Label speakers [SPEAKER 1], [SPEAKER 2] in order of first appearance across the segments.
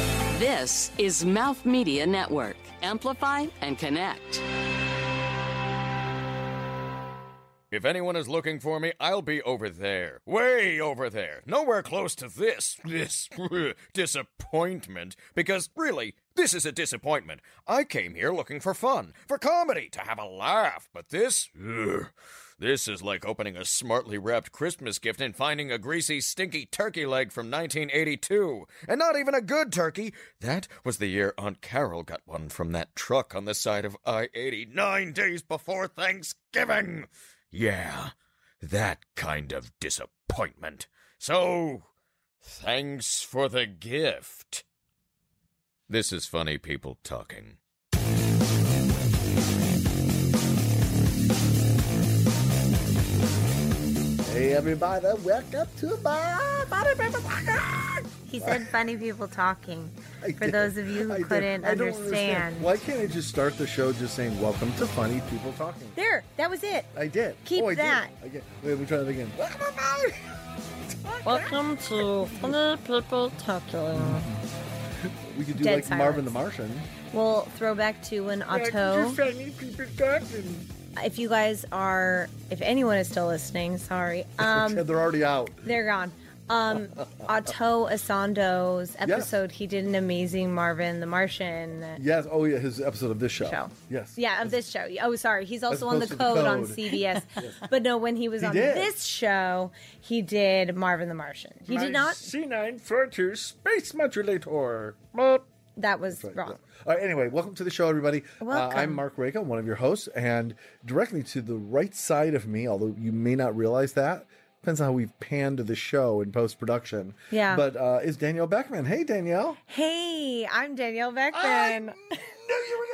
[SPEAKER 1] This is Mouth Media Network. Amplify and connect.
[SPEAKER 2] If anyone is looking for me, I'll be over there. Way over there. Nowhere close to this. This disappointment. Because, really, this is a disappointment. I came here looking for fun, for comedy, to have a laugh. But this. Ugh, this is like opening a smartly wrapped Christmas gift and finding a greasy, stinky turkey leg from 1982. And not even a good turkey. That was the year Aunt Carol got one from that truck on the side of I 80 nine days before Thanksgiving. Yeah, that kind of disappointment. So, thanks for the gift. This is funny people talking.
[SPEAKER 3] Hey everybody, welcome to my body paper podcast.
[SPEAKER 4] He said funny people talking.
[SPEAKER 3] I
[SPEAKER 4] For
[SPEAKER 3] did-
[SPEAKER 4] those of you who
[SPEAKER 3] I did.
[SPEAKER 4] couldn't
[SPEAKER 3] I don't
[SPEAKER 4] understand.
[SPEAKER 3] Why can't I just start the show just saying welcome to funny people talking?
[SPEAKER 4] There, that was it.
[SPEAKER 3] I did.
[SPEAKER 4] Keep
[SPEAKER 3] oh, I
[SPEAKER 4] that.
[SPEAKER 3] Did. I get, wait, let me try that again.
[SPEAKER 5] Welcome to Funny People Talking.
[SPEAKER 3] We could do
[SPEAKER 4] Dead
[SPEAKER 3] like
[SPEAKER 4] silence.
[SPEAKER 3] Marvin the Martian.
[SPEAKER 4] We'll throw back to an auto. If you guys are, if anyone is still listening, sorry. Um,
[SPEAKER 3] Yeah, they're already out.
[SPEAKER 4] They're gone. Um, Otto Asando's episode, he did an amazing Marvin the Martian
[SPEAKER 3] Yes. Oh yeah, his episode of this show.
[SPEAKER 4] show.
[SPEAKER 3] Yes.
[SPEAKER 4] Yeah, of this show. Oh, sorry. He's also on the
[SPEAKER 3] opposed to The
[SPEAKER 4] code, on
[SPEAKER 3] Code.
[SPEAKER 4] CBS. But no, when he was
[SPEAKER 3] He
[SPEAKER 4] on
[SPEAKER 3] did.
[SPEAKER 4] this show, he did Marvin the Martian. He did not.
[SPEAKER 3] C942 Space Modulator.
[SPEAKER 4] That was wrong.
[SPEAKER 3] All right, anyway, welcome to the show, everybody. Uh,
[SPEAKER 4] Welcome.
[SPEAKER 3] I'm Mark Rako, one of your hosts, and directly to the right side of me, although you may not realize that, depends on how we've panned the show in post production.
[SPEAKER 4] Yeah.
[SPEAKER 3] But uh, is Danielle Beckman. Hey, Danielle.
[SPEAKER 4] Hey, I'm Danielle Beckman.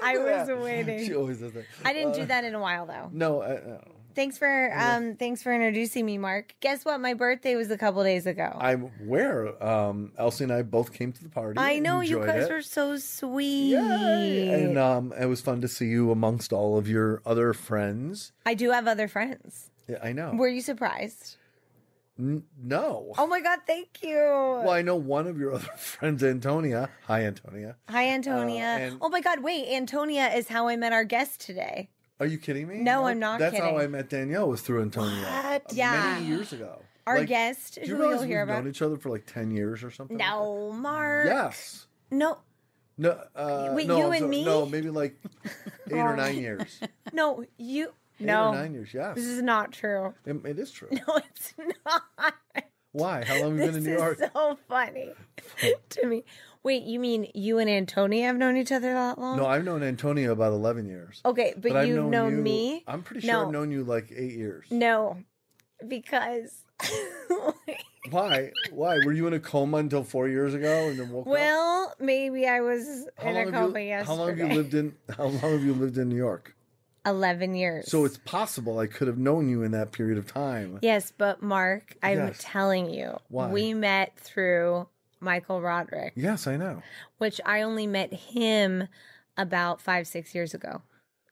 [SPEAKER 4] I
[SPEAKER 3] do
[SPEAKER 4] was
[SPEAKER 3] that.
[SPEAKER 4] waiting.
[SPEAKER 3] She always does that.
[SPEAKER 4] I didn't do that in a while though.
[SPEAKER 3] No, uh, I, I-
[SPEAKER 4] Thanks for um thanks for introducing me, Mark. Guess what? My birthday was a couple days ago. I,
[SPEAKER 3] I'm aware. Um, Elsie and I both came to the party. and
[SPEAKER 4] know you
[SPEAKER 3] enjoyed
[SPEAKER 4] guys
[SPEAKER 3] it.
[SPEAKER 4] are so sweet.
[SPEAKER 3] Yay! And um, it was fun to see you amongst all of your other friends.
[SPEAKER 4] I do have other friends.
[SPEAKER 3] Yeah, I know.
[SPEAKER 4] Were you surprised?
[SPEAKER 3] N- no.
[SPEAKER 4] Oh uh my god, thank you.
[SPEAKER 3] Well, I know one of your other friends, Antonia. Hi, Antonia.
[SPEAKER 4] Hi Antonia.
[SPEAKER 3] Uh, and-
[SPEAKER 4] oh my god, wait, Antonia is how I met our guest today.
[SPEAKER 3] Are you kidding me?
[SPEAKER 4] No, I'm not
[SPEAKER 3] That's how
[SPEAKER 4] kidding.
[SPEAKER 3] I met Danielle was through Antonia.
[SPEAKER 4] What?
[SPEAKER 3] Uh,
[SPEAKER 4] Yeah.
[SPEAKER 3] Many years ago.
[SPEAKER 4] Our
[SPEAKER 3] Like,
[SPEAKER 4] guest
[SPEAKER 3] Do
[SPEAKER 4] who
[SPEAKER 3] you
[SPEAKER 4] you'll
[SPEAKER 3] realize we've
[SPEAKER 4] hear
[SPEAKER 3] known
[SPEAKER 4] about.
[SPEAKER 3] each other for like ten years or something? like
[SPEAKER 4] No, Mark.
[SPEAKER 3] that? Yes.
[SPEAKER 4] No,
[SPEAKER 3] No. Uh,
[SPEAKER 4] Wait,
[SPEAKER 3] no,
[SPEAKER 4] you
[SPEAKER 3] I'm
[SPEAKER 4] and
[SPEAKER 3] so-
[SPEAKER 4] me?
[SPEAKER 3] No, maybe like eight or nine years.
[SPEAKER 4] no, you
[SPEAKER 3] Eight or
[SPEAKER 4] no.
[SPEAKER 3] nine years. Yes.
[SPEAKER 4] This is not true.
[SPEAKER 3] It- it is true.
[SPEAKER 4] No, it's not.
[SPEAKER 3] Why? How long have you been
[SPEAKER 4] this
[SPEAKER 3] in New
[SPEAKER 4] is
[SPEAKER 3] York?
[SPEAKER 4] so funny to me. Wait, you mean you and Antonia have known each other that long?
[SPEAKER 3] No, I've known Antonio about eleven years.
[SPEAKER 4] okay, Oh, but,
[SPEAKER 3] I've
[SPEAKER 4] you've known,
[SPEAKER 3] you-
[SPEAKER 4] me.
[SPEAKER 3] I'm pretty sure
[SPEAKER 4] No.
[SPEAKER 3] I've known you like eight years.
[SPEAKER 4] no, because
[SPEAKER 3] Why? Why? Were you in a coma until four years ago and then woke up?
[SPEAKER 4] well, maybe I was
[SPEAKER 3] How
[SPEAKER 4] in
[SPEAKER 3] long
[SPEAKER 4] a
[SPEAKER 3] have
[SPEAKER 4] coma
[SPEAKER 3] you-
[SPEAKER 4] yesterday.
[SPEAKER 3] How long have you lived in? How long have you lived in New York?
[SPEAKER 4] Eleven years.
[SPEAKER 3] So it's possible I could have known you in that period of time.
[SPEAKER 4] yes, but Mark, I'm
[SPEAKER 3] Yes.
[SPEAKER 4] telling you,
[SPEAKER 3] Why?
[SPEAKER 4] we met through Michael Roderick,
[SPEAKER 3] Yes, I know.
[SPEAKER 4] which I only met him about five six years ago.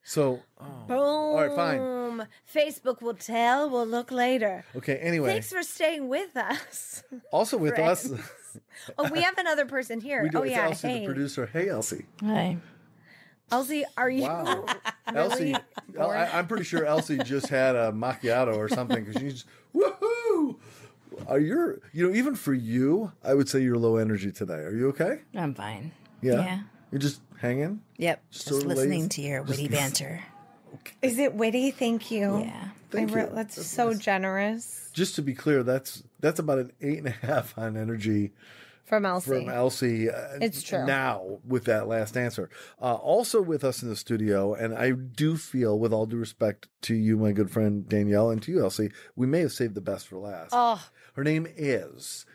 [SPEAKER 3] So oh,
[SPEAKER 4] Boom.
[SPEAKER 3] All right, fine.
[SPEAKER 4] Facebook will tell. We'll look later.
[SPEAKER 3] Okay. Anyway,
[SPEAKER 4] Thanks for staying with us.
[SPEAKER 3] also with us,
[SPEAKER 4] Oh, we have another person here.
[SPEAKER 3] we do.
[SPEAKER 4] oh
[SPEAKER 3] it's
[SPEAKER 4] yeah,
[SPEAKER 3] Elsie,
[SPEAKER 4] hey,
[SPEAKER 3] the producer. Hey, Elsie.
[SPEAKER 5] Hi.
[SPEAKER 4] Elsie, are you?
[SPEAKER 3] Wow. Elsie, El-
[SPEAKER 4] boring.
[SPEAKER 3] I, am pretty sure Elsie just had a macchiato or something because she's woohoo. Are you? You know, even for you, I would say you're low energy today. Are you okay?
[SPEAKER 5] I'm fine.
[SPEAKER 3] Yeah.
[SPEAKER 5] Yeah.
[SPEAKER 3] You're just hanging.
[SPEAKER 5] Yep.
[SPEAKER 3] Just
[SPEAKER 5] Just,
[SPEAKER 3] sort of
[SPEAKER 5] listening
[SPEAKER 3] lazy.
[SPEAKER 5] to your witty banter.
[SPEAKER 4] Is it witty? Thank you.
[SPEAKER 5] Yeah.
[SPEAKER 3] Thank
[SPEAKER 4] I re-
[SPEAKER 3] you.
[SPEAKER 4] That's, so generous
[SPEAKER 3] Just to be clear, that's that's about an eight and a half on energy.
[SPEAKER 4] from Elsie.
[SPEAKER 3] from Elsie. Uh,
[SPEAKER 4] It's true.
[SPEAKER 3] Now with that last answer, uh, also with us in the studio, and I do feel, with all due respect to you, my good friend Danielle, and to you, Elsie, we may have saved the best for last.
[SPEAKER 4] oh,
[SPEAKER 3] Her name is.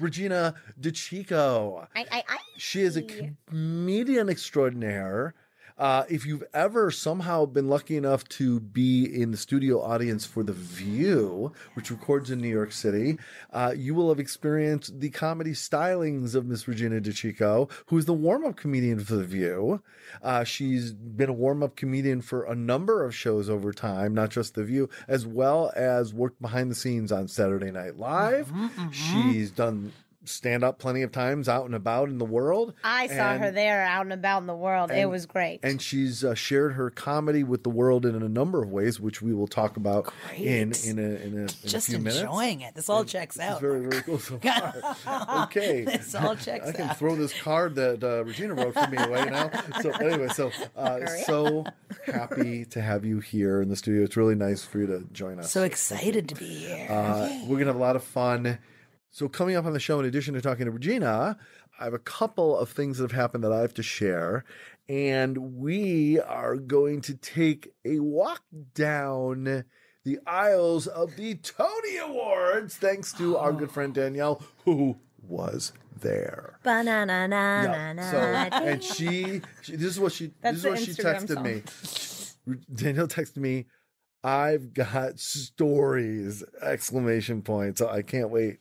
[SPEAKER 3] Regina DeChico.
[SPEAKER 4] I, I, I.
[SPEAKER 3] She is a comedian extraordinaire. Uh, if you've ever somehow been lucky enough to be in the studio audience for The View, which records in New York City, uh, you will have experienced the comedy stylings of Miss Regina DeChico, who is the warm up comedian for The View. Uh, she's been a warm up comedian for a number of shows over time, not just The View, as well as worked behind the scenes on Saturday Night Live. She's done stand up plenty of times out and about in the world.
[SPEAKER 4] I saw her
[SPEAKER 3] And-
[SPEAKER 4] there out and about in the world. it
[SPEAKER 3] and-
[SPEAKER 4] was great.
[SPEAKER 3] And she's uh, shared her comedy with the world in a number of ways, which we will talk about in
[SPEAKER 6] Great.
[SPEAKER 3] in a, in a, in
[SPEAKER 6] Just
[SPEAKER 3] a few minutes.
[SPEAKER 6] enjoying it. This all checks
[SPEAKER 3] It's
[SPEAKER 6] out.
[SPEAKER 3] very very cool so far. Okay,
[SPEAKER 6] This all checks
[SPEAKER 3] I can
[SPEAKER 6] out.
[SPEAKER 3] throw this card that uh, Regina wrote for me away now. So anyway, so uh, so happy to have you here in the studio. It's really nice for you to join us.
[SPEAKER 6] so excited to be here.
[SPEAKER 3] Uh, we're gonna have a lot of fun. So coming up on the show, in addition to talking to Regina, I have a couple of things that have happened that I have to share, and we are going to take a walk down the aisles of the Tony Awards, thanks to our good friend Danielle, who was there.
[SPEAKER 4] Banana, na, na,
[SPEAKER 3] Yeah.
[SPEAKER 4] na,
[SPEAKER 3] So,
[SPEAKER 4] na.
[SPEAKER 3] and she, she, this is what she,
[SPEAKER 4] That's
[SPEAKER 3] this is
[SPEAKER 4] the
[SPEAKER 3] what she
[SPEAKER 4] Instagram
[SPEAKER 3] texted me. Danielle texted me, "I've got stories!" Exclamation point. So I can't wait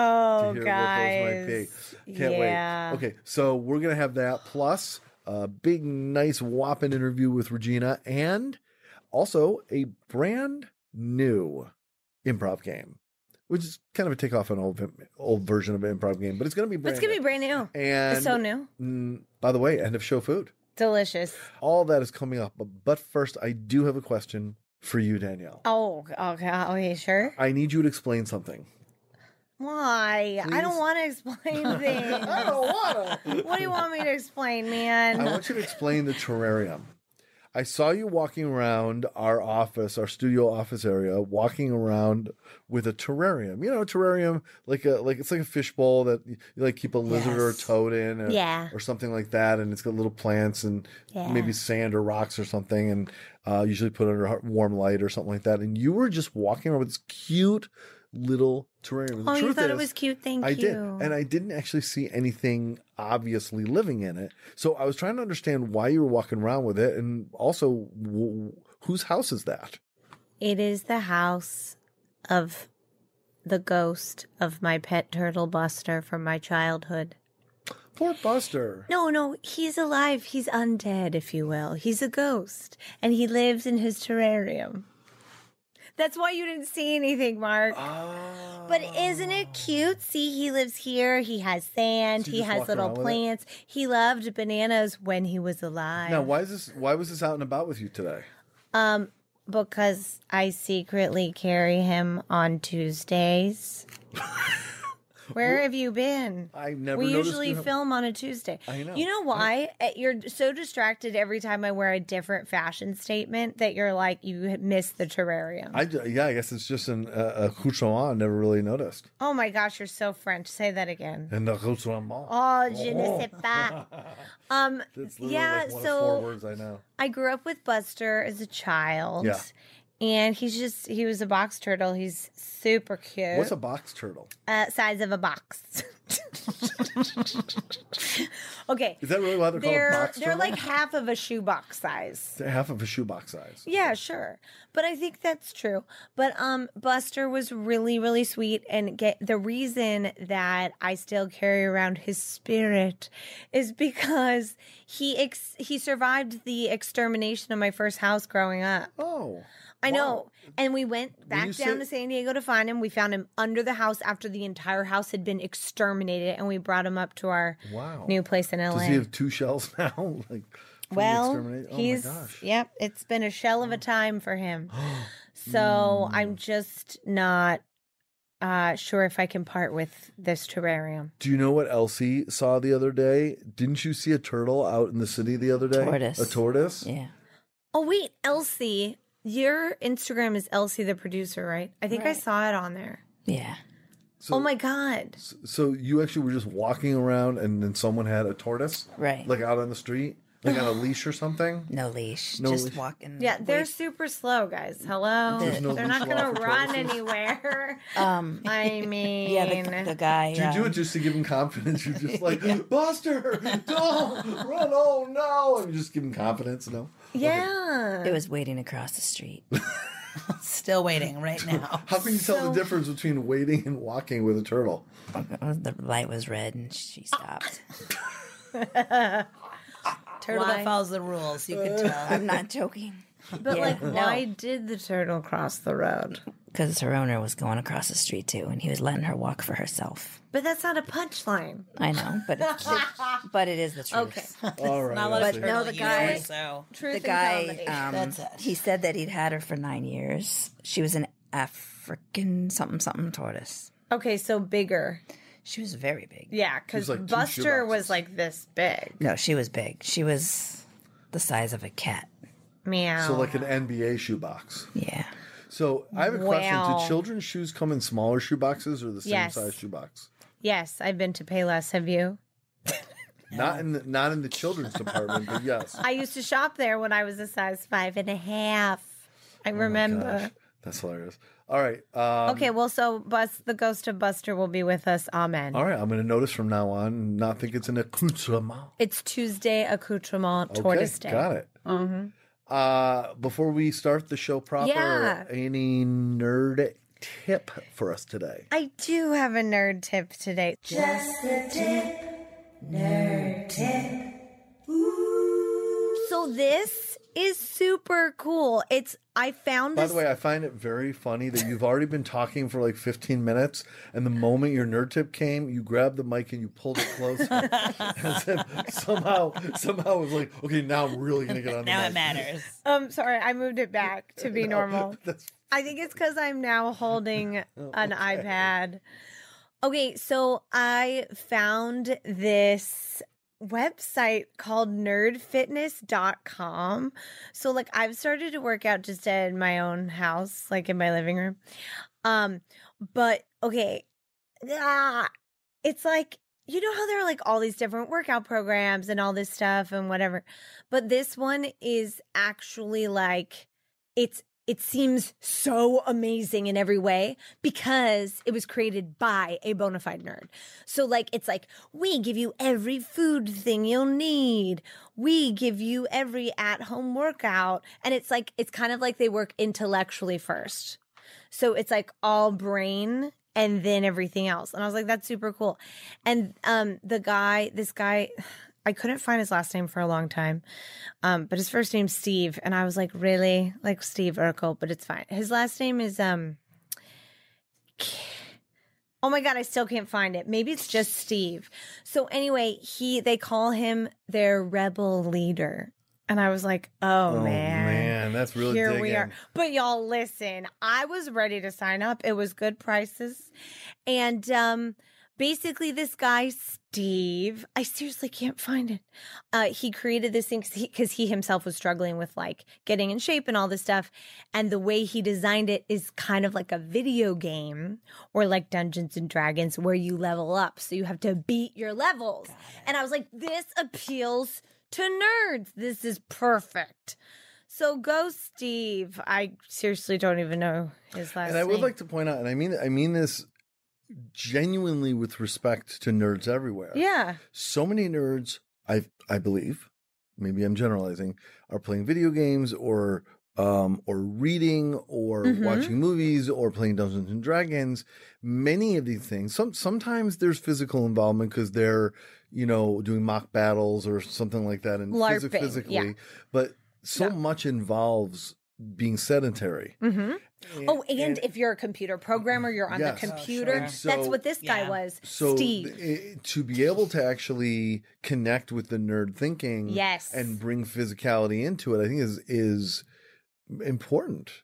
[SPEAKER 4] oh,
[SPEAKER 3] hear what
[SPEAKER 4] guys.
[SPEAKER 3] those might be. Can't
[SPEAKER 4] Yeah.
[SPEAKER 3] wait. Okay, so we're gonna have that plus a big, nice, whopping interview with Regina, and also a brand new improv game, which is kind of a takeoff on an old old version of an improv game, but it's gonna be
[SPEAKER 4] But
[SPEAKER 3] brand
[SPEAKER 4] it's going to be brand new.
[SPEAKER 3] new. and
[SPEAKER 4] it's so new.
[SPEAKER 3] Mm, by the way, end of show food.
[SPEAKER 4] Delicious.
[SPEAKER 3] All that is coming up. But, but first, I do have a question for you, Danielle.
[SPEAKER 4] Oh, okay. Okay, sure.
[SPEAKER 3] I need you to explain something.
[SPEAKER 4] Why? I don't
[SPEAKER 3] Please.
[SPEAKER 4] want to explain things.
[SPEAKER 3] want to.
[SPEAKER 4] what do you want me to explain,
[SPEAKER 3] I
[SPEAKER 4] man?
[SPEAKER 3] want you to explain the terrarium. I saw you walking around our office, our studio office area, walking around with a terrarium. You know, a terrarium like a like it's like a fishbowl that you like keep a lizard or a
[SPEAKER 6] Yes.
[SPEAKER 3] toad in, or,
[SPEAKER 4] Yeah.
[SPEAKER 3] or something like that, and it's got little plants and
[SPEAKER 4] Yeah.
[SPEAKER 3] maybe sand or rocks or something, and uh, usually put under hot- warm light or something like that. And you were just walking around with this cute little terrarium. The
[SPEAKER 4] Oh, you
[SPEAKER 3] truth
[SPEAKER 4] thought it
[SPEAKER 3] is-
[SPEAKER 4] was cute. Thank
[SPEAKER 3] I
[SPEAKER 4] you.
[SPEAKER 3] did. And I didn't actually see anything obviously living in it. So I was trying to understand why you were walking around with it and also w- whose house is that?
[SPEAKER 4] It is the house of the ghost of my pet turtle Buster from my childhood.
[SPEAKER 3] Poor Buster.
[SPEAKER 4] No, no, he's alive. He's undead, if you will. He's a ghost, and he lives in his terrarium. That's why you didn't see anything, Mark. But isn't it cute? See, he lives here. He has sand.
[SPEAKER 3] Ah. So you
[SPEAKER 4] he
[SPEAKER 3] just
[SPEAKER 4] has
[SPEAKER 3] walk
[SPEAKER 4] little
[SPEAKER 3] around with it?
[SPEAKER 4] plants. He loved bananas when he was alive.
[SPEAKER 3] Now, why is this? Why was this out and about with you today?
[SPEAKER 4] Um, because I secretly carry him on Tuesdays. Where have you been?
[SPEAKER 3] I never.
[SPEAKER 4] we
[SPEAKER 3] noticed
[SPEAKER 4] usually
[SPEAKER 3] you-
[SPEAKER 4] film on a Tuesday.
[SPEAKER 3] I know.
[SPEAKER 4] You know why? Uh, You're so distracted every time I wear a different fashion statement that you're like you miss the terrarium.
[SPEAKER 3] I d- yeah, I guess it's just an uh, a accoutrement. I never really noticed.
[SPEAKER 4] oh my gosh, you're so French. Say that again.
[SPEAKER 3] And the accoutrement.
[SPEAKER 4] Oh, je ne sais pas. Um,
[SPEAKER 3] That's literally
[SPEAKER 4] yeah.
[SPEAKER 3] like one of four
[SPEAKER 4] So
[SPEAKER 3] words I know.
[SPEAKER 4] I grew up with Buster as a child.
[SPEAKER 3] Yeah.
[SPEAKER 4] And he's just, he was a box turtle. He's super cute.
[SPEAKER 3] What's a box turtle?
[SPEAKER 4] uh, size of a box? okay.
[SPEAKER 3] Is that really why they're,
[SPEAKER 4] They're,
[SPEAKER 3] called a box
[SPEAKER 4] they're
[SPEAKER 3] turtle?
[SPEAKER 4] like half of a shoebox size.
[SPEAKER 3] They're half of a shoebox size.
[SPEAKER 4] Yeah, sure. But I think that's true. But um Buster was really really sweet and get the reason that I still carry around his spirit is because he ex- he survived the extermination of my first house growing up.
[SPEAKER 3] Oh,
[SPEAKER 4] I
[SPEAKER 3] wow.
[SPEAKER 4] know. And we went back
[SPEAKER 3] you
[SPEAKER 4] down
[SPEAKER 3] say-
[SPEAKER 4] to San Diego to find him. We found him under the house after the entire house had been exterminated and we brought him up to our
[SPEAKER 3] Wow.
[SPEAKER 4] new place in LA.
[SPEAKER 3] Does he have two shells now? like from the
[SPEAKER 4] Well,
[SPEAKER 3] exterminate-
[SPEAKER 4] he's
[SPEAKER 3] oh my gosh. Mm.
[SPEAKER 4] yep. It's been a shell of a time for him. so I'm just not uh, sure if I can part with this terrarium.
[SPEAKER 3] Do you know what Elsie saw the other day? Didn't you see a turtle out in the city the other day?
[SPEAKER 6] Tortoise.
[SPEAKER 3] A tortoise?
[SPEAKER 6] yeah.
[SPEAKER 4] Oh wait, Elsie, your Instagram is Elsie the producer, right? I think I saw it on there.
[SPEAKER 6] Yeah.
[SPEAKER 3] So,
[SPEAKER 4] oh my god!
[SPEAKER 3] So you actually were just walking around and then someone had a tortoise?
[SPEAKER 6] Right.
[SPEAKER 3] Like out on the street? Like on a leash or something?
[SPEAKER 6] No leash.
[SPEAKER 3] No
[SPEAKER 6] just
[SPEAKER 3] leash.
[SPEAKER 6] walking.
[SPEAKER 4] Yeah, they're super slow, guys. Hello,
[SPEAKER 6] There's
[SPEAKER 3] no
[SPEAKER 4] they're not
[SPEAKER 3] leash law
[SPEAKER 4] gonna
[SPEAKER 3] for
[SPEAKER 4] run
[SPEAKER 3] tortoises.
[SPEAKER 4] anywhere.
[SPEAKER 6] Um.
[SPEAKER 4] I mean,
[SPEAKER 6] Yeah. The, the guy. um,
[SPEAKER 3] Do you do it just to give him confidence? You're just like, Buster, don't run, oh no. And you just give him confidence, no?
[SPEAKER 4] yeah.
[SPEAKER 6] It was waiting across the street. Still waiting right now.
[SPEAKER 3] How can you tell the difference between waiting and walking with a turtle?
[SPEAKER 6] the light was red and she stopped. Turtle
[SPEAKER 4] Why?
[SPEAKER 6] that follows the rules, you could tell. I'm not joking.
[SPEAKER 4] But like,
[SPEAKER 6] No.
[SPEAKER 4] why did the turtle cross the road?
[SPEAKER 6] Because her owner was going across the street too, and he was letting her walk for herself.
[SPEAKER 4] But that's not a punchline.
[SPEAKER 6] I know, but it's, but it is the truth.
[SPEAKER 4] Okay.
[SPEAKER 3] All right.
[SPEAKER 6] Not a lot
[SPEAKER 3] let's
[SPEAKER 6] of
[SPEAKER 3] see.
[SPEAKER 4] no,
[SPEAKER 6] turtle
[SPEAKER 4] the guy-
[SPEAKER 6] humor, so
[SPEAKER 4] Truth
[SPEAKER 6] the
[SPEAKER 4] and
[SPEAKER 6] guy,
[SPEAKER 4] comedy.
[SPEAKER 6] um,
[SPEAKER 4] That's it.
[SPEAKER 6] he said that he'd had her for nine years. She was an African something something tortoise.
[SPEAKER 4] Okay, so bigger.
[SPEAKER 6] She was very big.
[SPEAKER 4] Yeah, because
[SPEAKER 3] like two
[SPEAKER 4] Buster was
[SPEAKER 3] shoeboxes.
[SPEAKER 4] like this big.
[SPEAKER 6] No, she was big. She was the size of a cat.
[SPEAKER 4] Meow.
[SPEAKER 3] So like an NBA shoebox.
[SPEAKER 6] Yeah.
[SPEAKER 3] So I have a question:
[SPEAKER 4] Wow.
[SPEAKER 3] Do children's shoes come in smaller shoe boxes or the same
[SPEAKER 4] Yes.
[SPEAKER 3] size shoe box?
[SPEAKER 4] yes, I've been to Payless. Have you?
[SPEAKER 3] Not in the, not in the children's department, but yes.
[SPEAKER 4] I used to shop there when I was a size five and a half.
[SPEAKER 6] Oh
[SPEAKER 4] I remember.
[SPEAKER 3] Gosh, that's hilarious. All right. Um,
[SPEAKER 4] okay, well, so Bus, the ghost of Buster will be with us. Amen.
[SPEAKER 3] All right. I'm going to notice from now on, and not think it's an accoutrement.
[SPEAKER 4] It's Tuesday accoutrement tortoise Mm-hmm. day.
[SPEAKER 3] Got it. Uh, before we start the show proper,
[SPEAKER 4] Yeah.
[SPEAKER 3] any nerd tip for us today?
[SPEAKER 4] I do have a nerd tip today. So this is super cool. It's I found
[SPEAKER 3] By
[SPEAKER 4] this
[SPEAKER 3] the way, I find it very funny that you've already been talking for like 15 minutes, and the moment your nerd tip came, you grabbed the mic and you pulled it closer. As if somehow, somehow it was like, okay, now I'm really going to get on the
[SPEAKER 6] Now
[SPEAKER 3] mic.
[SPEAKER 6] it matters.
[SPEAKER 4] um sorry, I moved it back to be normal.
[SPEAKER 3] That's
[SPEAKER 4] I think it's because I'm now holding
[SPEAKER 3] Oh,
[SPEAKER 4] an iPad. Okay, so I found this website called nerdfitness.com. So like I've started to work out just in my own house, like in my living room. Um, but okay. Ah, it's like you know how there are like all these different workout programs and all this stuff and whatever. But this one is actually like it's it seems so amazing in every way because it was created by a bona fide nerd. So, like, it's like, we give you every food thing you'll need. We give you every at home workout. And it's like, it's kind of like they work intellectually first. So it's like all brain and then everything else. And I was like, that's super cool. And um, the guy, this guy, I couldn't find his last name for a long time, um, but his first name's Steve. And I was like, really? Like Steve Urkel, but it's fine. His last name is, um, oh my God, I still can't find it. Maybe it's just Steve. So anyway, he, they call him their rebel leader. And I was like, oh,
[SPEAKER 3] oh,
[SPEAKER 4] man.
[SPEAKER 3] man, that's really
[SPEAKER 4] Here
[SPEAKER 3] digging.
[SPEAKER 4] we are. But y'all listen, I was ready to sign up. It was good prices. And um basically this guy Steve, I seriously can't find it. Uh he created this thing cuz he, himself was struggling with like getting in shape and all this stuff, and the way he designed it is kind of like a video game or like Dungeons and Dragons where you level up. So you have to beat your levels. And I was like this appeals to nerds. This is perfect. So go, Steve. I seriously don't even know his last
[SPEAKER 3] And I would
[SPEAKER 4] name.
[SPEAKER 3] like to point out, and I mean, I mean this genuinely with respect to nerds everywhere.
[SPEAKER 4] yeah,
[SPEAKER 3] so many nerds i i believe maybe i'm generalizing are playing video games or um or reading or
[SPEAKER 4] Mhm.
[SPEAKER 3] watching movies or playing dungeons and dragons many of these things some sometimes there's physical involvement because they're you know doing mock battles or something like that and physi-
[SPEAKER 4] LARPing, yeah.
[SPEAKER 3] physically but so
[SPEAKER 4] No.
[SPEAKER 3] much involves being sedentary
[SPEAKER 4] hmm Oh, and,
[SPEAKER 3] And-
[SPEAKER 4] if you're a computer programmer, you're on
[SPEAKER 3] Yes.
[SPEAKER 4] the
[SPEAKER 3] Oh,
[SPEAKER 4] computer.
[SPEAKER 6] sure.
[SPEAKER 4] That's
[SPEAKER 3] So-
[SPEAKER 4] what this guy
[SPEAKER 6] Yeah.
[SPEAKER 4] was.
[SPEAKER 3] so
[SPEAKER 4] Steve.
[SPEAKER 3] th- i- to be able to actually connect with the nerd thinking
[SPEAKER 4] Yes.
[SPEAKER 3] and bring physicality into it i think is is important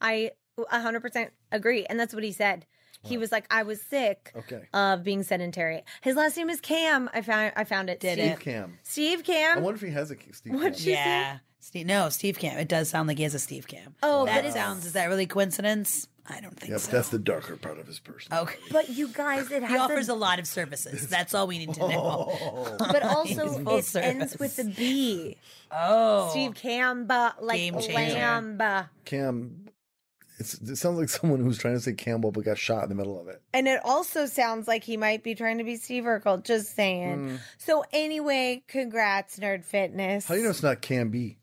[SPEAKER 4] I 100% agree. And that's what he said. He was like, I was sick
[SPEAKER 3] okay
[SPEAKER 4] of being sedentary. His last name is Cam. I found I found it. Um,
[SPEAKER 6] Did
[SPEAKER 4] Steve.
[SPEAKER 3] steve cam
[SPEAKER 4] Steve
[SPEAKER 3] i
[SPEAKER 4] Cam.
[SPEAKER 3] wonder if he has a K- steve
[SPEAKER 4] What'd
[SPEAKER 3] Cam.
[SPEAKER 4] she say?
[SPEAKER 6] yeah. Steve, no, Steve Cam. It does sound like he has a Steve Cam.
[SPEAKER 4] Oh, but
[SPEAKER 6] that
[SPEAKER 4] it's-
[SPEAKER 6] sounds. Is that really coincidence? I don't think
[SPEAKER 3] yep
[SPEAKER 6] so.
[SPEAKER 3] that's the darker part of his person
[SPEAKER 6] okay.
[SPEAKER 4] but you guys, it has
[SPEAKER 6] He offers
[SPEAKER 4] a
[SPEAKER 6] a lot of services. That's all we need to know.
[SPEAKER 3] Oh.
[SPEAKER 4] but also
[SPEAKER 6] He's
[SPEAKER 4] it
[SPEAKER 6] full
[SPEAKER 4] ends
[SPEAKER 6] service.
[SPEAKER 4] with a B.
[SPEAKER 6] Oh,
[SPEAKER 4] Steve Camba, like
[SPEAKER 6] Game changer.
[SPEAKER 4] Lamba.
[SPEAKER 3] cam it's, it sounds like someone who's trying to say campbell but got shot in the middle of it
[SPEAKER 4] And it also sounds like he might be trying to be Steve Urkel. Just saying. So anyway, congrats, Nerd Fitness.
[SPEAKER 3] Hmm. how do you know it's not cam b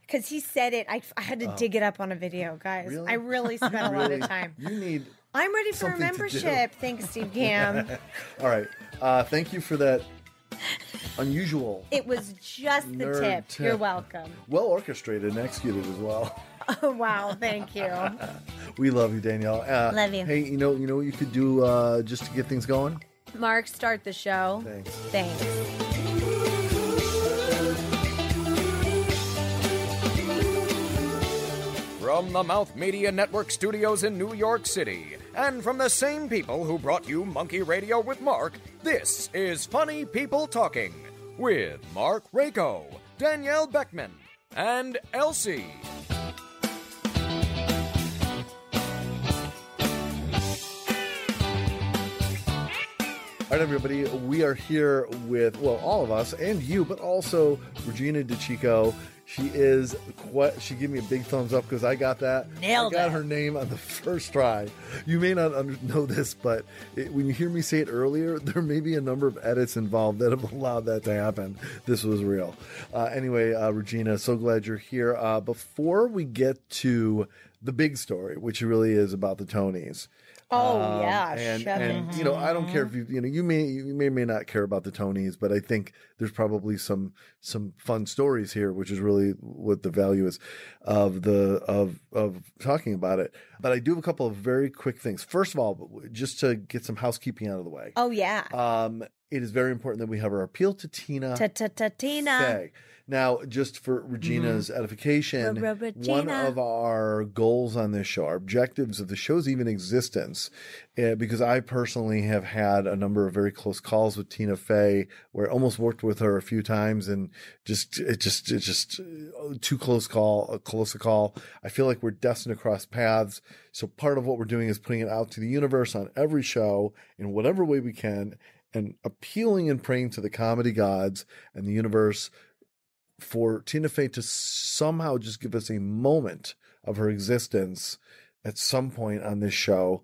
[SPEAKER 4] Because he said it. I, I had to dig it up on a video, guys.
[SPEAKER 3] Oh. Really?
[SPEAKER 4] I really spent a lot of time.
[SPEAKER 3] you need
[SPEAKER 4] I'm ready for
[SPEAKER 3] Something
[SPEAKER 4] a
[SPEAKER 3] to do.
[SPEAKER 4] membership. Thanks, Steve Cam.
[SPEAKER 3] all right uh thank you for that Unusual.
[SPEAKER 4] It was just the
[SPEAKER 3] Nerd
[SPEAKER 4] tip.
[SPEAKER 3] tip.
[SPEAKER 4] You're welcome. Oh,
[SPEAKER 3] Well orchestrated and executed as well.
[SPEAKER 4] wow, thank you.
[SPEAKER 3] We love you, Danielle. Uh,
[SPEAKER 4] Love you.
[SPEAKER 3] Hey, you know, you know what you could do uh, just to get things going?
[SPEAKER 4] Mark, start the show.
[SPEAKER 3] Thanks.
[SPEAKER 4] Thanks.
[SPEAKER 2] From the Mouth Media Network studios in New York City, and from the same people who brought you Monkey Radio with Mark, this is Funny People Talking with Mark Rako, Danielle Beckman, and Elsie.
[SPEAKER 3] All right, everybody, we are here with, well, all of us and you, but also Regina DeChico. She is, quite, she gave me a big thumbs up because I got that.
[SPEAKER 6] Nailed
[SPEAKER 3] I got
[SPEAKER 6] it.
[SPEAKER 3] her name on the first try. You may not under, know this, but it, when you hear me say it earlier, there may be a number of edits involved that have allowed that to happen. This was real. Uh, anyway, uh, Regina, so glad you're here. Uh, before we get to the big story, which really is about the Tonys.
[SPEAKER 4] Oh,
[SPEAKER 3] Um,
[SPEAKER 4] yeah, Mm-hmm.
[SPEAKER 3] and,
[SPEAKER 4] shove
[SPEAKER 3] and you know I don't care if you you know you may you may or may not care about the Tonys, but I think there's probably some some fun stories here, which is really what the value is of the of of talking about it. But I do have a couple of very quick things. First of all, just to get some housekeeping out of the way,
[SPEAKER 4] Oh, yeah.
[SPEAKER 3] um, it is very important that we have our appeal to Tina.
[SPEAKER 4] Ta ta ta Tina. Mm-hmm.
[SPEAKER 3] Fey. Now, just for Regina's edification,
[SPEAKER 4] Re-re-Regina.
[SPEAKER 3] one of our goals on this show, our objectives of the show's even existence, eh, because I personally have had a number of very close calls with Tina Fey, where I almost worked with her a few times, and just it just it just eh, too close call, a close a call. I feel like we're destined to cross paths. So part of what we're doing is putting it out to the universe on every show in whatever way we can. And appealing and praying to the comedy gods and the universe for Tina Fey to somehow just give us a moment of her existence at some point on this show.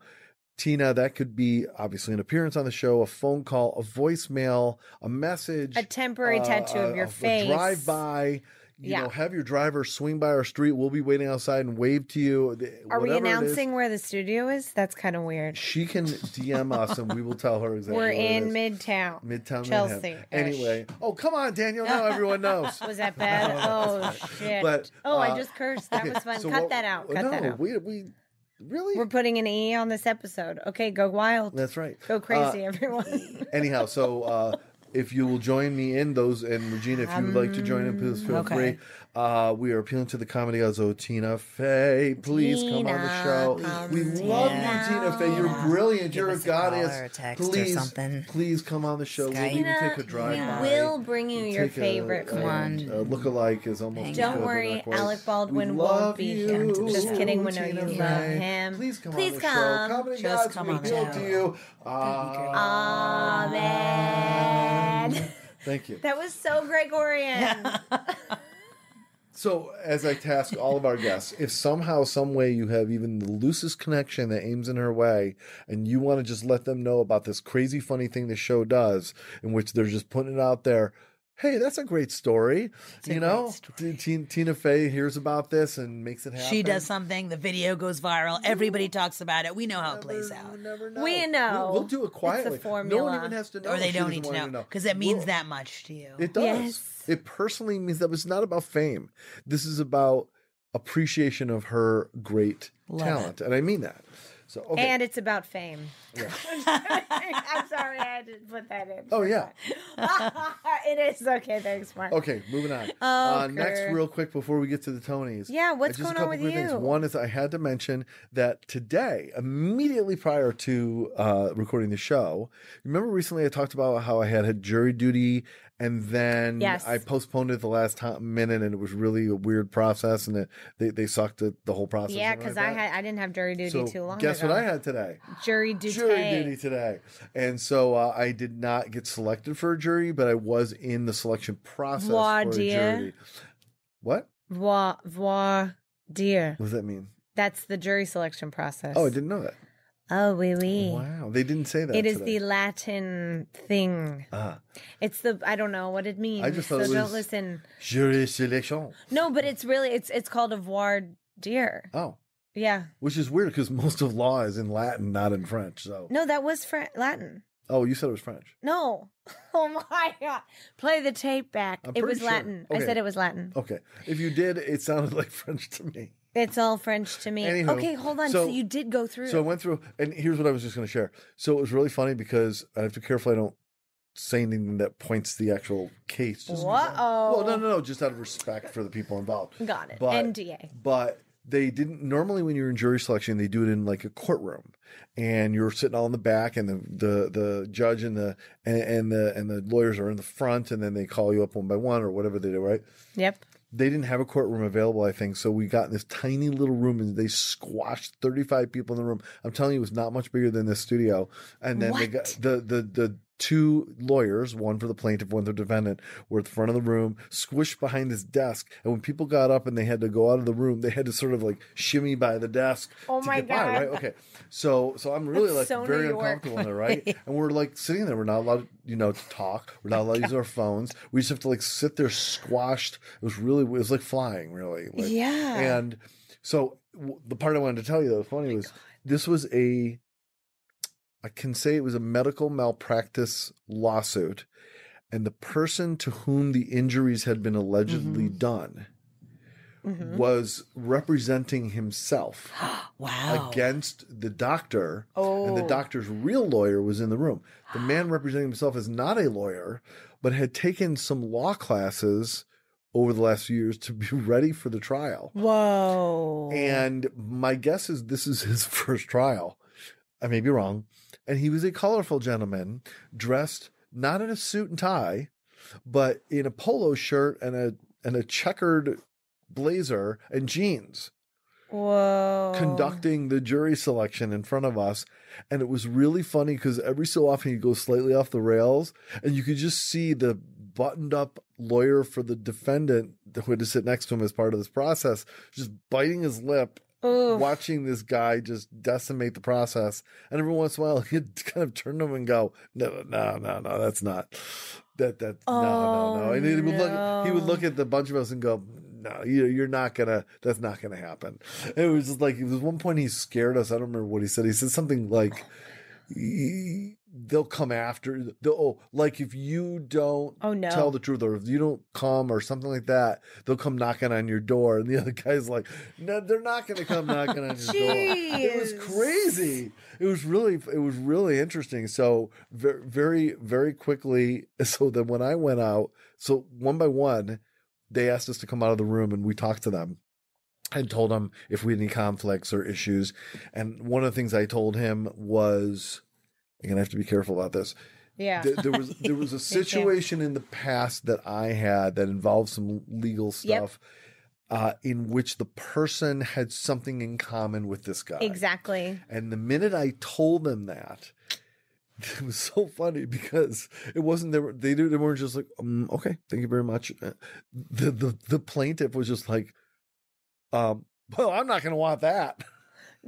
[SPEAKER 3] Tina, that could be obviously an appearance on the show, a phone call, a voicemail, a message,
[SPEAKER 4] A temporary
[SPEAKER 3] uh,
[SPEAKER 4] tattoo
[SPEAKER 3] a-
[SPEAKER 4] of your
[SPEAKER 3] a- a
[SPEAKER 4] face.
[SPEAKER 3] drive by. You
[SPEAKER 4] Yeah.
[SPEAKER 3] know, have your driver swing by our street. We'll be waiting outside and wave to you. The-
[SPEAKER 4] Are we
[SPEAKER 3] whatever it is,
[SPEAKER 4] announcing where the studio is? That's kind of weird.
[SPEAKER 3] She can DM us and we will tell her exactly.
[SPEAKER 4] We're
[SPEAKER 3] what it
[SPEAKER 4] in
[SPEAKER 3] is.
[SPEAKER 4] Midtown.
[SPEAKER 3] Midtown Manhattan.
[SPEAKER 4] Chelsea.
[SPEAKER 3] Anyway, oh come on, Daniel. Now everyone knows.
[SPEAKER 4] Was that bad? Oh shit!
[SPEAKER 3] But,
[SPEAKER 4] oh,
[SPEAKER 3] uh,
[SPEAKER 4] I just cursed. That was fun.
[SPEAKER 3] So
[SPEAKER 4] Cut
[SPEAKER 3] what- Oh,
[SPEAKER 4] that out. Cut
[SPEAKER 3] no,
[SPEAKER 4] that out.
[SPEAKER 3] we we really.
[SPEAKER 4] We're putting an E on this episode. Okay, go wild.
[SPEAKER 3] That's right.
[SPEAKER 4] Go crazy,
[SPEAKER 3] Uh,
[SPEAKER 4] everyone.
[SPEAKER 3] anyhow, so uh, if you will join me in those, and Regina, if you would like to join in, please feel
[SPEAKER 6] okay.
[SPEAKER 3] free. Uh, we are appealing to the comedy gods. Oh, Tina Fey, please come on the
[SPEAKER 4] Tina,
[SPEAKER 3] show.
[SPEAKER 4] come
[SPEAKER 3] We love
[SPEAKER 6] down.
[SPEAKER 3] you, Tina Fey. You're brilliant. You're a
[SPEAKER 6] us a call
[SPEAKER 3] goddess.
[SPEAKER 6] or a text or
[SPEAKER 3] please,
[SPEAKER 6] something.
[SPEAKER 3] please come on the show.
[SPEAKER 6] Skype.
[SPEAKER 3] We'll even
[SPEAKER 4] Tina,
[SPEAKER 3] take a drive by.
[SPEAKER 4] we will bring you your
[SPEAKER 3] Take a-
[SPEAKER 4] favorite
[SPEAKER 3] a-
[SPEAKER 4] food.
[SPEAKER 6] one.
[SPEAKER 3] A look-alike is almost.
[SPEAKER 6] Hang
[SPEAKER 3] as
[SPEAKER 6] on.
[SPEAKER 3] good,
[SPEAKER 4] Don't
[SPEAKER 3] but
[SPEAKER 4] worry,
[SPEAKER 3] not quite.
[SPEAKER 4] Alec Baldwin
[SPEAKER 3] We
[SPEAKER 4] won't
[SPEAKER 3] love
[SPEAKER 4] be
[SPEAKER 3] you,
[SPEAKER 4] here.
[SPEAKER 6] Just
[SPEAKER 4] kidding, we know you
[SPEAKER 3] Tina
[SPEAKER 4] love
[SPEAKER 3] Fey.
[SPEAKER 4] him.
[SPEAKER 3] Please come
[SPEAKER 4] Please
[SPEAKER 3] on the
[SPEAKER 4] come.
[SPEAKER 3] show. Comedy
[SPEAKER 6] Just
[SPEAKER 3] gods,
[SPEAKER 6] come
[SPEAKER 3] we
[SPEAKER 6] on the
[SPEAKER 3] appeal
[SPEAKER 6] show.
[SPEAKER 3] to you. Uh,
[SPEAKER 4] Amen.
[SPEAKER 3] Thank you.
[SPEAKER 4] That was so Gregorian.
[SPEAKER 3] So, as I task all of our guests, if somehow, some way you have even the loosest connection that aims in her way, and you want to just let them know about this crazy, funny thing the show does, in which they're just putting it out there. Hey, that's a great story. you know, T- T- Tina Fey hears about this and makes it happen.
[SPEAKER 6] She does something, the video goes viral, everybody talks about it. We know how it plays
[SPEAKER 3] Never-
[SPEAKER 6] out.
[SPEAKER 3] never know.
[SPEAKER 4] We know.
[SPEAKER 3] We'll, we'll do it
[SPEAKER 4] It's a
[SPEAKER 3] quietly. No one
[SPEAKER 4] formula.
[SPEAKER 3] even has to know.
[SPEAKER 6] Or
[SPEAKER 3] She
[SPEAKER 6] they don't
[SPEAKER 3] doesn't
[SPEAKER 6] need to
[SPEAKER 3] want you
[SPEAKER 6] know because it means
[SPEAKER 3] We'll-
[SPEAKER 6] that much to you.
[SPEAKER 3] It does.
[SPEAKER 4] Yes.
[SPEAKER 3] It personally means that it's not about fame. This is about appreciation of her great
[SPEAKER 6] Love
[SPEAKER 3] talent, and I mean that. So okay.
[SPEAKER 4] And it's about fame. I'm sorry I had to put that in. Uh,
[SPEAKER 3] oh yeah.
[SPEAKER 4] it is okay. Thanks, Mark.
[SPEAKER 3] Okay, moving on. uh, next,
[SPEAKER 4] Okay.
[SPEAKER 3] real quick before we get to the Tonys.
[SPEAKER 4] Oh, Yeah, what's
[SPEAKER 3] just a
[SPEAKER 4] going on
[SPEAKER 3] couple
[SPEAKER 4] with
[SPEAKER 3] quick things.
[SPEAKER 4] you?
[SPEAKER 3] One is I had to mention that today, immediately prior to uh, recording the show, remember recently I talked about how I had had jury duty and then
[SPEAKER 4] Yes.
[SPEAKER 3] I postponed it the last ti- minute and it was really a weird process and it, they, they sucked at the whole process.
[SPEAKER 4] Yeah,
[SPEAKER 3] and
[SPEAKER 4] because
[SPEAKER 3] everything
[SPEAKER 4] I
[SPEAKER 3] like that.
[SPEAKER 4] had I didn't have jury duty
[SPEAKER 3] So
[SPEAKER 4] too long
[SPEAKER 3] guess
[SPEAKER 4] ago.
[SPEAKER 3] what I had today?
[SPEAKER 4] Jury duty.
[SPEAKER 3] jury duty today. And so uh, I did not get selected for a jury, but I was in the selection process
[SPEAKER 4] Voir
[SPEAKER 3] for a
[SPEAKER 4] dire.
[SPEAKER 3] jury. What?
[SPEAKER 4] Voir, voir dire.
[SPEAKER 3] What does that mean?
[SPEAKER 4] That's the jury selection process.
[SPEAKER 3] Oh, I didn't know that.
[SPEAKER 4] Oh, oui, oui.
[SPEAKER 3] Wow, they didn't say that.
[SPEAKER 4] It is
[SPEAKER 3] today.
[SPEAKER 4] the Latin thing.
[SPEAKER 3] Ah.
[SPEAKER 4] It's the I don't know what it means.
[SPEAKER 3] I just thought
[SPEAKER 4] so
[SPEAKER 3] it was-
[SPEAKER 4] don't listen.
[SPEAKER 3] jury selection.
[SPEAKER 4] No, but it's really it's it's called a voir dire.
[SPEAKER 3] Oh,
[SPEAKER 4] Yeah.
[SPEAKER 3] which is weird because most of law is in Latin, not in French. So
[SPEAKER 4] No, that was Fr- Latin.
[SPEAKER 3] Oh, you said it was French.
[SPEAKER 4] No. Oh my God. Play the tape back.
[SPEAKER 3] I'm
[SPEAKER 4] it
[SPEAKER 3] pretty
[SPEAKER 4] was
[SPEAKER 3] sure.
[SPEAKER 4] Latin. I
[SPEAKER 3] Okay.
[SPEAKER 4] said it was Latin.
[SPEAKER 3] Okay. If you did, it sounded like French to me.
[SPEAKER 4] It's all French to me.
[SPEAKER 3] Anywho,
[SPEAKER 4] okay, hold on. So,
[SPEAKER 3] so-
[SPEAKER 4] you did go through.
[SPEAKER 3] So I went through, and here's what I was just going to share. So it was really funny because I have to be careful I don't say anything that points to the actual case. Just
[SPEAKER 4] Whoa.
[SPEAKER 3] Well, no, no, no, just out of respect for the people involved.
[SPEAKER 4] Oh. Got it.
[SPEAKER 3] But,
[SPEAKER 4] NDA.
[SPEAKER 3] But they didn't normally when you're in jury selection, they do it in like a courtroom, and you're sitting all in the back, and the the, the judge and the and, and the and the lawyers are in the front, and then they call you up one by one or whatever they do, right?
[SPEAKER 4] Yep.
[SPEAKER 3] they didn't have a courtroom available, I think. So we got in this tiny little room and they squashed 35 people in the room. I'm telling you, it was not much bigger than this studio. And then they got the, the, the two lawyers, one for the plaintiff, one for the defendant, were at the front of the room, squished behind this desk. And when people got up and they had to go out of the room, they had to sort of like shimmy by the desk.
[SPEAKER 4] Oh
[SPEAKER 3] to
[SPEAKER 4] my
[SPEAKER 3] get by,
[SPEAKER 4] God.
[SPEAKER 3] right? Okay. So, so I'm really
[SPEAKER 4] That's
[SPEAKER 3] like
[SPEAKER 4] so
[SPEAKER 3] very
[SPEAKER 4] New York.
[SPEAKER 3] uncomfortable in there, right? And we're like sitting there. We're not allowed, you know, to talk. We're not allowed to use our phones. We just have to like sit there squashed. It was really, it was like flying, really. Like,
[SPEAKER 4] Yeah. Oh
[SPEAKER 3] And so w- the part I wanted to tell you that was funny was this was a, I can say it was a medical malpractice lawsuit. And the person to whom the injuries had been allegedly
[SPEAKER 4] Mm-hmm.
[SPEAKER 3] done was representing himself
[SPEAKER 7] Oh.
[SPEAKER 6] Wow.
[SPEAKER 3] against the doctor, and the doctor's real lawyer was in the room. The man representing himself is not a lawyer, but had taken some law classes over the last few years to be ready for the trial.
[SPEAKER 7] Oh.
[SPEAKER 4] Whoa.
[SPEAKER 3] And my guess is this is his first trial. I may be wrong. And he was a colorful gentleman dressed not in a suit and tie, but in a polo shirt and a and a checkered blazer and jeans
[SPEAKER 4] Whoa.
[SPEAKER 3] conducting the jury selection in front of us. And it was really funny because every so often he goes slightly off the rails and you could just see the buttoned up lawyer for the defendant who had to sit next to him as part of this process, just biting his lip.
[SPEAKER 4] Oof.
[SPEAKER 3] Watching this guy just decimate the process, and every once in a while he'd kind of turn to him and go, "No, no, no, no, that's not that. That no, no, no."
[SPEAKER 4] Oh,
[SPEAKER 3] And he would look, he would
[SPEAKER 4] no.
[SPEAKER 3] look at the bunch of us and go, "No, you, you're not gonna. That's not gonna happen." It was just like it was one point he scared us. I don't remember what he said. He said something like, "Y- "They'll come after." They'll, oh, like if you don't
[SPEAKER 4] Oh, no.
[SPEAKER 3] tell the truth, or if you don't come, or something like that, they'll come knocking on your door. And the other guy's like, "No, they're not gonna come knocking on your door." It was
[SPEAKER 4] Jeez.
[SPEAKER 3] crazy. It was really, it was really interesting. So very, very, very quickly. So then when I went out, so one by one, they asked us to come out of the room and we talked to them and told them if we had any conflicts or issues. And one of the things I told him was, again, I have to be careful about this.
[SPEAKER 4] Yeah.
[SPEAKER 3] There, there was there was a situation in the past that I had that involved some legal
[SPEAKER 4] Yep.
[SPEAKER 3] stuff. Uh, in which the person had something in common with this guy.
[SPEAKER 4] exactly.
[SPEAKER 3] And the minute I told them that, it was so funny because it wasn't they were they did they weren't just like um, okay thank you very much. Uh, The the the plaintiff was just like, um, well I'm not going to want that.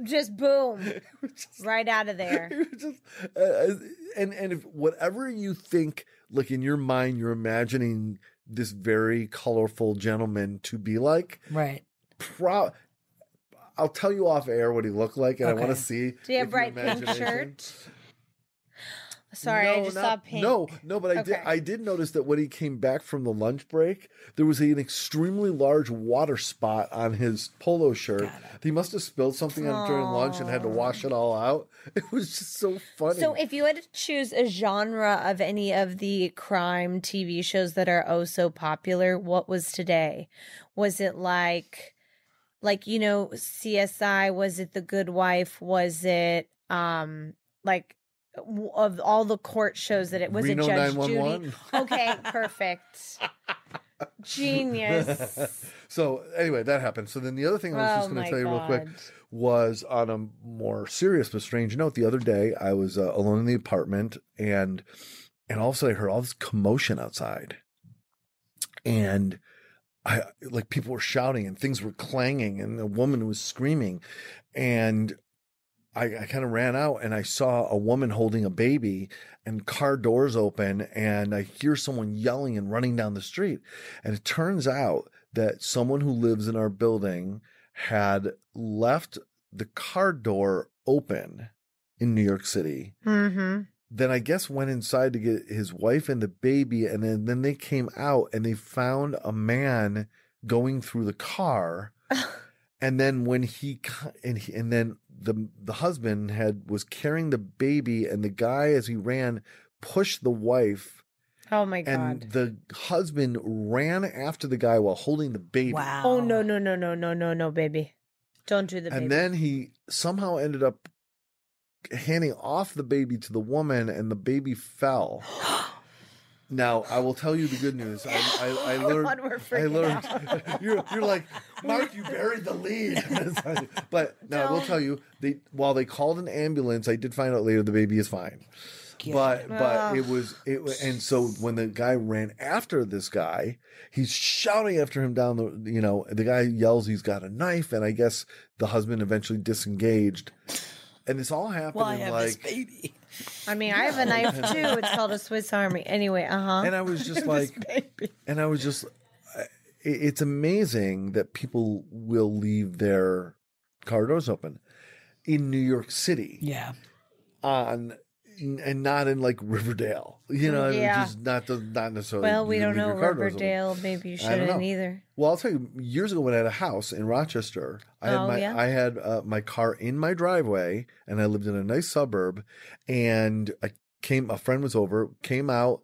[SPEAKER 4] Just boom. right out of there.
[SPEAKER 3] It was just, uh, and and if whatever you think, like in your mind, you're imagining this very colorful gentleman to be like.
[SPEAKER 6] Right.
[SPEAKER 3] Pro- I'll tell you off air what he looked like, and I want
[SPEAKER 6] Okay.
[SPEAKER 3] to see.
[SPEAKER 4] Do you have
[SPEAKER 3] if your
[SPEAKER 4] bright pink
[SPEAKER 3] imagination-
[SPEAKER 4] shirt? Sorry, I
[SPEAKER 3] No,
[SPEAKER 4] just
[SPEAKER 3] not-
[SPEAKER 4] saw pink.
[SPEAKER 3] No, no, but I did.
[SPEAKER 4] Okay.
[SPEAKER 3] I did notice that when he came back from the lunch break, there was an extremely large water spot on his polo shirt. He must have spilled something on during lunch and had to wash it all out. It was just so funny.
[SPEAKER 4] So, if you had to choose a genre of any of the crime TV shows that are oh so popular, what was today? Was it like, like you know, CSI? Was it The Good Wife? Was it um like w- of all the court shows that it was
[SPEAKER 3] Reno
[SPEAKER 4] it Judge
[SPEAKER 3] 911?
[SPEAKER 4] Judy? Okay, perfect, genius.
[SPEAKER 3] So anyway, that happened. So then the other thing I was
[SPEAKER 4] Oh
[SPEAKER 3] just going to
[SPEAKER 4] my
[SPEAKER 3] tell you real quick
[SPEAKER 4] God.
[SPEAKER 3] was on a more serious but strange note. The other day, I was uh, alone in the apartment, and and all of a sudden, I heard all this commotion outside, and I like people were shouting and things were clanging, and a woman was screaming, and. I, I kind of ran out and I saw a woman holding a baby and car doors open and I hear someone yelling and running down the street. And it turns out that someone who lives in our building had left the car door open in New York City
[SPEAKER 4] Mm-hmm.
[SPEAKER 3] then I guess went inside to get his wife and the baby, and then, then they came out and they found a man going through the car. and then when he co- and he, and then the the husband had was carrying the baby, and the guy as he ran pushed the wife,
[SPEAKER 4] Oh my
[SPEAKER 3] and
[SPEAKER 4] god.
[SPEAKER 3] the husband ran after the guy while holding the baby.
[SPEAKER 6] Wow.
[SPEAKER 4] oh no no no no no no no baby. Don't do the baby.
[SPEAKER 3] and then he somehow ended up handing off the baby to the woman and the baby fell now i will tell you the good news i, I, I
[SPEAKER 4] God,
[SPEAKER 3] learned
[SPEAKER 4] we're
[SPEAKER 3] I
[SPEAKER 4] freaking
[SPEAKER 3] learned.
[SPEAKER 4] out.
[SPEAKER 3] You're, you're like Mike. You buried the lead. but now I will
[SPEAKER 4] No.
[SPEAKER 3] tell you, they while they called an ambulance, I did find out later the baby is fine. But but
[SPEAKER 4] Ugh.
[SPEAKER 3] it was it wa- and so when the guy ran after this guy, he's shouting after him down the you know the guy yells he's got a knife and I guess the husband eventually disengaged, and this all happened
[SPEAKER 6] Well, I
[SPEAKER 3] in
[SPEAKER 6] have
[SPEAKER 3] like
[SPEAKER 6] this baby.
[SPEAKER 4] I mean, I have a knife too. It's called a Swiss Army. Anyway, uh huh.
[SPEAKER 3] and I was just like and I was just, I- it's amazing that people will leave their car doors open in New York City
[SPEAKER 6] Yeah.
[SPEAKER 3] on, and not in like Riverdale. You know, I mean,
[SPEAKER 4] Mm, Yeah.
[SPEAKER 3] just not the, not necessarily.
[SPEAKER 4] Well, we
[SPEAKER 3] you
[SPEAKER 4] don't
[SPEAKER 3] leave
[SPEAKER 4] know
[SPEAKER 3] your car doors open.
[SPEAKER 4] Riverdale. Maybe you
[SPEAKER 3] I don't
[SPEAKER 4] shouldn't
[SPEAKER 3] know.
[SPEAKER 4] either.
[SPEAKER 3] Well, I'll tell you. Years ago, when I had a house in Rochester, I had
[SPEAKER 4] Oh,
[SPEAKER 3] my
[SPEAKER 4] yeah?
[SPEAKER 3] I had uh, my car in my driveway, and I lived in a nice suburb. And I came. A friend was over, came out,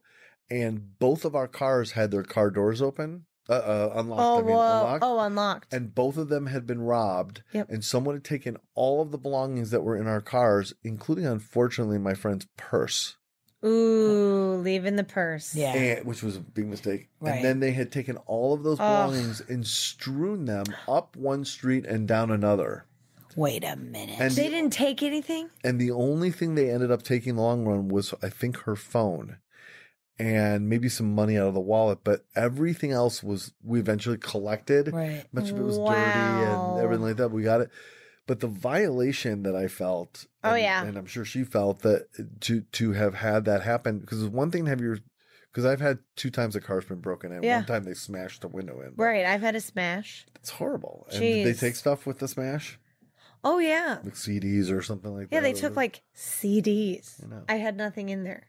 [SPEAKER 3] and both of our cars had their car doors open, uh, uh unlocked.
[SPEAKER 4] Oh,
[SPEAKER 3] I mean,
[SPEAKER 4] whoa.
[SPEAKER 3] unlocked.
[SPEAKER 4] oh, unlocked.
[SPEAKER 3] And both of them had been robbed,
[SPEAKER 4] Yep.
[SPEAKER 3] and someone had taken all of the belongings that were in our cars, including, unfortunately, my friend's purse.
[SPEAKER 4] Ooh, leaving the purse.
[SPEAKER 6] Yeah.
[SPEAKER 3] And, which was a big mistake.
[SPEAKER 6] Right.
[SPEAKER 3] And then they had taken all of those
[SPEAKER 4] Ugh.
[SPEAKER 3] belongings and strewn them up one street and down another.
[SPEAKER 6] Wait a minute.
[SPEAKER 3] And
[SPEAKER 4] They didn't take anything.
[SPEAKER 3] and the only thing they ended up taking in the long run was I think her phone and maybe some money out of the wallet, but everything else was we eventually collected.
[SPEAKER 6] right.
[SPEAKER 3] Much of it was dirty
[SPEAKER 4] Wow.
[SPEAKER 3] and everything like that. We got it. But the violation that I felt,
[SPEAKER 4] Oh,
[SPEAKER 3] and-
[SPEAKER 4] yeah.
[SPEAKER 3] and I'm sure she felt that uh, to to have had that happen because it's one thing to have your because I've had two times the car's been broken in.
[SPEAKER 4] Yeah.
[SPEAKER 3] One time they smashed the window in.
[SPEAKER 4] Right. I've had a smash.
[SPEAKER 3] It's horrible. And did
[SPEAKER 4] Jeez.
[SPEAKER 3] they take stuff with the smash,
[SPEAKER 4] Oh yeah.
[SPEAKER 3] like CDs or something like
[SPEAKER 4] Yeah,
[SPEAKER 3] that.
[SPEAKER 4] they took like CDs.
[SPEAKER 3] I know.
[SPEAKER 4] I had nothing in there.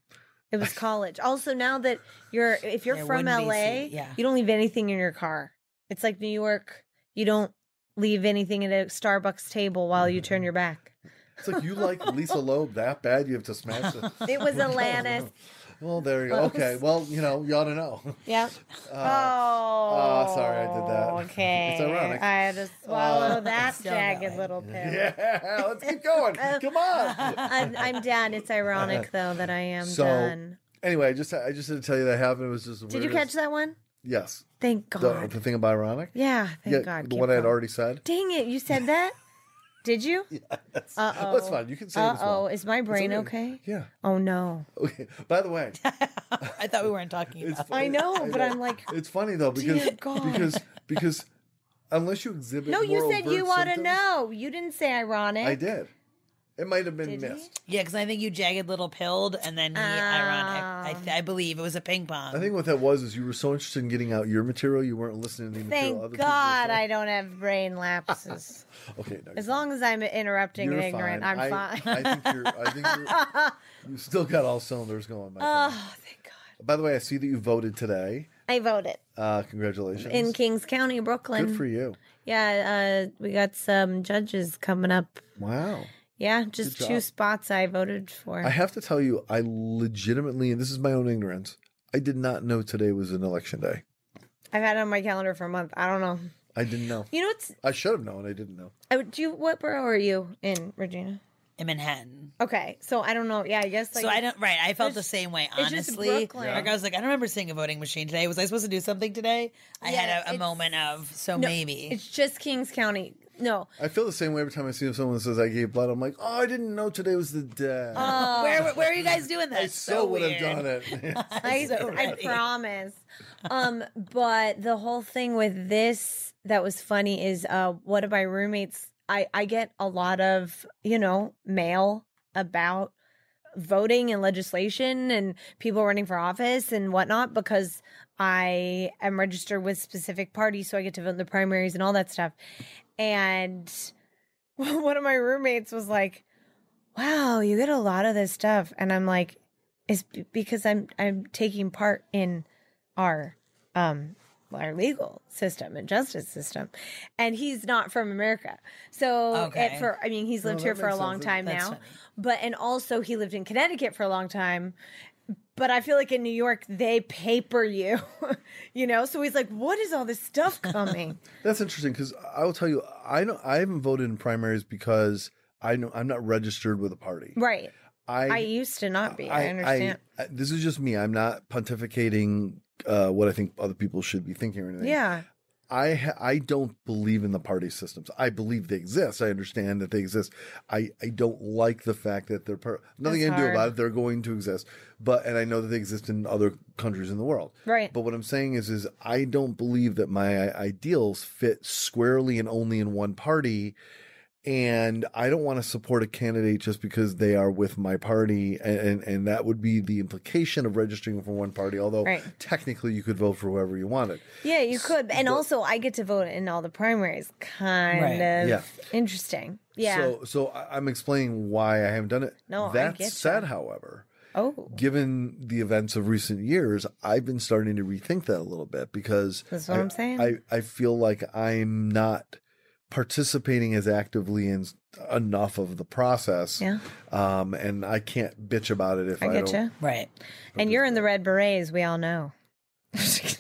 [SPEAKER 4] It was college. Also, now that you're, if you're
[SPEAKER 6] It
[SPEAKER 4] from
[SPEAKER 6] wouldn't be
[SPEAKER 4] LA,
[SPEAKER 6] C- yeah.
[SPEAKER 4] you don't leave anything in your car. It's like New York. You don't leave anything at a Starbucks table while you
[SPEAKER 3] Mm-hmm.
[SPEAKER 4] turn your back.
[SPEAKER 3] It's like you like Lisa Loeb that bad, you have to smash it.
[SPEAKER 4] It was Atlantis.
[SPEAKER 3] Well, there you go. Okay. Well, you know, you ought to know.
[SPEAKER 4] Yep.
[SPEAKER 3] oh,
[SPEAKER 4] oh.
[SPEAKER 3] sorry, I did that. It's
[SPEAKER 4] Okay.
[SPEAKER 3] ironic. Uh,
[SPEAKER 4] I had to swallow that
[SPEAKER 6] Still
[SPEAKER 4] jagged
[SPEAKER 6] going.
[SPEAKER 4] little pill.
[SPEAKER 3] Yeah, let's keep going. Come on.
[SPEAKER 4] I'm, I'm done. It's ironic though that I am
[SPEAKER 3] So,
[SPEAKER 4] done.
[SPEAKER 3] Anyway, I just I just had to tell you that happened. It was just the
[SPEAKER 4] Did you catch
[SPEAKER 3] weirdest-
[SPEAKER 4] that one?
[SPEAKER 3] Yes.
[SPEAKER 4] Thank
[SPEAKER 3] The,
[SPEAKER 4] God.
[SPEAKER 3] the thing about ironic.
[SPEAKER 4] yeah. Thank God.
[SPEAKER 3] The
[SPEAKER 4] Keep
[SPEAKER 3] one I had
[SPEAKER 4] going.
[SPEAKER 3] already said.
[SPEAKER 4] Dang it! You said that. Did you? Uh oh.
[SPEAKER 3] That's fine. You can say it as well.
[SPEAKER 4] oh. Is my brain
[SPEAKER 3] okay.
[SPEAKER 4] okay?
[SPEAKER 3] Yeah.
[SPEAKER 4] Oh no.
[SPEAKER 3] Okay. By the way,
[SPEAKER 6] I thought we weren't talking
[SPEAKER 3] it's
[SPEAKER 6] about
[SPEAKER 4] I know, but I'm like,
[SPEAKER 3] it's funny though because
[SPEAKER 4] Dear God.
[SPEAKER 3] because because unless you exhibit
[SPEAKER 4] no. You
[SPEAKER 3] more
[SPEAKER 4] said
[SPEAKER 3] overt
[SPEAKER 4] you ought to
[SPEAKER 3] symptoms-
[SPEAKER 4] know. You didn't say ironic.
[SPEAKER 3] I did. It might have been
[SPEAKER 4] Did you?
[SPEAKER 3] missed.
[SPEAKER 6] Yeah, because I think you jagged little pilled, and then he, ironic. I, th- I believe it was a ping pong.
[SPEAKER 3] I think what that was is you were so interested in getting out your material, you weren't listening to the material.
[SPEAKER 4] Thank
[SPEAKER 3] other people were
[SPEAKER 4] God I
[SPEAKER 3] saying.
[SPEAKER 4] don't have brain lapses.
[SPEAKER 3] Okay, no,
[SPEAKER 4] As
[SPEAKER 3] you're
[SPEAKER 4] long as I'm interrupting
[SPEAKER 3] You're
[SPEAKER 4] and ignorant,
[SPEAKER 3] fine.
[SPEAKER 4] I'm
[SPEAKER 3] I-
[SPEAKER 4] fine.
[SPEAKER 3] I think you're. I think you're. You've still got all cylinders going. My friend.
[SPEAKER 4] oh, thank God.
[SPEAKER 3] By the way, I see that you voted today.
[SPEAKER 4] I voted
[SPEAKER 3] Uh, congratulations.
[SPEAKER 4] in Kings County, Brooklyn.
[SPEAKER 3] Good for you.
[SPEAKER 4] Yeah, uh, we got some judges coming up.
[SPEAKER 3] Wow.
[SPEAKER 4] Yeah, just
[SPEAKER 3] Good
[SPEAKER 4] two
[SPEAKER 3] job.
[SPEAKER 4] spots I voted for.
[SPEAKER 3] I have to tell you, I legitimately, and this is my own ignorance, I did not know today was an election day.
[SPEAKER 4] I've had it on my calendar for a month. I don't know.
[SPEAKER 3] I didn't know.
[SPEAKER 4] You know what's?
[SPEAKER 3] I should have known. I didn't know.
[SPEAKER 4] oh, Do you, what borough are you in, Regina?
[SPEAKER 6] in Manhattan.
[SPEAKER 4] Okay, so I don't know. Yeah, I guess. Like,
[SPEAKER 6] so I don't. Right, I felt the
[SPEAKER 4] There's-
[SPEAKER 6] same way.
[SPEAKER 4] just
[SPEAKER 6] Honestly,
[SPEAKER 4] Brooklyn.
[SPEAKER 6] like I was like, I don't remember seeing a voting machine today. Was I supposed to do something today? I
[SPEAKER 4] Yeah,
[SPEAKER 6] had a, a
[SPEAKER 4] it's-
[SPEAKER 6] moment of so
[SPEAKER 4] No,
[SPEAKER 6] maybe.
[SPEAKER 4] It's just Kings County. No.
[SPEAKER 3] I feel the same way every time I see someone that says I gave blood. I'm like, oh, I didn't know today was the day.
[SPEAKER 6] where where are you guys doing this?
[SPEAKER 3] I so would have done it.
[SPEAKER 4] I,
[SPEAKER 6] so
[SPEAKER 4] I
[SPEAKER 6] ready.
[SPEAKER 4] promise. Um, but the whole thing with this that was funny is uh one of my roommates I, I get a lot of, you know, mail about voting and legislation and people running for office and whatnot because I am registered with specific parties, so I get to vote in the primaries and all that stuff. And one of my roommates was like, Wow, you get a lot of this stuff. And I'm like, is b- because I'm I'm taking part in our um our legal system and justice system, and he's not from America, so it-
[SPEAKER 6] Okay.
[SPEAKER 4] for I mean he's lived
[SPEAKER 3] that
[SPEAKER 4] here for a
[SPEAKER 3] makes
[SPEAKER 4] long
[SPEAKER 3] sense.
[SPEAKER 4] time
[SPEAKER 6] That's
[SPEAKER 4] now,
[SPEAKER 6] funny.
[SPEAKER 4] but and also he lived in Connecticut for a long time. But I feel like in New York they paper you, you know. So he's like, "What is all this stuff coming?"
[SPEAKER 3] That's interesting because I will tell you, I don't. I haven't voted in primaries because I know I'm not registered with a party.
[SPEAKER 4] right.
[SPEAKER 3] I
[SPEAKER 4] I used to not be. I, understand.
[SPEAKER 3] I, this is just me. I'm not pontificating uh, what I think other people should be thinking or anything.
[SPEAKER 4] yeah.
[SPEAKER 3] I ha- I don't believe in the party systems. I believe they exist. I understand that they exist. I, I don't like the fact that they're per- nothing I
[SPEAKER 4] That's
[SPEAKER 3] can do about
[SPEAKER 4] hard.
[SPEAKER 3] it. They're going to exist, but and I know that they exist in other countries in the world.
[SPEAKER 4] Right.
[SPEAKER 3] But what I'm saying is, is I don't believe that my ideals fit squarely and only in one party, and I don't want to support a candidate just because they are with my party, and and, and that would be the implication of registering for one party. Although
[SPEAKER 4] Right.
[SPEAKER 3] technically, you could vote for whoever you wanted.
[SPEAKER 4] Yeah, you could. And also, I get to vote in all the primaries. Kind
[SPEAKER 6] Right.
[SPEAKER 4] of
[SPEAKER 3] Yeah.
[SPEAKER 4] interesting. Yeah.
[SPEAKER 3] So, so I- I'm explaining why I haven't done it.
[SPEAKER 4] No, I
[SPEAKER 3] that
[SPEAKER 4] get
[SPEAKER 3] said,
[SPEAKER 4] ya.
[SPEAKER 3] however,
[SPEAKER 4] oh,
[SPEAKER 3] given the events of recent years, I've been starting to rethink that a little bit because
[SPEAKER 4] That's what
[SPEAKER 3] I,
[SPEAKER 4] I'm saying.
[SPEAKER 3] I, I feel like I'm not participating as actively in s- enough of the process.
[SPEAKER 4] Yeah.
[SPEAKER 3] Um, and I can't bitch about it if I,
[SPEAKER 4] I get
[SPEAKER 3] don't.
[SPEAKER 4] you.
[SPEAKER 6] Right.
[SPEAKER 4] And you're in the red berets. We all know. it's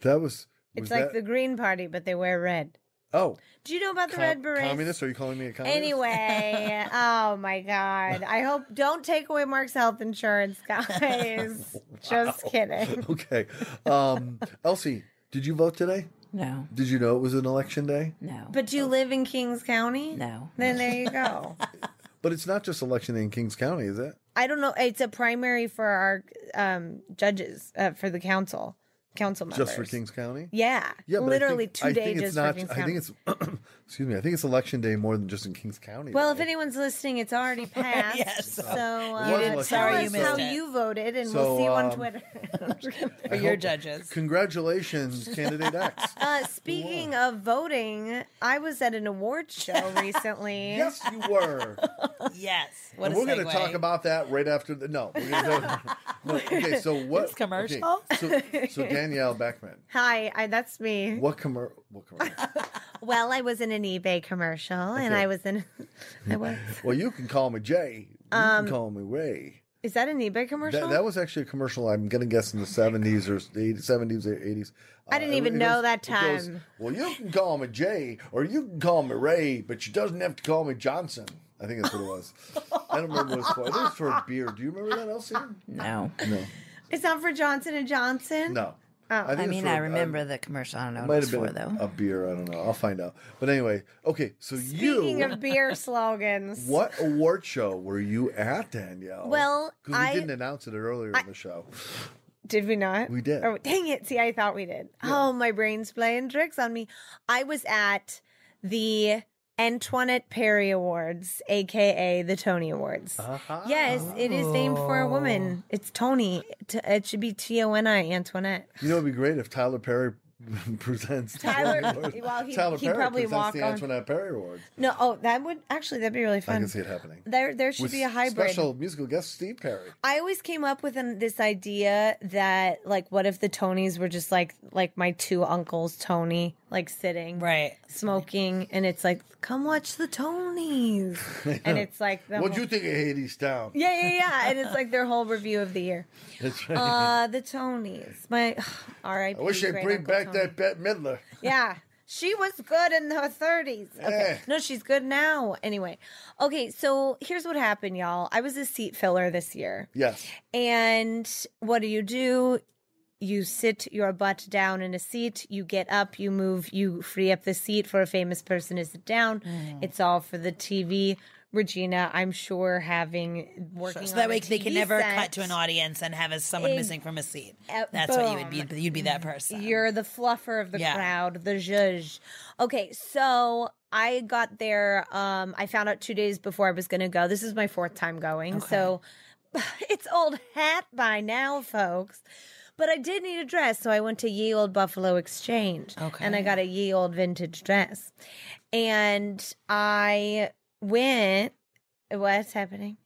[SPEAKER 3] That was. was
[SPEAKER 4] like
[SPEAKER 3] that-
[SPEAKER 4] the Green Party, but they wear red.
[SPEAKER 3] oh
[SPEAKER 4] Do you know about the
[SPEAKER 3] com-
[SPEAKER 4] red berets?
[SPEAKER 3] communist. Are you calling me a communist?
[SPEAKER 4] Anyway, oh my God. I hope don't take away Mark's health insurance, guys. Just kidding.
[SPEAKER 3] Okay. Um, Elsie, did you vote today?
[SPEAKER 6] No.
[SPEAKER 3] Did you know it was an election day?
[SPEAKER 6] No.
[SPEAKER 4] But do you live in Kings County?
[SPEAKER 6] no.
[SPEAKER 4] Then there you go.
[SPEAKER 3] But it's not just election day in Kings County, is it?
[SPEAKER 4] I don't know. It's a primary for our um, judges uh, for the council, council members.
[SPEAKER 3] Just for Kings County?
[SPEAKER 4] Yeah,
[SPEAKER 3] but I
[SPEAKER 4] literally
[SPEAKER 3] think-
[SPEAKER 4] two
[SPEAKER 3] I
[SPEAKER 4] days
[SPEAKER 3] think
[SPEAKER 4] just
[SPEAKER 3] it's not,
[SPEAKER 4] for Kings
[SPEAKER 3] I
[SPEAKER 4] County.
[SPEAKER 3] think it's excuse me. I think it's election day more than just in Kings County.
[SPEAKER 4] well, if
[SPEAKER 3] though.
[SPEAKER 4] anyone's listening, it's already passed.
[SPEAKER 6] Yes.
[SPEAKER 4] So uh,
[SPEAKER 3] was
[SPEAKER 4] tell
[SPEAKER 3] lucky. Sorry
[SPEAKER 4] us
[SPEAKER 3] you
[SPEAKER 4] how
[SPEAKER 3] missed
[SPEAKER 6] it.
[SPEAKER 4] you voted, and
[SPEAKER 3] So,
[SPEAKER 4] we'll see you on
[SPEAKER 3] um,
[SPEAKER 4] Twitter.
[SPEAKER 6] For your judges.
[SPEAKER 3] congratulations, candidate X.
[SPEAKER 4] uh, speaking of voting, I was at an awards show recently.
[SPEAKER 3] Yes, you were.
[SPEAKER 6] Yes. What
[SPEAKER 3] and
[SPEAKER 6] a
[SPEAKER 3] we're going
[SPEAKER 6] segue.
[SPEAKER 3] to talk about that right after the no. We're gonna, no okay, so what
[SPEAKER 6] This commercial?
[SPEAKER 3] okay, so, so Danielle Beckman,
[SPEAKER 4] Hi, I, that's me.
[SPEAKER 3] what commer what commercial?
[SPEAKER 4] Well, I was in an eBay commercial, and
[SPEAKER 3] Okay.
[SPEAKER 4] I was in. I was.
[SPEAKER 3] Well, you can call me Jay. You
[SPEAKER 4] Um,
[SPEAKER 3] can call me Ray.
[SPEAKER 4] Is that an eBay commercial?
[SPEAKER 3] That, that was actually a commercial. I'm gonna guess in the 70s or 80s, 70s or 80s.
[SPEAKER 4] I didn't even
[SPEAKER 3] it
[SPEAKER 4] know
[SPEAKER 3] goes-
[SPEAKER 4] that
[SPEAKER 3] it goes,
[SPEAKER 4] time.
[SPEAKER 3] well, you can call me Jay or you can call me Ray, but you doesn't have to call me Johnson. I think that's what it was. I don't remember what it's for. I think it was for a beer. Do you remember that, Elsie?
[SPEAKER 6] No.
[SPEAKER 3] No,
[SPEAKER 4] It's not for Johnson and Johnson.
[SPEAKER 3] no.
[SPEAKER 4] Oh,
[SPEAKER 3] think
[SPEAKER 6] I
[SPEAKER 3] it's
[SPEAKER 6] mean,
[SPEAKER 3] for
[SPEAKER 6] I
[SPEAKER 3] a-
[SPEAKER 6] remember the commercial. I don't know
[SPEAKER 3] It
[SPEAKER 6] what it
[SPEAKER 3] uh, might
[SPEAKER 6] was
[SPEAKER 3] have
[SPEAKER 6] for,
[SPEAKER 3] been
[SPEAKER 6] though.
[SPEAKER 3] a, a beer. I don't know. I'll find out. But anyway, okay. So
[SPEAKER 4] Speaking
[SPEAKER 3] you,
[SPEAKER 4] of beer slogans,
[SPEAKER 3] what award show were you at, Danielle?
[SPEAKER 4] Well,
[SPEAKER 3] because we
[SPEAKER 4] I-
[SPEAKER 3] didn't announce it earlier in the show.
[SPEAKER 4] did we not?
[SPEAKER 3] We did.
[SPEAKER 4] Oh, dang it! See, I thought we did. Oh, my brain's playing tricks on me. I was at the Antoinette Perry Awards, aka the Tony Awards.
[SPEAKER 3] Uh-huh.
[SPEAKER 4] Yes, it is named for a
[SPEAKER 3] Oh.
[SPEAKER 4] woman. It's Tony. T- It should be T O N I Antoinette.
[SPEAKER 3] You know, it'd be great if Tyler Perry presents the
[SPEAKER 4] Tyler-
[SPEAKER 3] Tony Awards.
[SPEAKER 4] well, Oh, he- he'd probably
[SPEAKER 3] presents
[SPEAKER 4] walk
[SPEAKER 3] the
[SPEAKER 4] on-
[SPEAKER 3] Antoinette Perry Awards.
[SPEAKER 4] No, oh, that would actually that'd be really
[SPEAKER 3] I
[SPEAKER 4] fun.
[SPEAKER 3] can see it happening.
[SPEAKER 4] There, there should
[SPEAKER 3] With
[SPEAKER 4] be a hybrid.
[SPEAKER 3] special musical guest Steve Perry.
[SPEAKER 4] I always came up with an, this idea that like what if the Tonys were just like like my two uncles Tony like sitting
[SPEAKER 6] Right.
[SPEAKER 4] smoking and it's like come watch the Tonys and it's like the
[SPEAKER 3] What'd
[SPEAKER 4] whole-
[SPEAKER 3] you think of Hades Town?
[SPEAKER 4] yeah yeah yeah and it's like their whole review of the year
[SPEAKER 3] That's right.
[SPEAKER 4] uh the Tonys my R.I.P.
[SPEAKER 3] I wish they'd
[SPEAKER 4] great
[SPEAKER 3] bring
[SPEAKER 4] Uncle
[SPEAKER 3] back
[SPEAKER 4] Tony.
[SPEAKER 3] that Bette Midler.
[SPEAKER 4] Yeah. She was good in her 30s. Okay.
[SPEAKER 3] Yeah.
[SPEAKER 4] No, she's good now. Anyway. Okay, so here's what happened, y'all. I was a seat filler this year.
[SPEAKER 3] Yes.
[SPEAKER 4] And what do you do? You sit your butt down in a seat, you get up, you move, you free up the seat for a famous person to sit down.
[SPEAKER 6] Mm.
[SPEAKER 4] It's all for the TV. Regina, I'm sure having working
[SPEAKER 6] So
[SPEAKER 4] on
[SPEAKER 6] that
[SPEAKER 4] a
[SPEAKER 6] way they can
[SPEAKER 4] TV
[SPEAKER 6] never
[SPEAKER 4] set,
[SPEAKER 6] cut to an audience and have a, someone
[SPEAKER 4] Ex-
[SPEAKER 6] missing from a seat.
[SPEAKER 4] Uh,
[SPEAKER 6] That's what you would
[SPEAKER 4] boom.
[SPEAKER 6] be. You'd be that person.
[SPEAKER 4] You're the fluffer of the
[SPEAKER 6] Yeah.
[SPEAKER 4] crowd, the judge. Okay, so I got there. Um, I found out two days before I was going to go. This is my fourth time going, so it's old hat by now, folks. But I did need a dress, so I went to Ye Old Buffalo Exchange, and I got a Ye Old vintage dress. And I went. What's happening?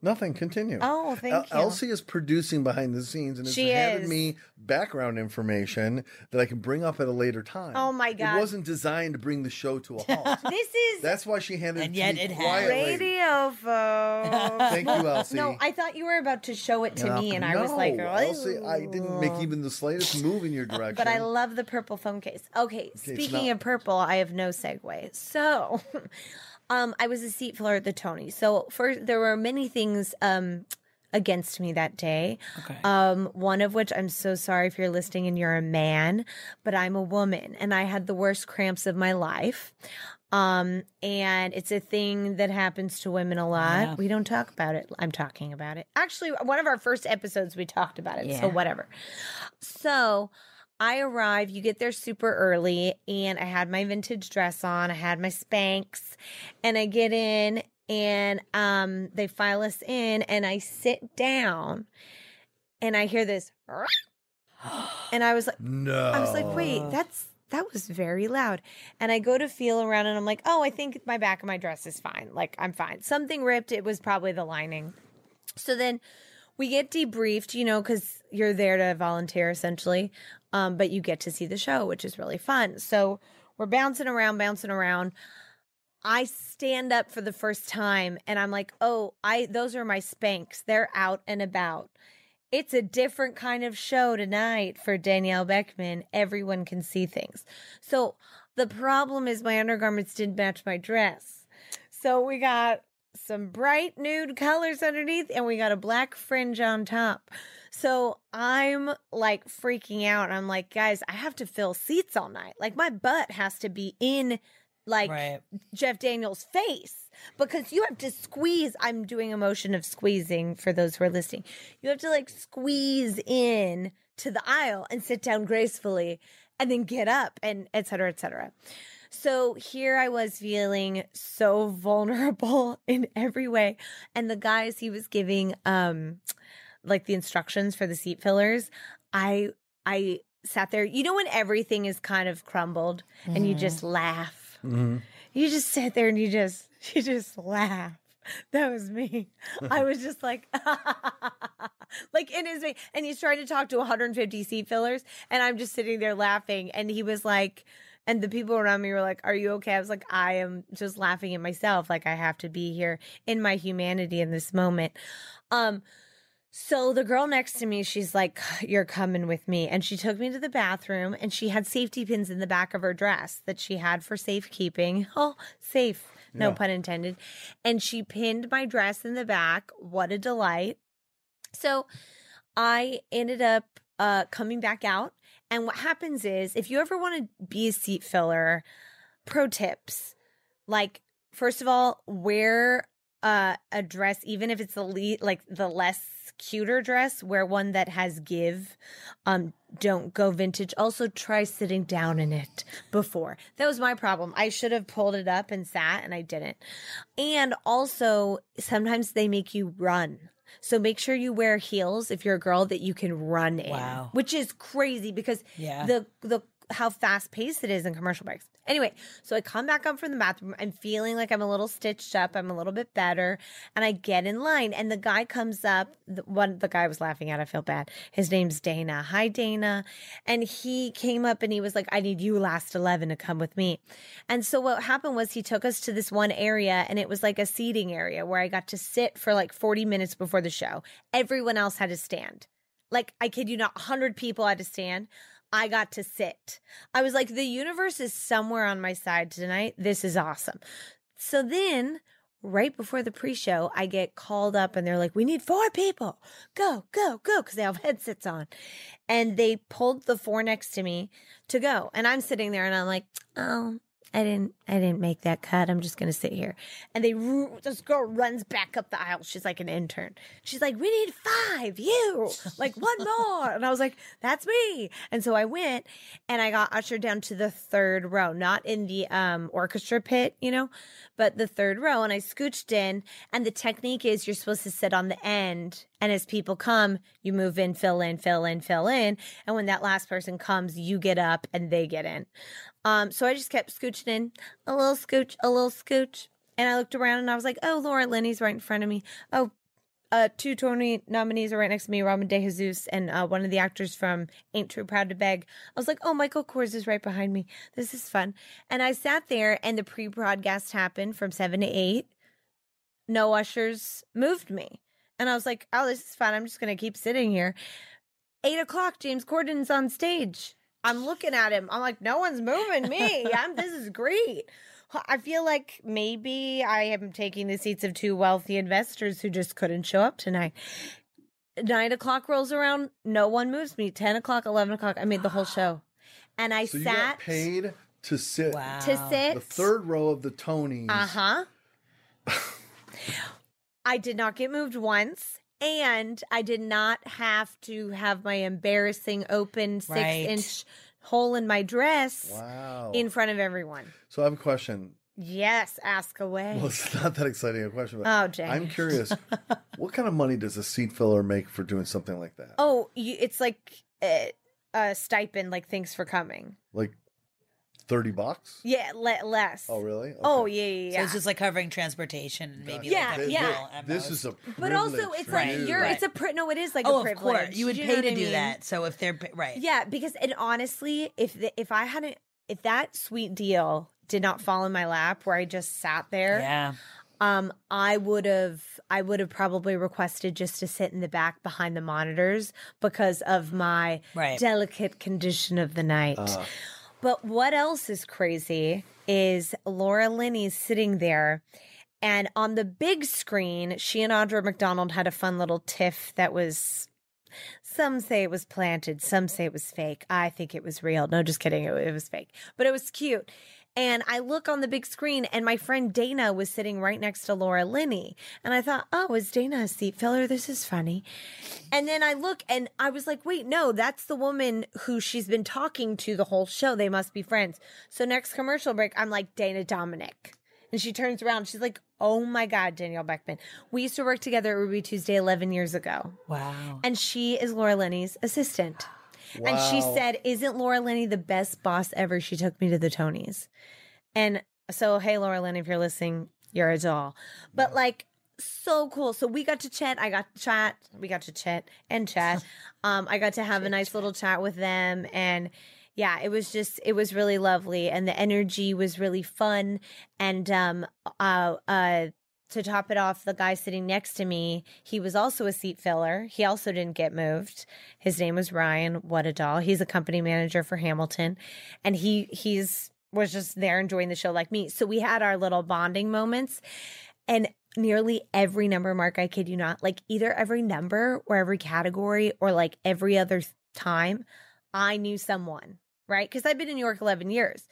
[SPEAKER 3] Nothing. Continue.
[SPEAKER 4] Oh, thank you.
[SPEAKER 3] Elsie is producing behind the scenes and has
[SPEAKER 4] She
[SPEAKER 3] handed
[SPEAKER 4] is.
[SPEAKER 3] me background information that I can bring up at a later time.
[SPEAKER 4] Oh my God.
[SPEAKER 3] It wasn't designed to bring the show to a halt.
[SPEAKER 4] This is
[SPEAKER 3] That's why she handed
[SPEAKER 7] And
[SPEAKER 3] it
[SPEAKER 7] yet
[SPEAKER 3] to me
[SPEAKER 7] it has.
[SPEAKER 3] quietly.
[SPEAKER 4] radio phone.
[SPEAKER 3] Thank you, Elsie.
[SPEAKER 4] uh, No, I thought you were about to show it to
[SPEAKER 3] You're
[SPEAKER 4] me, and I
[SPEAKER 3] welcome.
[SPEAKER 4] was like,
[SPEAKER 3] No,
[SPEAKER 4] "Oh."
[SPEAKER 3] Elsie, I didn't make even the slightest move in your direction.
[SPEAKER 4] But I love the purple phone case. Okay, speaking
[SPEAKER 3] not-
[SPEAKER 4] of purple, I have no segue. So, um, I was a seat filler at the Tony. So first, there were many things um against me that day.
[SPEAKER 7] Okay.
[SPEAKER 4] Um, one of which I'm so sorry if you're listening and you're a man, but I'm a woman and I had the worst cramps of my life. Um, and it's a thing that happens to women a lot.
[SPEAKER 7] Yeah.
[SPEAKER 4] We don't talk about it. I'm talking about it. Actually, one of our first episodes we talked about it. So
[SPEAKER 6] Yeah.
[SPEAKER 4] whatever. So I arrive, you get there super early, and I had my vintage dress on, I had my Spanx, and I get in and um they file us in and I sit down and I hear this and I was like
[SPEAKER 3] no.
[SPEAKER 4] I was like, wait, that's that was very loud. And I go to feel around and I'm like, oh, I think my back of my dress is fine. Like I'm fine. Something ripped. It was probably the lining. So then we get debriefed, you know, because you're there to volunteer essentially, um, but you get to see the show, which is really fun. So we're bouncing around, bouncing around. I stand up for the first time and I'm like, oh, I those are my spanks. They're out and about. It's a different kind of show tonight for Danielle Beckman. Everyone can see things. So the problem is my undergarments didn't match my dress. So we got some bright nude colors underneath and we got a black fringe on top. So I'm like freaking out. I'm like, guys, I have to fill seats all night. Like my butt has to be in like
[SPEAKER 7] Right.
[SPEAKER 4] Jeff Daniels' face because you have to squeeze. I'm doing a motion of squeezing for those who are listening. You have to like squeeze in to the aisle and sit down gracefully and then get up and et cetera, et cetera. So here I was feeling so vulnerable in every way. And the guys he was giving, um, like the instructions for the seat fillers, I, I, sat there you know when everything is kind of crumbled and you just laugh you just sit there and you just you just laugh. That was me. I was just like, like in his face, and he's trying to talk to 150 seat fillers, and I'm just sitting there laughing. And he was like, and the people around me were like, "Are you okay?" I was like, "I am just laughing at myself. Like I have to be here in my humanity in this moment." Um, so the girl next to me, she's like, You're coming with me. And she took me to the bathroom and she had safety pins in the back of her dress that she had for safekeeping. Oh, safe. No pun intended. And she pinned my dress in the back. What a delight. So I ended up uh, coming back out. And what happens is, if you ever want to be a seat filler, pro tips like, first of all, wear uh, a dress, even if it's the le- like the less cuter dress, wear one that has give. Um, don't go vintage. Also, try sitting down in it before. That was my problem. I should have pulled it up and sat, and I didn't. And also, sometimes they make you run. So make sure you wear heels if you're a girl that you can run in,
[SPEAKER 7] Wow.
[SPEAKER 4] which is crazy because
[SPEAKER 7] Yeah.
[SPEAKER 4] the the how fast paced it is in commercial breaks. Anyway, so I come back up from the bathroom. I'm feeling like I'm a little stitched up. I'm a little bit better, and I get in line. And the guy comes up. The one the guy I was laughing at. I feel bad. His name's Dana. Hi, Dana. And he came up and he was like, "I need you last eleven to come with me." And so what happened was he took us to this one area, and it was like a seating area where I got to sit for like 40 minutes before the show. Everyone else had to stand. Like I kid you not, 100 people had to stand. I got to sit. I was like, the universe is somewhere on my side tonight. This is awesome. So then, right before the pre show, I get called up and they're like, we need four people. Go, go, go. Cause they have headsets on. And they pulled the four next to me to go. And I'm sitting there and I'm like, oh, I didn't, I didn't make that cut. I'm just going to sit here. And they, ru- this girl runs back up the aisle. She's like an intern. She's like, we need five, you, like one more. And I was like, that's me. And so I went and I got ushered down to the third row, not in the, um, orchestra pit, you know, but the third row. And I scooched in and the technique is you're supposed to sit on the end. And as people come, you move in, fill in, fill in, fill in. And when that last person comes, you get up and they get in. Um, so I just kept scooching in a little scooch, a little scooch. And I looked around and I was like, oh, Laura Linney's right in front of me. Oh, uh, two Tony nominees are right next to me, Robin De Jesus and uh, one of the actors from Ain't Too Proud to Beg. I was like, oh, Michael Kors is right behind me. This is fun. And I sat there, and the pre broadcast happened from seven to eight. No ushers moved me. And I was like, oh, this is fun. I'm just going to keep sitting here. Eight o'clock, James Corden's on stage. I'm looking at him. I'm like, no one's moving me. I'm, this is great. I feel like maybe I am taking the seats of two wealthy investors who just couldn't show up tonight. Nine o'clock rolls around, no one moves me. Ten o'clock, eleven o'clock, I made the whole show, and I
[SPEAKER 3] So you got
[SPEAKER 4] sat
[SPEAKER 3] paid to sit
[SPEAKER 6] Wow.
[SPEAKER 4] to
[SPEAKER 3] the
[SPEAKER 4] sit.
[SPEAKER 3] third row of the Tonys.
[SPEAKER 4] Uh huh. I did not get moved once. And I did not have to have my embarrassing open six
[SPEAKER 6] Right.
[SPEAKER 4] inch hole in my dress
[SPEAKER 3] Wow.
[SPEAKER 4] in front of everyone.
[SPEAKER 3] so I have a question.
[SPEAKER 4] Yes, ask away.
[SPEAKER 3] Well, it's not that exciting a question, but
[SPEAKER 4] Oh, James.
[SPEAKER 3] I'm curious. what kind of money does a seat filler make for doing something like that?
[SPEAKER 4] Oh, you, it's like a, a stipend, like thanks for coming.
[SPEAKER 3] Like thirty bucks?
[SPEAKER 4] Yeah, le- less.
[SPEAKER 3] Oh, really?
[SPEAKER 4] Oh,
[SPEAKER 3] Okay.
[SPEAKER 4] yeah, yeah,
[SPEAKER 7] So
[SPEAKER 4] yeah.
[SPEAKER 7] it's just like covering transportation and maybe
[SPEAKER 4] Yeah,
[SPEAKER 7] like a
[SPEAKER 4] yeah.
[SPEAKER 7] meal at
[SPEAKER 3] This
[SPEAKER 7] most.
[SPEAKER 3] is a
[SPEAKER 4] but also,
[SPEAKER 3] privilege
[SPEAKER 4] it's
[SPEAKER 3] for
[SPEAKER 4] like
[SPEAKER 3] you.
[SPEAKER 4] you're.
[SPEAKER 7] Right.
[SPEAKER 4] It's a print. No, it is like a
[SPEAKER 7] oh, of
[SPEAKER 4] privilege.
[SPEAKER 7] course you would
[SPEAKER 4] know
[SPEAKER 7] pay
[SPEAKER 4] what
[SPEAKER 7] to
[SPEAKER 4] I
[SPEAKER 7] do
[SPEAKER 4] mean?
[SPEAKER 7] that. So if they're right,
[SPEAKER 4] Yeah, because and honestly, if the, if I hadn't, if that sweet deal did not fall in my lap where I just sat there,
[SPEAKER 7] yeah,
[SPEAKER 4] um, I would have, I would have probably requested just to sit in the back behind the monitors because of my
[SPEAKER 7] Right.
[SPEAKER 4] delicate condition of the night. But what else is crazy is Laura Linney's sitting there. And on the big screen, she and Audra McDonald had a fun little tiff that was. Some say it was planted, some say it was fake. I think it was real. No, just kidding. It, it was fake, but it was cute. And I look on the big screen, and my friend Dana was sitting right next to Laura Linney. And I thought, oh, is Dana a seat filler? This is funny. And then I look and I was like, wait, no, that's the woman who she's been talking to the whole show. They must be friends. So next commercial break, I'm like, Dana Dominic. And she turns around. She's like, oh my God, Danielle Beckman. We used to work together at Ruby Tuesday 11 years ago.
[SPEAKER 7] wow,
[SPEAKER 4] And she is Laura Linney's assistant. And she
[SPEAKER 3] Wow.
[SPEAKER 4] said, isn't Laura Linney the best boss ever? She took me to the Tonys. And so, hey, Laura Linney, if you're listening, you're a doll. But like, so cool. So we got to chat. I got to chat. We got to chat and chat. Um, I got to have a nice little chat with them, and yeah, it was just it was really lovely, and the energy was really fun. And um, uh, uh, to top it off, the guy sitting next to me, he was also a seat filler. He also didn't get moved. His name was Ryan. What a doll! He's a company manager for Hamilton, and he he's was just there enjoying the show like me. So we had our little bonding moments, and nearly every number mark, I kid you not, like either every number or every category or like every other th- time, I knew someone, right? Because I've been in New York 11 years.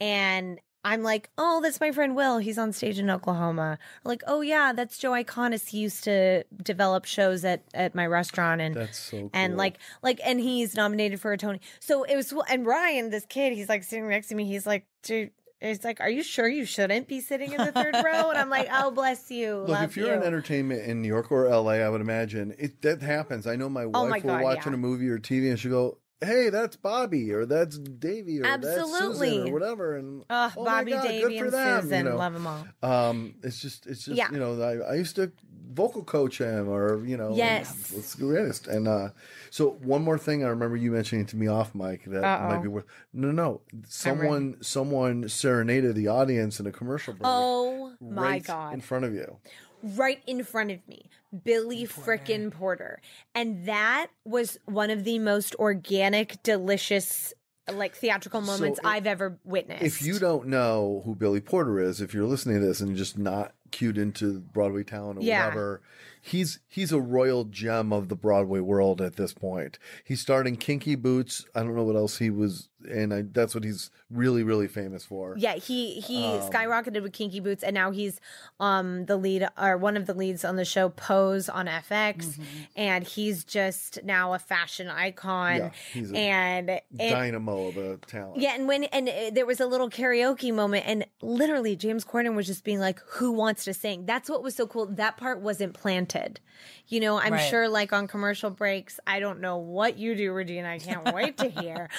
[SPEAKER 4] And I'm like, oh, that's my friend Will. He's on stage in Oklahoma. like, oh, yeah, that's Joe Iconis. He used to develop shows at, at my restaurant. And
[SPEAKER 3] That's so cool.
[SPEAKER 4] and like like and he's nominated for a Tony. So it was and Ryan, this kid, he's like sitting next to me. He's like, dude. He's like, "Are you sure you shouldn't be sitting in the third row?" And I'm like, "Oh, bless you,
[SPEAKER 3] Look,
[SPEAKER 4] love
[SPEAKER 3] if you're
[SPEAKER 4] you."
[SPEAKER 3] in entertainment in New York or LA, I would imagine it that happens. I know my wife
[SPEAKER 4] Oh my
[SPEAKER 3] will
[SPEAKER 4] God,
[SPEAKER 3] watch
[SPEAKER 4] yeah.
[SPEAKER 3] a movie or TV and she'll go, "Hey, that's Bobby or that's Davy or that's Susan
[SPEAKER 4] Absolutely.
[SPEAKER 3] or whatever," and
[SPEAKER 4] Ugh,
[SPEAKER 3] "Oh my
[SPEAKER 4] Bobby,
[SPEAKER 3] God,
[SPEAKER 4] Davey,
[SPEAKER 3] good for
[SPEAKER 4] and
[SPEAKER 3] them,"
[SPEAKER 4] Susan,
[SPEAKER 3] you know?
[SPEAKER 4] love them all.
[SPEAKER 3] Um, it's just, it's just,
[SPEAKER 4] Yeah.
[SPEAKER 3] you know, I, I used to vocal coach him or, you know, and
[SPEAKER 4] Yes.
[SPEAKER 3] let's be honest. And, uh, so one more thing I remember you mentioning to me off mic that might be worth, no, no, someone, someone serenaded the audience in a commercial break.
[SPEAKER 4] Oh my
[SPEAKER 3] right
[SPEAKER 4] god!
[SPEAKER 3] In front of you.
[SPEAKER 4] right in front of me, Billy frickin' Porter. And that was one of the most organic, delicious, like theatrical moments
[SPEAKER 3] if-
[SPEAKER 4] I've ever witnessed.
[SPEAKER 3] If you don't know who Billy Porter is, if you're listening to this and just not cued into Broadway town or
[SPEAKER 4] Yeah.
[SPEAKER 3] whatever, he's he's a royal gem of the Broadway world at this point. He starred in Kinky Boots. I don't know what else he was, and I, that's what he's really really famous for.
[SPEAKER 4] Yeah, he he
[SPEAKER 3] Um,
[SPEAKER 4] skyrocketed with Kinky Boots, and now he's um the lead or one of the leads on the show Pose on FX,
[SPEAKER 3] Mm-hmm.
[SPEAKER 4] and he's just now a fashion icon.
[SPEAKER 3] Yeah, he's a
[SPEAKER 4] and it-
[SPEAKER 3] Dynamo of a talent.
[SPEAKER 4] yeah, and when and uh, there was a little karaoke moment, and literally James Corden was just being like, "Who wants that's just saying that's what was so cool. That part wasn't planted. You know, I'm
[SPEAKER 7] Right.
[SPEAKER 4] sure like on commercial breaks, I don't know what you do, Regina. I can't wait to hear.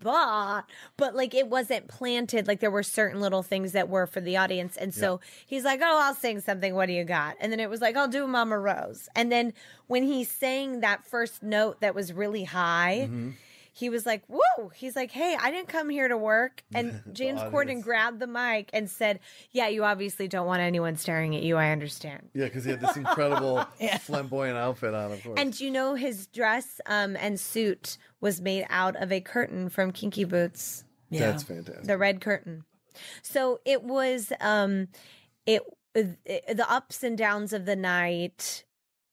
[SPEAKER 4] But but like it wasn't planted. Like there were certain little things that were for the audience. And so he's like, Oh, I'll sing something. What do you got? And then it was like, I'll do Mama Rose. And then when he sang that first note that was really high he was like, "Whoa!" He's like, "Hey, I didn't come here to work." And James Corden
[SPEAKER 3] audience.
[SPEAKER 4] grabbed the mic and said, "Yeah, you obviously don't want anyone staring at you. I understand."
[SPEAKER 3] Yeah, because he had this incredible flamboyant outfit on, of course.
[SPEAKER 4] And do you know his dress um, and suit was made out of a curtain from Kinky Boots,
[SPEAKER 7] Yeah.
[SPEAKER 3] That's fantastic.
[SPEAKER 4] the red curtain. So it was um, it, it the ups and downs of the night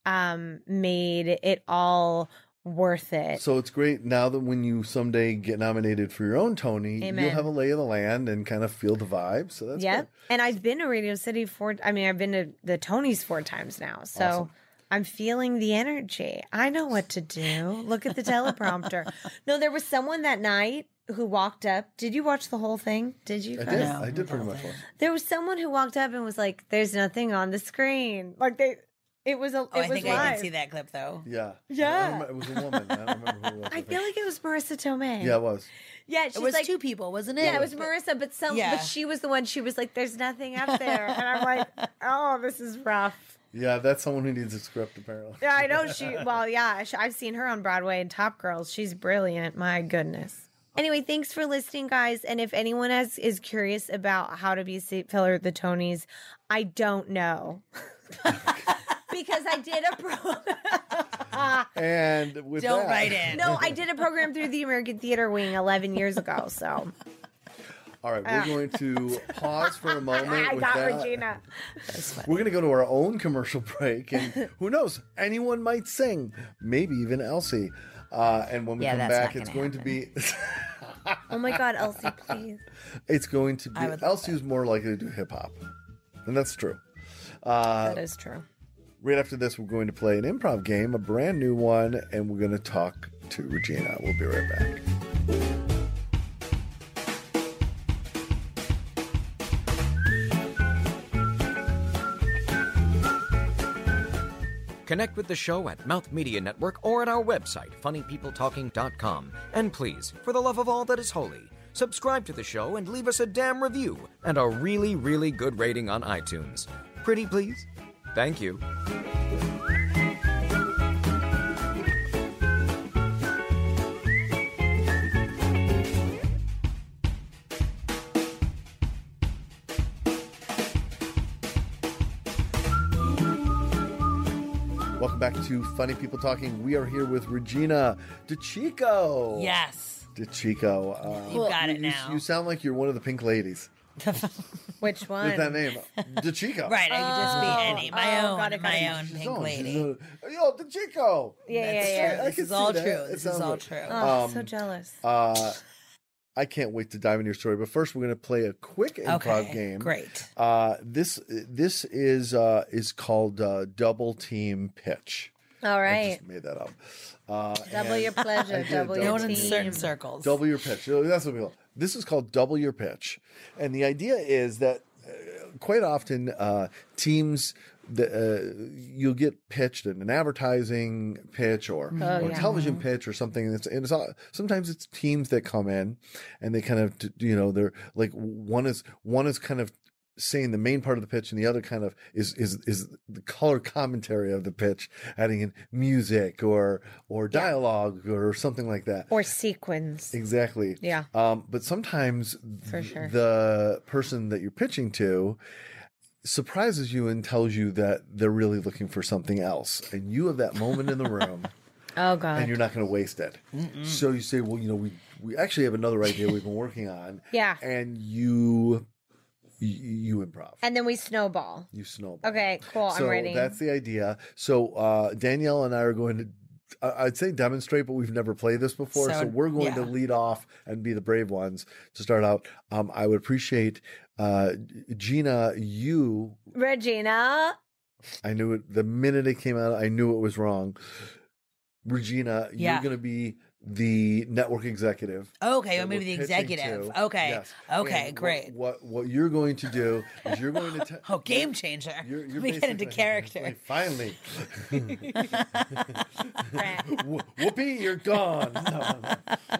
[SPEAKER 4] um, made it all worth it.
[SPEAKER 3] So it's great now that when you someday get nominated for your own Tony,
[SPEAKER 4] Amen.
[SPEAKER 3] you'll have a lay of the land and kind of feel the vibe. So that's
[SPEAKER 4] Yep.
[SPEAKER 3] good.
[SPEAKER 4] And I've been to Radio City four I mean, I've been to the Tonys four times now. So
[SPEAKER 3] Awesome.
[SPEAKER 4] I'm feeling the energy. I know what to do. Look at the teleprompter. no, there was someone that night who walked up. Did you watch the whole thing? Did you?
[SPEAKER 3] I
[SPEAKER 4] guys?
[SPEAKER 3] did.
[SPEAKER 7] No,
[SPEAKER 3] I did pretty
[SPEAKER 7] no,
[SPEAKER 3] much.
[SPEAKER 7] no.
[SPEAKER 3] watch.
[SPEAKER 4] There was someone who walked up and was like, "There's nothing on the screen." Like they, it was a. it
[SPEAKER 7] Oh, I
[SPEAKER 4] was
[SPEAKER 7] think
[SPEAKER 4] live.
[SPEAKER 7] I can see that clip though.
[SPEAKER 3] Yeah. I don't
[SPEAKER 4] Yeah.
[SPEAKER 3] remember- it was a woman. I don't remember who it was.
[SPEAKER 4] I feel like it was Marissa Tomei.
[SPEAKER 3] Yeah, it was.
[SPEAKER 4] yeah. She's
[SPEAKER 7] It was
[SPEAKER 4] like,
[SPEAKER 7] two people, wasn't it?
[SPEAKER 4] Yeah, it was Marissa, but some,
[SPEAKER 7] Yeah.
[SPEAKER 4] but she was the one. She was like, "There's nothing up there," and I'm like, "Oh, this is rough."
[SPEAKER 3] Yeah, that's someone who needs a script apparently.
[SPEAKER 4] Yeah, I know she. Well, yeah, sh- I've seen her on Broadway and Top Girls. She's brilliant. My goodness. Anyway, thanks for listening, guys. And if anyone has, is curious about how to be a seat filler at the Tonys, I don't know. because I did a pro-
[SPEAKER 3] And with
[SPEAKER 7] Don't
[SPEAKER 3] that,
[SPEAKER 7] write in.
[SPEAKER 4] No, I did a program through the American Theater Wing 11 years ago. So
[SPEAKER 3] All right, we're going to pause for a moment.
[SPEAKER 4] I
[SPEAKER 3] with
[SPEAKER 4] got
[SPEAKER 3] that.
[SPEAKER 4] Regina.
[SPEAKER 3] We're going to go to our own commercial break, and who knows, anyone might sing, maybe even Elsie. Uh, and when we
[SPEAKER 6] Yeah,
[SPEAKER 3] come
[SPEAKER 6] that's
[SPEAKER 3] back,
[SPEAKER 6] not
[SPEAKER 3] it's
[SPEAKER 6] gonna
[SPEAKER 3] going to be.
[SPEAKER 4] Oh my God, Elsie, please.
[SPEAKER 3] It's going to be
[SPEAKER 6] would love
[SPEAKER 3] Elsie's more likely to do hip hop. And that's true. Uh,
[SPEAKER 4] that is true.
[SPEAKER 3] Right after this, we're going to play an improv game, a brand new one, and we're going to talk to Regina. We'll be right back.
[SPEAKER 8] Connect with the show at Mouth Media Network or at our website, funnypeopletalking.com. And please, for the love of all that is holy, subscribe to the show and leave us a damn review and a really, really good rating on iTunes. Pretty please? Thank you.
[SPEAKER 3] Welcome back to Funny People Talking. We are here with Regina DeChico.
[SPEAKER 7] Yes.
[SPEAKER 3] DeChico. Uh,
[SPEAKER 7] You've got it
[SPEAKER 3] you-
[SPEAKER 7] now.
[SPEAKER 3] You sound like you're one of the pink ladies
[SPEAKER 4] Which one?
[SPEAKER 3] with that name, DeChico.
[SPEAKER 7] Right. I could just be any. My
[SPEAKER 4] oh,
[SPEAKER 7] own.
[SPEAKER 4] got it, got
[SPEAKER 7] my
[SPEAKER 4] it.
[SPEAKER 7] own
[SPEAKER 3] She's
[SPEAKER 7] pink
[SPEAKER 3] on, she's
[SPEAKER 7] lady.
[SPEAKER 3] on. Yo, DeChico.
[SPEAKER 4] yeah, yeah,
[SPEAKER 7] That's
[SPEAKER 4] yeah.
[SPEAKER 7] true.
[SPEAKER 3] I
[SPEAKER 7] This
[SPEAKER 3] can
[SPEAKER 7] is all
[SPEAKER 3] see that.
[SPEAKER 7] true.
[SPEAKER 3] It
[SPEAKER 7] This is
[SPEAKER 3] sounds
[SPEAKER 7] all
[SPEAKER 3] good.
[SPEAKER 7] true.
[SPEAKER 4] Oh,
[SPEAKER 3] Um,
[SPEAKER 4] so jealous.
[SPEAKER 3] Uh, I can't wait to dive into your story, but first we're going to play a quick improv
[SPEAKER 7] okay.
[SPEAKER 3] game.
[SPEAKER 7] Great.
[SPEAKER 3] Uh, this this is uh, is called uh, double team pitch.
[SPEAKER 4] All
[SPEAKER 3] I
[SPEAKER 4] right.
[SPEAKER 3] just made that up. Uh,
[SPEAKER 4] Double
[SPEAKER 3] and-
[SPEAKER 4] your pleasure,
[SPEAKER 3] I did,
[SPEAKER 4] double your
[SPEAKER 7] No
[SPEAKER 3] double
[SPEAKER 7] one in
[SPEAKER 4] team.
[SPEAKER 7] certain circles.
[SPEAKER 3] Double your pitch. Oh, That's what we call. it. This is called double your pitch, and the idea is that uh, quite often uh, teams. The, uh, you'll get pitched in an advertising pitch or, or
[SPEAKER 4] Oh, yeah.
[SPEAKER 3] television pitch or something. And it's, and it's all, sometimes it's teams that come in and they kind of, you know, they're like one is, one is kind of saying the main part of the pitch and the other kind of is is is the color commentary of the pitch adding in music or or dialogue or something like that
[SPEAKER 4] or sequins.
[SPEAKER 3] Exactly.
[SPEAKER 4] Yeah.
[SPEAKER 3] Um, but sometimes
[SPEAKER 4] For
[SPEAKER 3] th-
[SPEAKER 4] sure.
[SPEAKER 3] the person that you're pitching to surprises you and tells you that they're really looking for something else. And you have that moment in the room
[SPEAKER 4] Oh
[SPEAKER 3] and
[SPEAKER 4] god.
[SPEAKER 3] you're not going to waste it. So you say, well, you know, we, we actually have another idea we've been working on.
[SPEAKER 4] Yeah.
[SPEAKER 3] And you, you, you improv.
[SPEAKER 4] And then we snowball.
[SPEAKER 3] you snowball.
[SPEAKER 4] Okay, cool.
[SPEAKER 3] So
[SPEAKER 4] I'm ready.
[SPEAKER 3] that's the idea. So uh, Danielle and I are going to, I- I'd say demonstrate, but we've never played this before. So,
[SPEAKER 7] So,
[SPEAKER 3] we're going to
[SPEAKER 7] yeah.
[SPEAKER 3] lead off and be the brave ones to start out. Um, I would appreciate uh, Gina, you.
[SPEAKER 4] Regina.
[SPEAKER 3] I knew it the minute it came out. I knew it was wrong. Regina,
[SPEAKER 7] Yeah.
[SPEAKER 3] you're going to be the network executive.
[SPEAKER 4] Oh.
[SPEAKER 7] Okay,
[SPEAKER 3] that
[SPEAKER 7] I'm maybe
[SPEAKER 3] we're
[SPEAKER 7] the
[SPEAKER 3] pitching
[SPEAKER 7] executive.
[SPEAKER 3] to.
[SPEAKER 7] Okay,
[SPEAKER 3] Yes.
[SPEAKER 7] okay,
[SPEAKER 3] And what-
[SPEAKER 7] great.
[SPEAKER 3] What, what you're going to do is you're going to te-
[SPEAKER 7] Oh, game changer.
[SPEAKER 3] You're, you're
[SPEAKER 7] Let me get into
[SPEAKER 3] basically-
[SPEAKER 7] character.
[SPEAKER 3] like, finally,
[SPEAKER 4] Oh,
[SPEAKER 3] Wh- Whoopi, you're gone. No, no,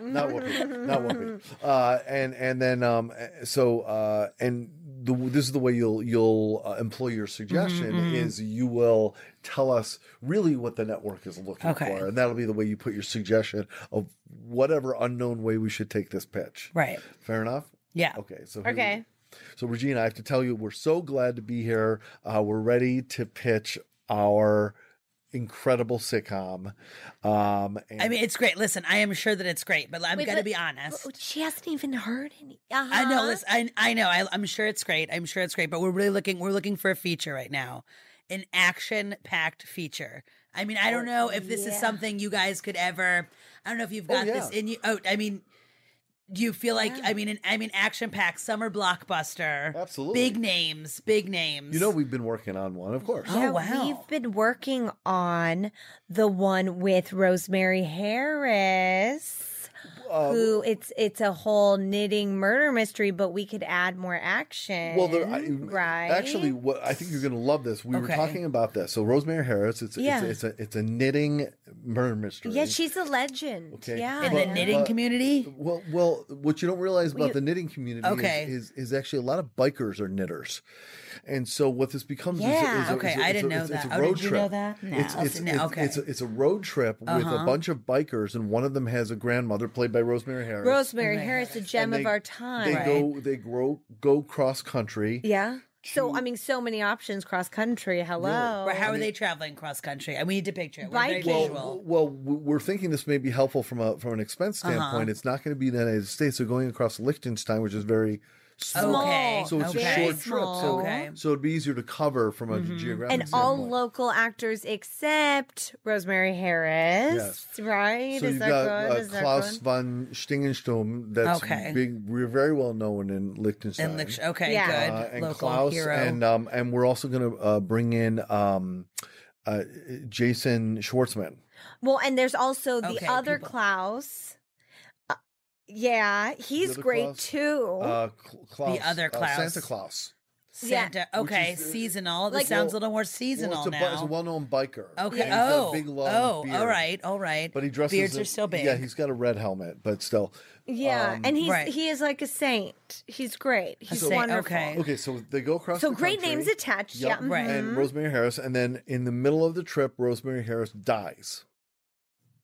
[SPEAKER 3] not Whoopi, not Whoopi. Uh, and and then um, eh, so uh, and the, this is the way you'll you'll uh, employ your suggestion is you will tell us really what the network is looking
[SPEAKER 7] Okay.
[SPEAKER 3] for, and that'll be the way you put your suggestion of whatever unknown way we should take this pitch.
[SPEAKER 7] Right.
[SPEAKER 3] Fair enough.
[SPEAKER 7] Yeah.
[SPEAKER 3] Okay. So here we
[SPEAKER 4] Okay.
[SPEAKER 3] so, Regina, I have to tell you, we're so glad to be here. Uh, we're ready to pitch our incredible sitcom. Um, and
[SPEAKER 7] I mean, it's great. Listen, I am sure that it's great, but I'm
[SPEAKER 4] Wait,
[SPEAKER 7] going to
[SPEAKER 4] but- oh,
[SPEAKER 7] be honest.
[SPEAKER 4] But she hasn't even heard any. Uh-huh.
[SPEAKER 7] I know. Listen, I, I know. I, I'm sure it's great. I'm sure it's great. But we're really looking. We're looking for a feature right now, an action-packed feature. I mean, I don't know if this is
[SPEAKER 4] Oh, yeah.
[SPEAKER 7] something you guys could ever. I don't know if you've
[SPEAKER 3] Oh,
[SPEAKER 7] got this
[SPEAKER 3] yeah.
[SPEAKER 7] in you. Oh, I mean, do you feel like? I mean, an, I mean, action-packed summer blockbuster.
[SPEAKER 3] Absolutely.
[SPEAKER 7] Big names. Big names.
[SPEAKER 3] you know, we've been working on one, of course.
[SPEAKER 7] Oh,
[SPEAKER 4] Yeah,
[SPEAKER 7] wow.
[SPEAKER 4] We've been working on the one with Rosemary Harris.
[SPEAKER 3] Uh,
[SPEAKER 4] who it's it's a whole knitting murder mystery, but we could add more action.
[SPEAKER 3] Well, there, I,
[SPEAKER 4] right?
[SPEAKER 3] actually, what I think you're going to love this. We were
[SPEAKER 7] Okay.
[SPEAKER 3] talking about this. So, Rosemary Harris, it's
[SPEAKER 4] Yeah.
[SPEAKER 3] it's, it's a it's a knitting murder mystery.
[SPEAKER 4] yeah, she's a legend.
[SPEAKER 3] Okay,
[SPEAKER 4] Yeah,
[SPEAKER 3] but-
[SPEAKER 7] in the
[SPEAKER 4] yeah.
[SPEAKER 7] knitting
[SPEAKER 3] but-
[SPEAKER 7] community.
[SPEAKER 3] Well, well, what you don't realize about the knitting community
[SPEAKER 7] Okay.
[SPEAKER 3] is, is is actually a lot of bikers are knitters, and so what this becomes is-
[SPEAKER 4] Yeah.
[SPEAKER 3] is, a- is,
[SPEAKER 7] Okay,
[SPEAKER 3] a-
[SPEAKER 7] I
[SPEAKER 3] is a-
[SPEAKER 7] didn't know
[SPEAKER 3] it's- it's
[SPEAKER 7] that.
[SPEAKER 3] a
[SPEAKER 7] Oh,
[SPEAKER 3] road
[SPEAKER 7] did you
[SPEAKER 3] trip.
[SPEAKER 7] know that? No.
[SPEAKER 3] It's, it's,
[SPEAKER 7] No,
[SPEAKER 3] it's,
[SPEAKER 7] okay. Uh-huh.
[SPEAKER 3] it's, a, it's a road trip with a bunch of bikers, and one of them has a grandmother played by Rosemary Harris.
[SPEAKER 4] Rosemary Harris, the gem
[SPEAKER 3] and they-
[SPEAKER 4] of our time.
[SPEAKER 3] They go they grow go cross country.
[SPEAKER 4] Yeah. So I mean, so many options cross country. Hello.
[SPEAKER 7] Or how are they traveling cross country? And we need to picture it. We're very
[SPEAKER 4] Biking.
[SPEAKER 7] visual.
[SPEAKER 3] Well, well, w- we're thinking this may be helpful from a from an expense
[SPEAKER 7] Uh-huh.
[SPEAKER 3] standpoint. It's not going to be in the United States, so going across Liechtenstein, which is very small,
[SPEAKER 7] Okay.
[SPEAKER 3] so it's
[SPEAKER 7] okay.
[SPEAKER 3] a short trip. So,
[SPEAKER 7] Okay. Mm-hmm.
[SPEAKER 3] so it'd be easier to cover from a geographic
[SPEAKER 4] And all
[SPEAKER 3] standpoint.
[SPEAKER 4] local actors except Rosemary Harris, right?
[SPEAKER 3] so you've got uh, Klaus von Stingensturm, that's
[SPEAKER 7] Okay.
[SPEAKER 3] big, we're very well known in Liechtenstein.
[SPEAKER 7] And Lich- okay,
[SPEAKER 4] Yeah.
[SPEAKER 7] good.
[SPEAKER 3] Uh, and
[SPEAKER 7] Local
[SPEAKER 3] Klaus,
[SPEAKER 7] hero.
[SPEAKER 3] and um, and we're also going to uh, bring in um, uh, Jason Schwartzman.
[SPEAKER 4] Well, and there's also the
[SPEAKER 7] Okay,
[SPEAKER 4] other
[SPEAKER 7] people.
[SPEAKER 4] Klaus. Uh, yeah, he's
[SPEAKER 3] other
[SPEAKER 4] great
[SPEAKER 3] Klaus?
[SPEAKER 4] too.
[SPEAKER 3] Uh, Cl- Klaus,
[SPEAKER 7] other
[SPEAKER 3] uh,
[SPEAKER 7] Klaus.
[SPEAKER 3] Santa Claus.
[SPEAKER 4] yeah.
[SPEAKER 7] Santa.
[SPEAKER 3] Which
[SPEAKER 7] Okay,
[SPEAKER 3] is, uh,
[SPEAKER 7] seasonal. This
[SPEAKER 4] like-
[SPEAKER 7] sounds a little more
[SPEAKER 3] Well,
[SPEAKER 7] seasonal
[SPEAKER 3] it's, a, bu- it's a
[SPEAKER 7] now.
[SPEAKER 3] well-known biker.
[SPEAKER 7] okay.
[SPEAKER 3] And he's got a
[SPEAKER 7] Oh.
[SPEAKER 3] big, long
[SPEAKER 7] oh.
[SPEAKER 3] beard.
[SPEAKER 7] All right. All right.
[SPEAKER 3] But he dresses.
[SPEAKER 7] Beards
[SPEAKER 3] in-
[SPEAKER 7] are still big.
[SPEAKER 3] Yeah, he's got a red helmet, but still.
[SPEAKER 4] yeah,
[SPEAKER 3] um,
[SPEAKER 4] and he's
[SPEAKER 7] right.
[SPEAKER 4] he is like a saint. He's great. He's
[SPEAKER 7] saint,
[SPEAKER 4] wonderful.
[SPEAKER 7] okay.
[SPEAKER 3] Okay, so they go across.
[SPEAKER 4] So
[SPEAKER 3] the
[SPEAKER 4] great
[SPEAKER 3] country.
[SPEAKER 4] names attached.
[SPEAKER 3] Yep.
[SPEAKER 4] Yeah. mm-hmm.
[SPEAKER 7] Right.
[SPEAKER 3] And Rosemary Harris, and then in the middle of the trip, Rosemary Harris dies.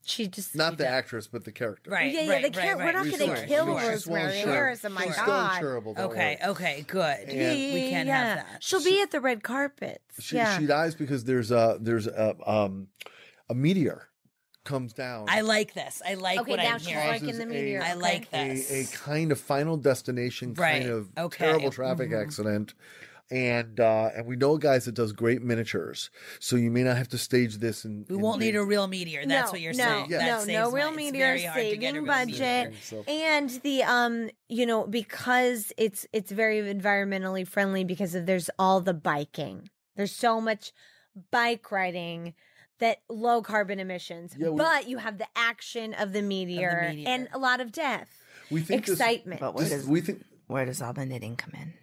[SPEAKER 4] She just
[SPEAKER 3] Not the actress, but the character.
[SPEAKER 7] Right.
[SPEAKER 4] Yeah, yeah,
[SPEAKER 7] right,
[SPEAKER 4] they can't-
[SPEAKER 7] right,
[SPEAKER 4] we're not
[SPEAKER 7] right.
[SPEAKER 3] She's
[SPEAKER 4] gonna
[SPEAKER 3] still-
[SPEAKER 4] kill
[SPEAKER 3] she's still
[SPEAKER 4] Rosemary
[SPEAKER 3] insurable.
[SPEAKER 4] Harris, oh my
[SPEAKER 3] She's
[SPEAKER 4] God.
[SPEAKER 3] still insurable. don't
[SPEAKER 7] Okay.
[SPEAKER 3] worry.
[SPEAKER 7] Okay. Good.
[SPEAKER 3] Yeah, yeah,
[SPEAKER 7] We can't have that.
[SPEAKER 4] She'll be at the red carpets.
[SPEAKER 3] She,
[SPEAKER 4] yeah.
[SPEAKER 3] she dies because there's a there's a um a meteor comes down.
[SPEAKER 7] I like this. I like
[SPEAKER 4] okay,
[SPEAKER 7] what
[SPEAKER 4] now
[SPEAKER 7] I'm
[SPEAKER 4] she's
[SPEAKER 7] hearing.
[SPEAKER 4] like in
[SPEAKER 3] Causes
[SPEAKER 4] the
[SPEAKER 3] a-
[SPEAKER 4] meteor.
[SPEAKER 7] I
[SPEAKER 4] okay.
[SPEAKER 7] like that.
[SPEAKER 3] a, a
[SPEAKER 7] Yes.
[SPEAKER 3] kind of final destination
[SPEAKER 7] Right.
[SPEAKER 3] kind of
[SPEAKER 7] Okay. Mm-hmm.
[SPEAKER 3] terrible traffic accident. And uh, and we know guys that does great miniatures, so you may not have to stage this. And
[SPEAKER 7] we won't need a real meteor. That's
[SPEAKER 4] no,
[SPEAKER 7] what you're
[SPEAKER 4] no,
[SPEAKER 7] saying.
[SPEAKER 3] Yeah.
[SPEAKER 7] That
[SPEAKER 4] No,
[SPEAKER 7] saves
[SPEAKER 4] no
[SPEAKER 7] money.
[SPEAKER 4] real
[SPEAKER 7] It's
[SPEAKER 4] meteor
[SPEAKER 7] very hard to get a
[SPEAKER 4] saving
[SPEAKER 7] real meteor.
[SPEAKER 4] budget.
[SPEAKER 3] So-
[SPEAKER 4] And the um, you know, because it's it's very environmentally friendly because of there's all the biking. There's so much bike riding that low carbon emissions,
[SPEAKER 3] Yeah, we-
[SPEAKER 4] but you have the action of the meteor,
[SPEAKER 7] meteor.
[SPEAKER 4] and a lot of death,
[SPEAKER 3] we think this-
[SPEAKER 4] excitement.
[SPEAKER 6] But what
[SPEAKER 3] This,
[SPEAKER 6] is,
[SPEAKER 3] we think
[SPEAKER 6] where does all the knitting come in?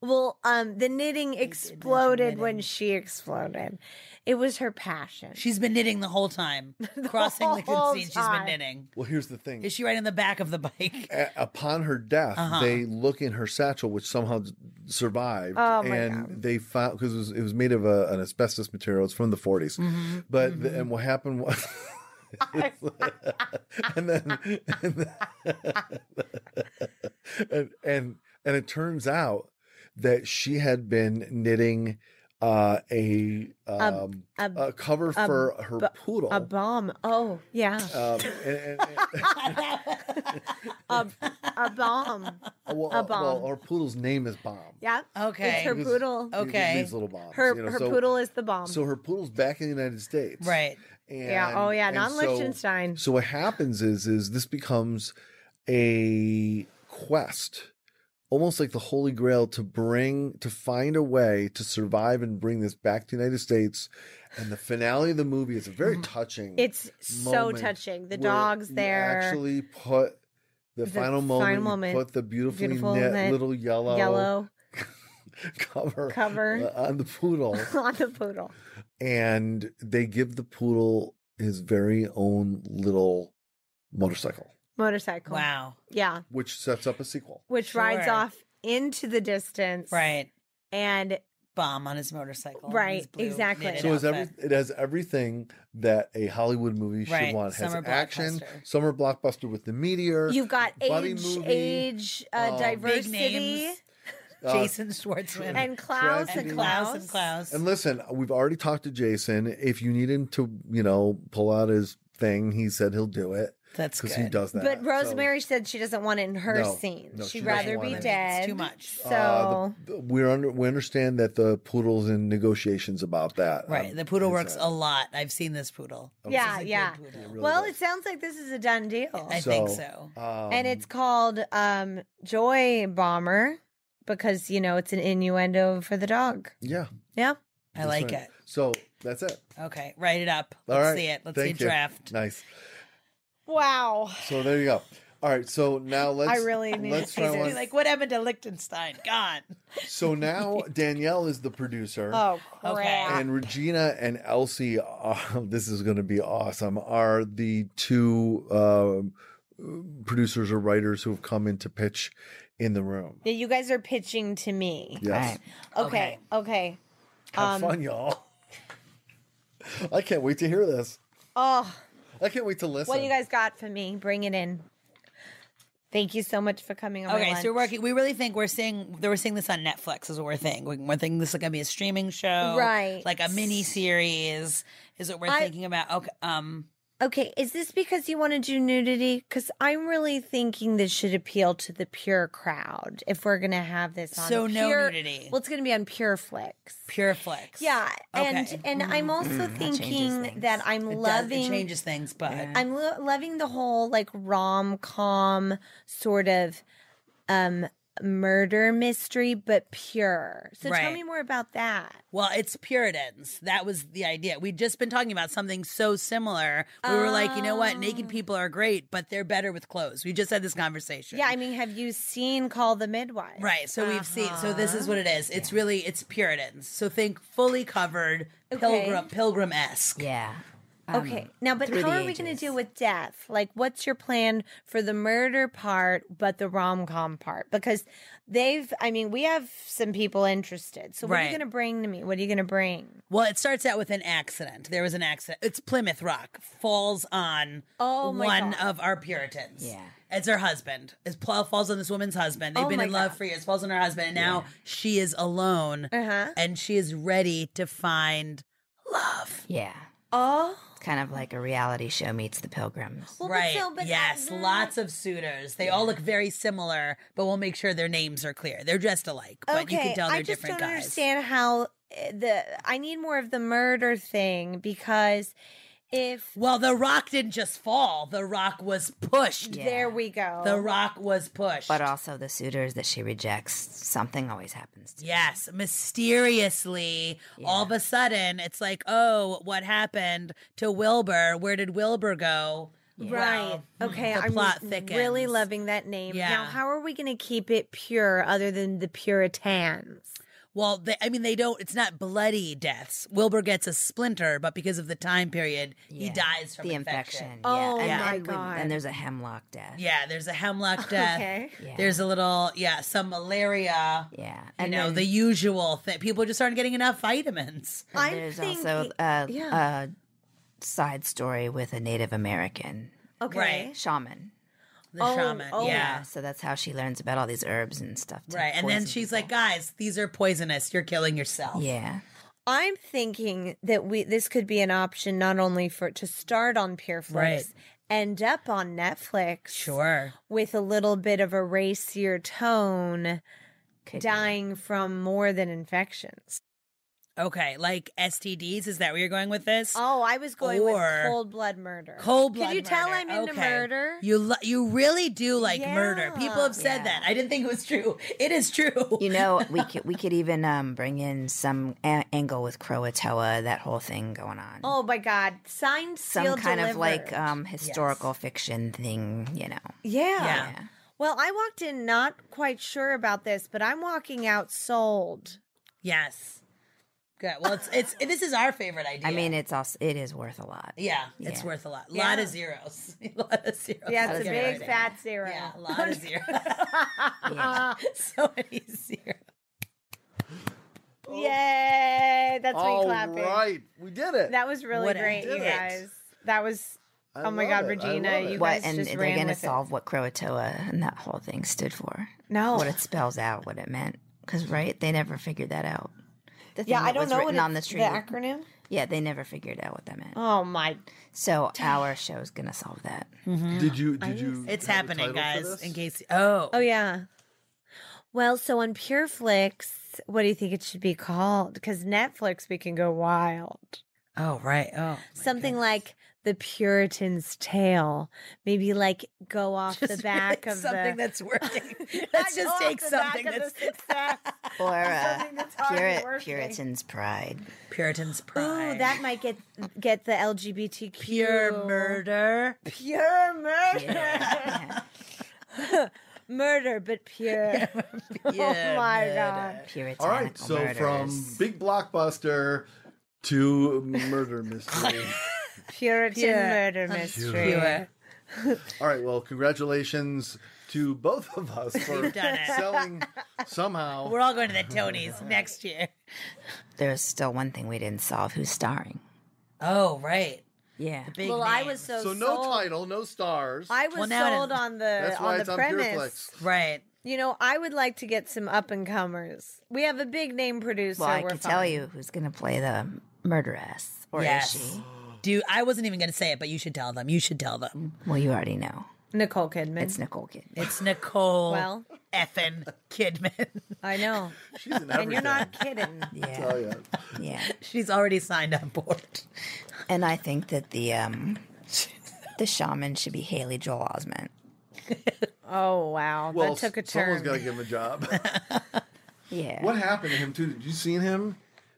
[SPEAKER 4] Well, um, the knitting exploded when she exploded. It was her passion.
[SPEAKER 7] She's been knitting the whole time. Crossing the
[SPEAKER 4] whole
[SPEAKER 7] scene, she's been
[SPEAKER 4] time.
[SPEAKER 7] knitting.
[SPEAKER 3] Well, here's the thing.
[SPEAKER 7] Is she right in the back of the bike?
[SPEAKER 3] A- upon her death,
[SPEAKER 4] Uh-huh.
[SPEAKER 3] they look in her satchel, which somehow d- survived,
[SPEAKER 4] Oh, my
[SPEAKER 3] and they found because it was, it was made of a, an asbestos material. It's from the 40s,
[SPEAKER 4] Mm-hmm.
[SPEAKER 3] but the- and what happened was. and then, and, then and, and and it turns out that she had been knitting uh, a um, a,
[SPEAKER 4] a-
[SPEAKER 3] cover for her
[SPEAKER 4] bu-
[SPEAKER 3] poodle.
[SPEAKER 4] A bomb. Oh, yeah.
[SPEAKER 3] um, and- and- and- Uh,
[SPEAKER 4] A, a bomb.
[SPEAKER 3] Well,
[SPEAKER 4] A
[SPEAKER 3] uh, well,
[SPEAKER 4] bomb.
[SPEAKER 3] our poodle's name is Bomb.
[SPEAKER 4] Yeah.
[SPEAKER 7] Okay.
[SPEAKER 4] It's her
[SPEAKER 3] Because
[SPEAKER 4] poodle.
[SPEAKER 3] it- it
[SPEAKER 7] Okay.
[SPEAKER 3] means little bombs.
[SPEAKER 4] Her
[SPEAKER 3] you know,
[SPEAKER 4] her
[SPEAKER 3] so-
[SPEAKER 4] poodle is the bomb.
[SPEAKER 3] So her poodle's back in the United States.
[SPEAKER 7] Right.
[SPEAKER 3] And,
[SPEAKER 4] Yeah, oh, yeah,
[SPEAKER 3] and
[SPEAKER 4] not in
[SPEAKER 3] so-
[SPEAKER 4] Liechtenstein.
[SPEAKER 3] So what happens is is this becomes a quest almost like the holy grail to bring to find a way to survive and bring this back to the United States. And the finale of the movie is a very touching.
[SPEAKER 4] Mm-hmm. It's so
[SPEAKER 3] moment
[SPEAKER 4] touching. The
[SPEAKER 3] where
[SPEAKER 4] dog's
[SPEAKER 3] you
[SPEAKER 4] there.
[SPEAKER 3] Actually, put the,
[SPEAKER 4] The
[SPEAKER 3] final
[SPEAKER 4] final
[SPEAKER 3] moment. you
[SPEAKER 4] moment.
[SPEAKER 3] Put the beautifully
[SPEAKER 4] Beautiful
[SPEAKER 3] knit
[SPEAKER 4] knit
[SPEAKER 3] little yellow,
[SPEAKER 4] yellow
[SPEAKER 3] cover,
[SPEAKER 4] cover.
[SPEAKER 3] uh, on the poodle,
[SPEAKER 4] on the poodle.
[SPEAKER 3] and they give the poodle his very own little motorcycle,
[SPEAKER 4] Motorcycle.
[SPEAKER 7] Wow.
[SPEAKER 4] Yeah.
[SPEAKER 3] which sets up a sequel.
[SPEAKER 4] Which rides
[SPEAKER 7] Sure.
[SPEAKER 4] off into the distance.
[SPEAKER 7] Right.
[SPEAKER 4] And
[SPEAKER 7] Bomb on his motorcycle. in
[SPEAKER 4] Right,
[SPEAKER 7] his blue
[SPEAKER 4] exactly.
[SPEAKER 7] knitted
[SPEAKER 3] So is every,
[SPEAKER 7] outfit.
[SPEAKER 3] it has everything that a Hollywood movie should
[SPEAKER 7] Right,
[SPEAKER 3] want. It has
[SPEAKER 7] summer
[SPEAKER 3] action,
[SPEAKER 7] blockbuster.
[SPEAKER 3] summer blockbuster with the meteor.
[SPEAKER 4] you've got
[SPEAKER 3] buddy
[SPEAKER 4] age,
[SPEAKER 3] movie,
[SPEAKER 4] age, uh,
[SPEAKER 3] um,
[SPEAKER 7] Big
[SPEAKER 4] diversity,
[SPEAKER 7] names.
[SPEAKER 3] uh,
[SPEAKER 7] Jason Schwartzman.
[SPEAKER 4] and Klaus and
[SPEAKER 3] tragedy.
[SPEAKER 4] Klaus.
[SPEAKER 7] Klaus and Klaus.
[SPEAKER 3] And listen, we've already talked to Jason. If you need him to, you know, pull out his thing, he said he'll do it
[SPEAKER 7] That's good.
[SPEAKER 3] because he does that.
[SPEAKER 4] But
[SPEAKER 3] So,
[SPEAKER 4] Rosemary said she doesn't want it in her
[SPEAKER 3] No,
[SPEAKER 4] scene.
[SPEAKER 3] no, she
[SPEAKER 4] She'd
[SPEAKER 3] doesn't
[SPEAKER 4] rather
[SPEAKER 3] want
[SPEAKER 4] be
[SPEAKER 3] it. It's
[SPEAKER 4] dead.
[SPEAKER 7] too much.
[SPEAKER 4] So
[SPEAKER 3] uh, the- we're under we understand that the poodle's in negotiations about that.
[SPEAKER 7] Right.
[SPEAKER 3] Um,
[SPEAKER 7] The poodle
[SPEAKER 3] he's,
[SPEAKER 7] works
[SPEAKER 3] uh,
[SPEAKER 7] a lot. I've seen this poodle.
[SPEAKER 4] yeah,
[SPEAKER 7] He's a
[SPEAKER 4] yeah.
[SPEAKER 7] good poodle.
[SPEAKER 3] really
[SPEAKER 4] well,
[SPEAKER 3] does.
[SPEAKER 4] it sounds like this is a done deal.
[SPEAKER 7] I think so.
[SPEAKER 3] um,
[SPEAKER 4] and it's called um, Joy Bomber because, you know, it's an innuendo for the dog.
[SPEAKER 3] yeah.
[SPEAKER 4] Yeah.
[SPEAKER 7] I like
[SPEAKER 3] right.
[SPEAKER 7] it.
[SPEAKER 3] So that's it.
[SPEAKER 7] Okay. Write it up.
[SPEAKER 3] All
[SPEAKER 7] Let's
[SPEAKER 3] right.
[SPEAKER 7] see it. Let's
[SPEAKER 3] Thank
[SPEAKER 7] see
[SPEAKER 3] you.
[SPEAKER 7] a draft.
[SPEAKER 3] Nice.
[SPEAKER 4] Wow.
[SPEAKER 3] So there you go. All right. So now let's.
[SPEAKER 4] really need
[SPEAKER 3] let's
[SPEAKER 4] to
[SPEAKER 3] try
[SPEAKER 4] see this.
[SPEAKER 3] one.
[SPEAKER 7] Be like, what happened to Liechtenstein? Gone.
[SPEAKER 3] So now Danielle is the producer.
[SPEAKER 4] Oh, crap.
[SPEAKER 7] Okay.
[SPEAKER 3] And Regina and Elsie, are, this is going to be awesome, are the two um, producers or writers who have come in to pitch in the room.
[SPEAKER 4] Yeah, you guys are pitching to me.
[SPEAKER 3] Yes.
[SPEAKER 4] Okay, okay. Um,
[SPEAKER 3] Have fun, y'all. I can't wait to hear this.
[SPEAKER 4] Oh,
[SPEAKER 3] I can't wait to listen.
[SPEAKER 4] what do you guys got for me? Bring it in. Thank you so much for coming on. my
[SPEAKER 7] Okay, so
[SPEAKER 4] lunch.
[SPEAKER 7] we're working. We really think we're seeing. We're seeing this on Netflix. Is what we're thinking. We're- We're thinking this is gonna be a streaming show,
[SPEAKER 4] Right.
[SPEAKER 7] Like a mini series is what we're
[SPEAKER 4] I-
[SPEAKER 7] thinking about. Okay, um,
[SPEAKER 4] Okay, is this because you want to do nudity? Because I'm really thinking this should appeal to the pure crowd if we're going to have this on
[SPEAKER 7] So no
[SPEAKER 4] pure-
[SPEAKER 7] nudity.
[SPEAKER 4] Well, it's going to be on Pure Flicks.
[SPEAKER 7] pure flex.
[SPEAKER 4] Yeah,
[SPEAKER 7] Okay.
[SPEAKER 4] and and I'm also thinking that,
[SPEAKER 6] things.
[SPEAKER 4] I'm
[SPEAKER 7] It does-
[SPEAKER 4] loving
[SPEAKER 7] it changes things, but
[SPEAKER 4] I'm lo- loving the whole like rom com sort of um murder mystery, but pure. So tell
[SPEAKER 7] Right.
[SPEAKER 4] me more about that.
[SPEAKER 7] well, it's Puritans. That was the idea. We'd just been talking about something so similar. We were like, you know what?
[SPEAKER 4] Oh.
[SPEAKER 7] Naked people are great, but they're better with clothes. We just had this conversation.
[SPEAKER 4] Yeah, I mean, have you seen Call the Midwife?
[SPEAKER 7] Right, so we've seen. So this is what it is.
[SPEAKER 4] Uh-huh.
[SPEAKER 7] It's really it's Puritans. So think fully covered, pilgrim pilgrim esque.
[SPEAKER 6] Yeah. Um,
[SPEAKER 4] Okay. Now, but how
[SPEAKER 6] the
[SPEAKER 4] are we going to deal with death? Like, what's your plan for the murder part, but the rom com part? Because they've, I mean, we have some people interested. So, what are you
[SPEAKER 7] Right.
[SPEAKER 4] going to bring to me? What are you going to bring?
[SPEAKER 7] Well, it starts out with an accident. There was an accident. It's Plymouth Rock falls on
[SPEAKER 4] Oh,
[SPEAKER 7] one
[SPEAKER 4] my God.
[SPEAKER 7] of our Puritans.
[SPEAKER 6] Yeah.
[SPEAKER 7] It's her husband. It pl- falls on this woman's husband. They've
[SPEAKER 4] Oh,
[SPEAKER 7] been
[SPEAKER 4] my
[SPEAKER 7] in love
[SPEAKER 4] God.
[SPEAKER 7] for years. Falls on her husband, and now she is alone,
[SPEAKER 4] Uh-huh.
[SPEAKER 7] and she is ready to find love.
[SPEAKER 6] Yeah.
[SPEAKER 4] Oh,
[SPEAKER 6] It's kind of like a reality show meets the pilgrims.
[SPEAKER 4] well, but
[SPEAKER 7] right?
[SPEAKER 4] still, but- uh,
[SPEAKER 7] yes, lots of suitors. They all look very similar, but we'll make sure their names are clear. They're dressed alike, but you can tell they're
[SPEAKER 4] I just
[SPEAKER 7] different
[SPEAKER 4] don't
[SPEAKER 7] guys.
[SPEAKER 4] understand how uh, the I need more of the murder thing because if
[SPEAKER 7] Well, the rock didn't just fall. The rock was pushed.
[SPEAKER 4] there we go,
[SPEAKER 7] The rock was pushed.
[SPEAKER 6] But also the suitors that she rejects, something always happens to.
[SPEAKER 7] Yes, mysteriously, all of a sudden, it's like, oh, what happened to Wilbur? Where did Wilbur go?
[SPEAKER 4] right?
[SPEAKER 7] Well,
[SPEAKER 4] okay,
[SPEAKER 7] Hmm. the
[SPEAKER 4] I'm
[SPEAKER 7] plot
[SPEAKER 4] really
[SPEAKER 7] thickens.
[SPEAKER 4] loving that name. Now,
[SPEAKER 7] Yeah.
[SPEAKER 4] how are we going to keep it pure other than the Puritans?
[SPEAKER 7] Well, they, I mean, they don't. It's not bloody deaths. Wilbur gets a splinter, but because of the time period, he
[SPEAKER 6] Yeah.
[SPEAKER 7] dies from
[SPEAKER 6] the
[SPEAKER 7] infection.
[SPEAKER 6] infection.
[SPEAKER 4] Oh,
[SPEAKER 6] yeah. And,
[SPEAKER 4] my
[SPEAKER 6] and we-
[SPEAKER 4] God.
[SPEAKER 6] and there's a hemlock death.
[SPEAKER 7] Yeah, there's a hemlock death.
[SPEAKER 4] Okay.
[SPEAKER 6] Yeah.
[SPEAKER 7] There's a little, yeah, some malaria.
[SPEAKER 6] Yeah.
[SPEAKER 7] You
[SPEAKER 6] And
[SPEAKER 7] know,
[SPEAKER 6] then-
[SPEAKER 7] the usual thing. People just aren't getting enough vitamins.
[SPEAKER 6] and
[SPEAKER 4] I'm
[SPEAKER 6] there's also
[SPEAKER 4] thinking-
[SPEAKER 7] uh,
[SPEAKER 6] a,
[SPEAKER 4] yeah.
[SPEAKER 6] a side story with a Native American
[SPEAKER 4] Okay,
[SPEAKER 7] Right.
[SPEAKER 6] shaman.
[SPEAKER 7] The
[SPEAKER 4] Oh,
[SPEAKER 7] shaman.
[SPEAKER 4] oh.
[SPEAKER 7] yeah.
[SPEAKER 6] So that's how she learns about all these herbs and stuff. to
[SPEAKER 7] Right. And then
[SPEAKER 6] poison
[SPEAKER 7] she's
[SPEAKER 6] people.
[SPEAKER 7] like, "Oh." guys, these are poisonous. You're killing yourself.
[SPEAKER 6] yeah.
[SPEAKER 4] I'm thinking that we this could be an option not only for to start on Pureflix,
[SPEAKER 7] Right.
[SPEAKER 4] end up on Netflix,
[SPEAKER 7] Sure.
[SPEAKER 4] with a little bit of a racier tone,
[SPEAKER 6] Could be.
[SPEAKER 4] dying from more than infections.
[SPEAKER 7] Okay, like STDs. Is that where you're going with this?
[SPEAKER 4] Oh, I was going
[SPEAKER 7] Or-
[SPEAKER 4] with cold blood murder.
[SPEAKER 7] Cold blood.
[SPEAKER 5] Could you tell
[SPEAKER 7] murder.
[SPEAKER 5] I'm into
[SPEAKER 7] Okay.
[SPEAKER 5] murder?
[SPEAKER 7] You lo- you really do like murder. People have said
[SPEAKER 6] Yeah.
[SPEAKER 7] that. I didn't think it was true. It is true.
[SPEAKER 6] You know, we could we could even um, bring in some a- angle with Croatoa, that whole thing going on.
[SPEAKER 4] Oh my God! Signed,
[SPEAKER 6] some
[SPEAKER 4] sealed,
[SPEAKER 6] kind of like
[SPEAKER 4] delivered.
[SPEAKER 6] um, historical fiction thing, you know.
[SPEAKER 4] yeah.
[SPEAKER 7] Yeah.
[SPEAKER 4] Well, I walked in not quite sure about this, but I'm walking out sold.
[SPEAKER 7] Yes. Good. Well, it's it's this is our favorite idea.
[SPEAKER 6] I mean, it's also it is worth a lot.
[SPEAKER 7] yeah, it's
[SPEAKER 6] Yeah.
[SPEAKER 7] worth a lot. A lot of zeros. a lot of zeros.
[SPEAKER 4] Yeah, it's a
[SPEAKER 7] Good
[SPEAKER 4] big
[SPEAKER 7] idea.
[SPEAKER 4] fat zero.
[SPEAKER 7] Yeah, a lot of zeros.
[SPEAKER 6] Yeah.
[SPEAKER 7] so many zeros.
[SPEAKER 4] Yay! That's me
[SPEAKER 3] All
[SPEAKER 4] clapping.
[SPEAKER 3] right, we did it.
[SPEAKER 4] That was really
[SPEAKER 7] What a
[SPEAKER 4] great, you
[SPEAKER 7] hit.
[SPEAKER 4] guys. That was
[SPEAKER 3] I
[SPEAKER 4] oh my
[SPEAKER 3] love
[SPEAKER 4] God,
[SPEAKER 3] it. I
[SPEAKER 4] Regina,
[SPEAKER 3] love it.
[SPEAKER 4] you
[SPEAKER 6] What
[SPEAKER 4] guys
[SPEAKER 6] and
[SPEAKER 4] just
[SPEAKER 6] they're
[SPEAKER 4] ran
[SPEAKER 6] gonna
[SPEAKER 4] with it.
[SPEAKER 6] solve what Croatoa and that whole thing stood for.
[SPEAKER 4] No.
[SPEAKER 6] What it spells out, what it meant. Because right, they never figured that out. The
[SPEAKER 4] yeah,
[SPEAKER 6] thing
[SPEAKER 4] I
[SPEAKER 6] that
[SPEAKER 4] don't
[SPEAKER 6] was
[SPEAKER 4] know
[SPEAKER 6] written
[SPEAKER 4] what
[SPEAKER 6] on the
[SPEAKER 4] it's-
[SPEAKER 6] tree.
[SPEAKER 4] acronym.
[SPEAKER 6] Yeah, they never figured out what that meant.
[SPEAKER 4] Oh my!
[SPEAKER 6] So our show's gonna solve that.
[SPEAKER 3] Did you? Did you?
[SPEAKER 7] It's
[SPEAKER 3] have a
[SPEAKER 7] happening,
[SPEAKER 3] title for
[SPEAKER 7] guys.
[SPEAKER 3] this?
[SPEAKER 7] In case. Oh.
[SPEAKER 4] Oh yeah. Well, so on PureFlix, what do you think it should be called? Because Netflix, we can go wild.
[SPEAKER 7] Oh right. Oh.
[SPEAKER 4] something like the Puritan's tale, maybe like go off the back of the.
[SPEAKER 7] something that's working. Let's just take something that's
[SPEAKER 6] Or uh,
[SPEAKER 4] that's hard
[SPEAKER 6] Puri-
[SPEAKER 4] working.
[SPEAKER 6] Puritan's pride.
[SPEAKER 7] Puritan's pride.
[SPEAKER 4] Ooh, Oh, that might get get the LGBTQ
[SPEAKER 7] pure murder.
[SPEAKER 4] pure murder,
[SPEAKER 6] Yeah.
[SPEAKER 4] murder, but pure. oh
[SPEAKER 7] Pure
[SPEAKER 4] my
[SPEAKER 7] murder.
[SPEAKER 4] god!
[SPEAKER 6] Puritanical
[SPEAKER 3] All right, so from
[SPEAKER 6] murders.
[SPEAKER 3] big blockbuster to murder mystery.
[SPEAKER 4] Puritan
[SPEAKER 7] Pure.
[SPEAKER 4] murder mystery.
[SPEAKER 7] Pure.
[SPEAKER 3] All right, well, congratulations to both of us for
[SPEAKER 7] done it.
[SPEAKER 3] selling somehow.
[SPEAKER 7] We're all going to the Tonys next year.
[SPEAKER 6] there's still one thing we didn't solve who's starring.
[SPEAKER 7] Oh right.
[SPEAKER 6] Yeah.
[SPEAKER 7] Big
[SPEAKER 4] Well, I
[SPEAKER 7] name.
[SPEAKER 4] was so
[SPEAKER 3] so no
[SPEAKER 4] sold.
[SPEAKER 3] title, no stars.
[SPEAKER 4] I was
[SPEAKER 7] Well, now it
[SPEAKER 4] sold
[SPEAKER 7] is.
[SPEAKER 4] on the
[SPEAKER 3] That's
[SPEAKER 4] on
[SPEAKER 3] why
[SPEAKER 4] the
[SPEAKER 3] it's on
[SPEAKER 4] premise.
[SPEAKER 3] PureFlix.
[SPEAKER 7] right.
[SPEAKER 4] You know, I would like to get some up and comers. We have a big name producer.
[SPEAKER 6] Well, I
[SPEAKER 4] we're
[SPEAKER 6] can tell
[SPEAKER 4] fine.
[SPEAKER 6] you who's going to play the murderess. Or
[SPEAKER 7] Yes.
[SPEAKER 6] is she?
[SPEAKER 7] Do I wasn't even going to say it, but you should tell them. You should tell them.
[SPEAKER 6] Well, you already know.
[SPEAKER 4] Nicole Kidman.
[SPEAKER 6] It's Nicole Kidman.
[SPEAKER 7] It's Nicole
[SPEAKER 4] Well.
[SPEAKER 7] effin Kidman.
[SPEAKER 4] I know.
[SPEAKER 3] She's in everything.
[SPEAKER 4] And you're not kidding.
[SPEAKER 3] Oh,
[SPEAKER 6] Yeah.
[SPEAKER 3] yeah.
[SPEAKER 6] Yeah.
[SPEAKER 7] She's already signed on board.
[SPEAKER 6] And I think that the um the shaman should be Haley Joel Osment.
[SPEAKER 4] Oh wow,
[SPEAKER 3] Well,
[SPEAKER 4] that took a
[SPEAKER 3] someone's
[SPEAKER 4] turn.
[SPEAKER 3] got to give him a job.
[SPEAKER 6] Yeah.
[SPEAKER 3] what happened to him, too? Did you seen him?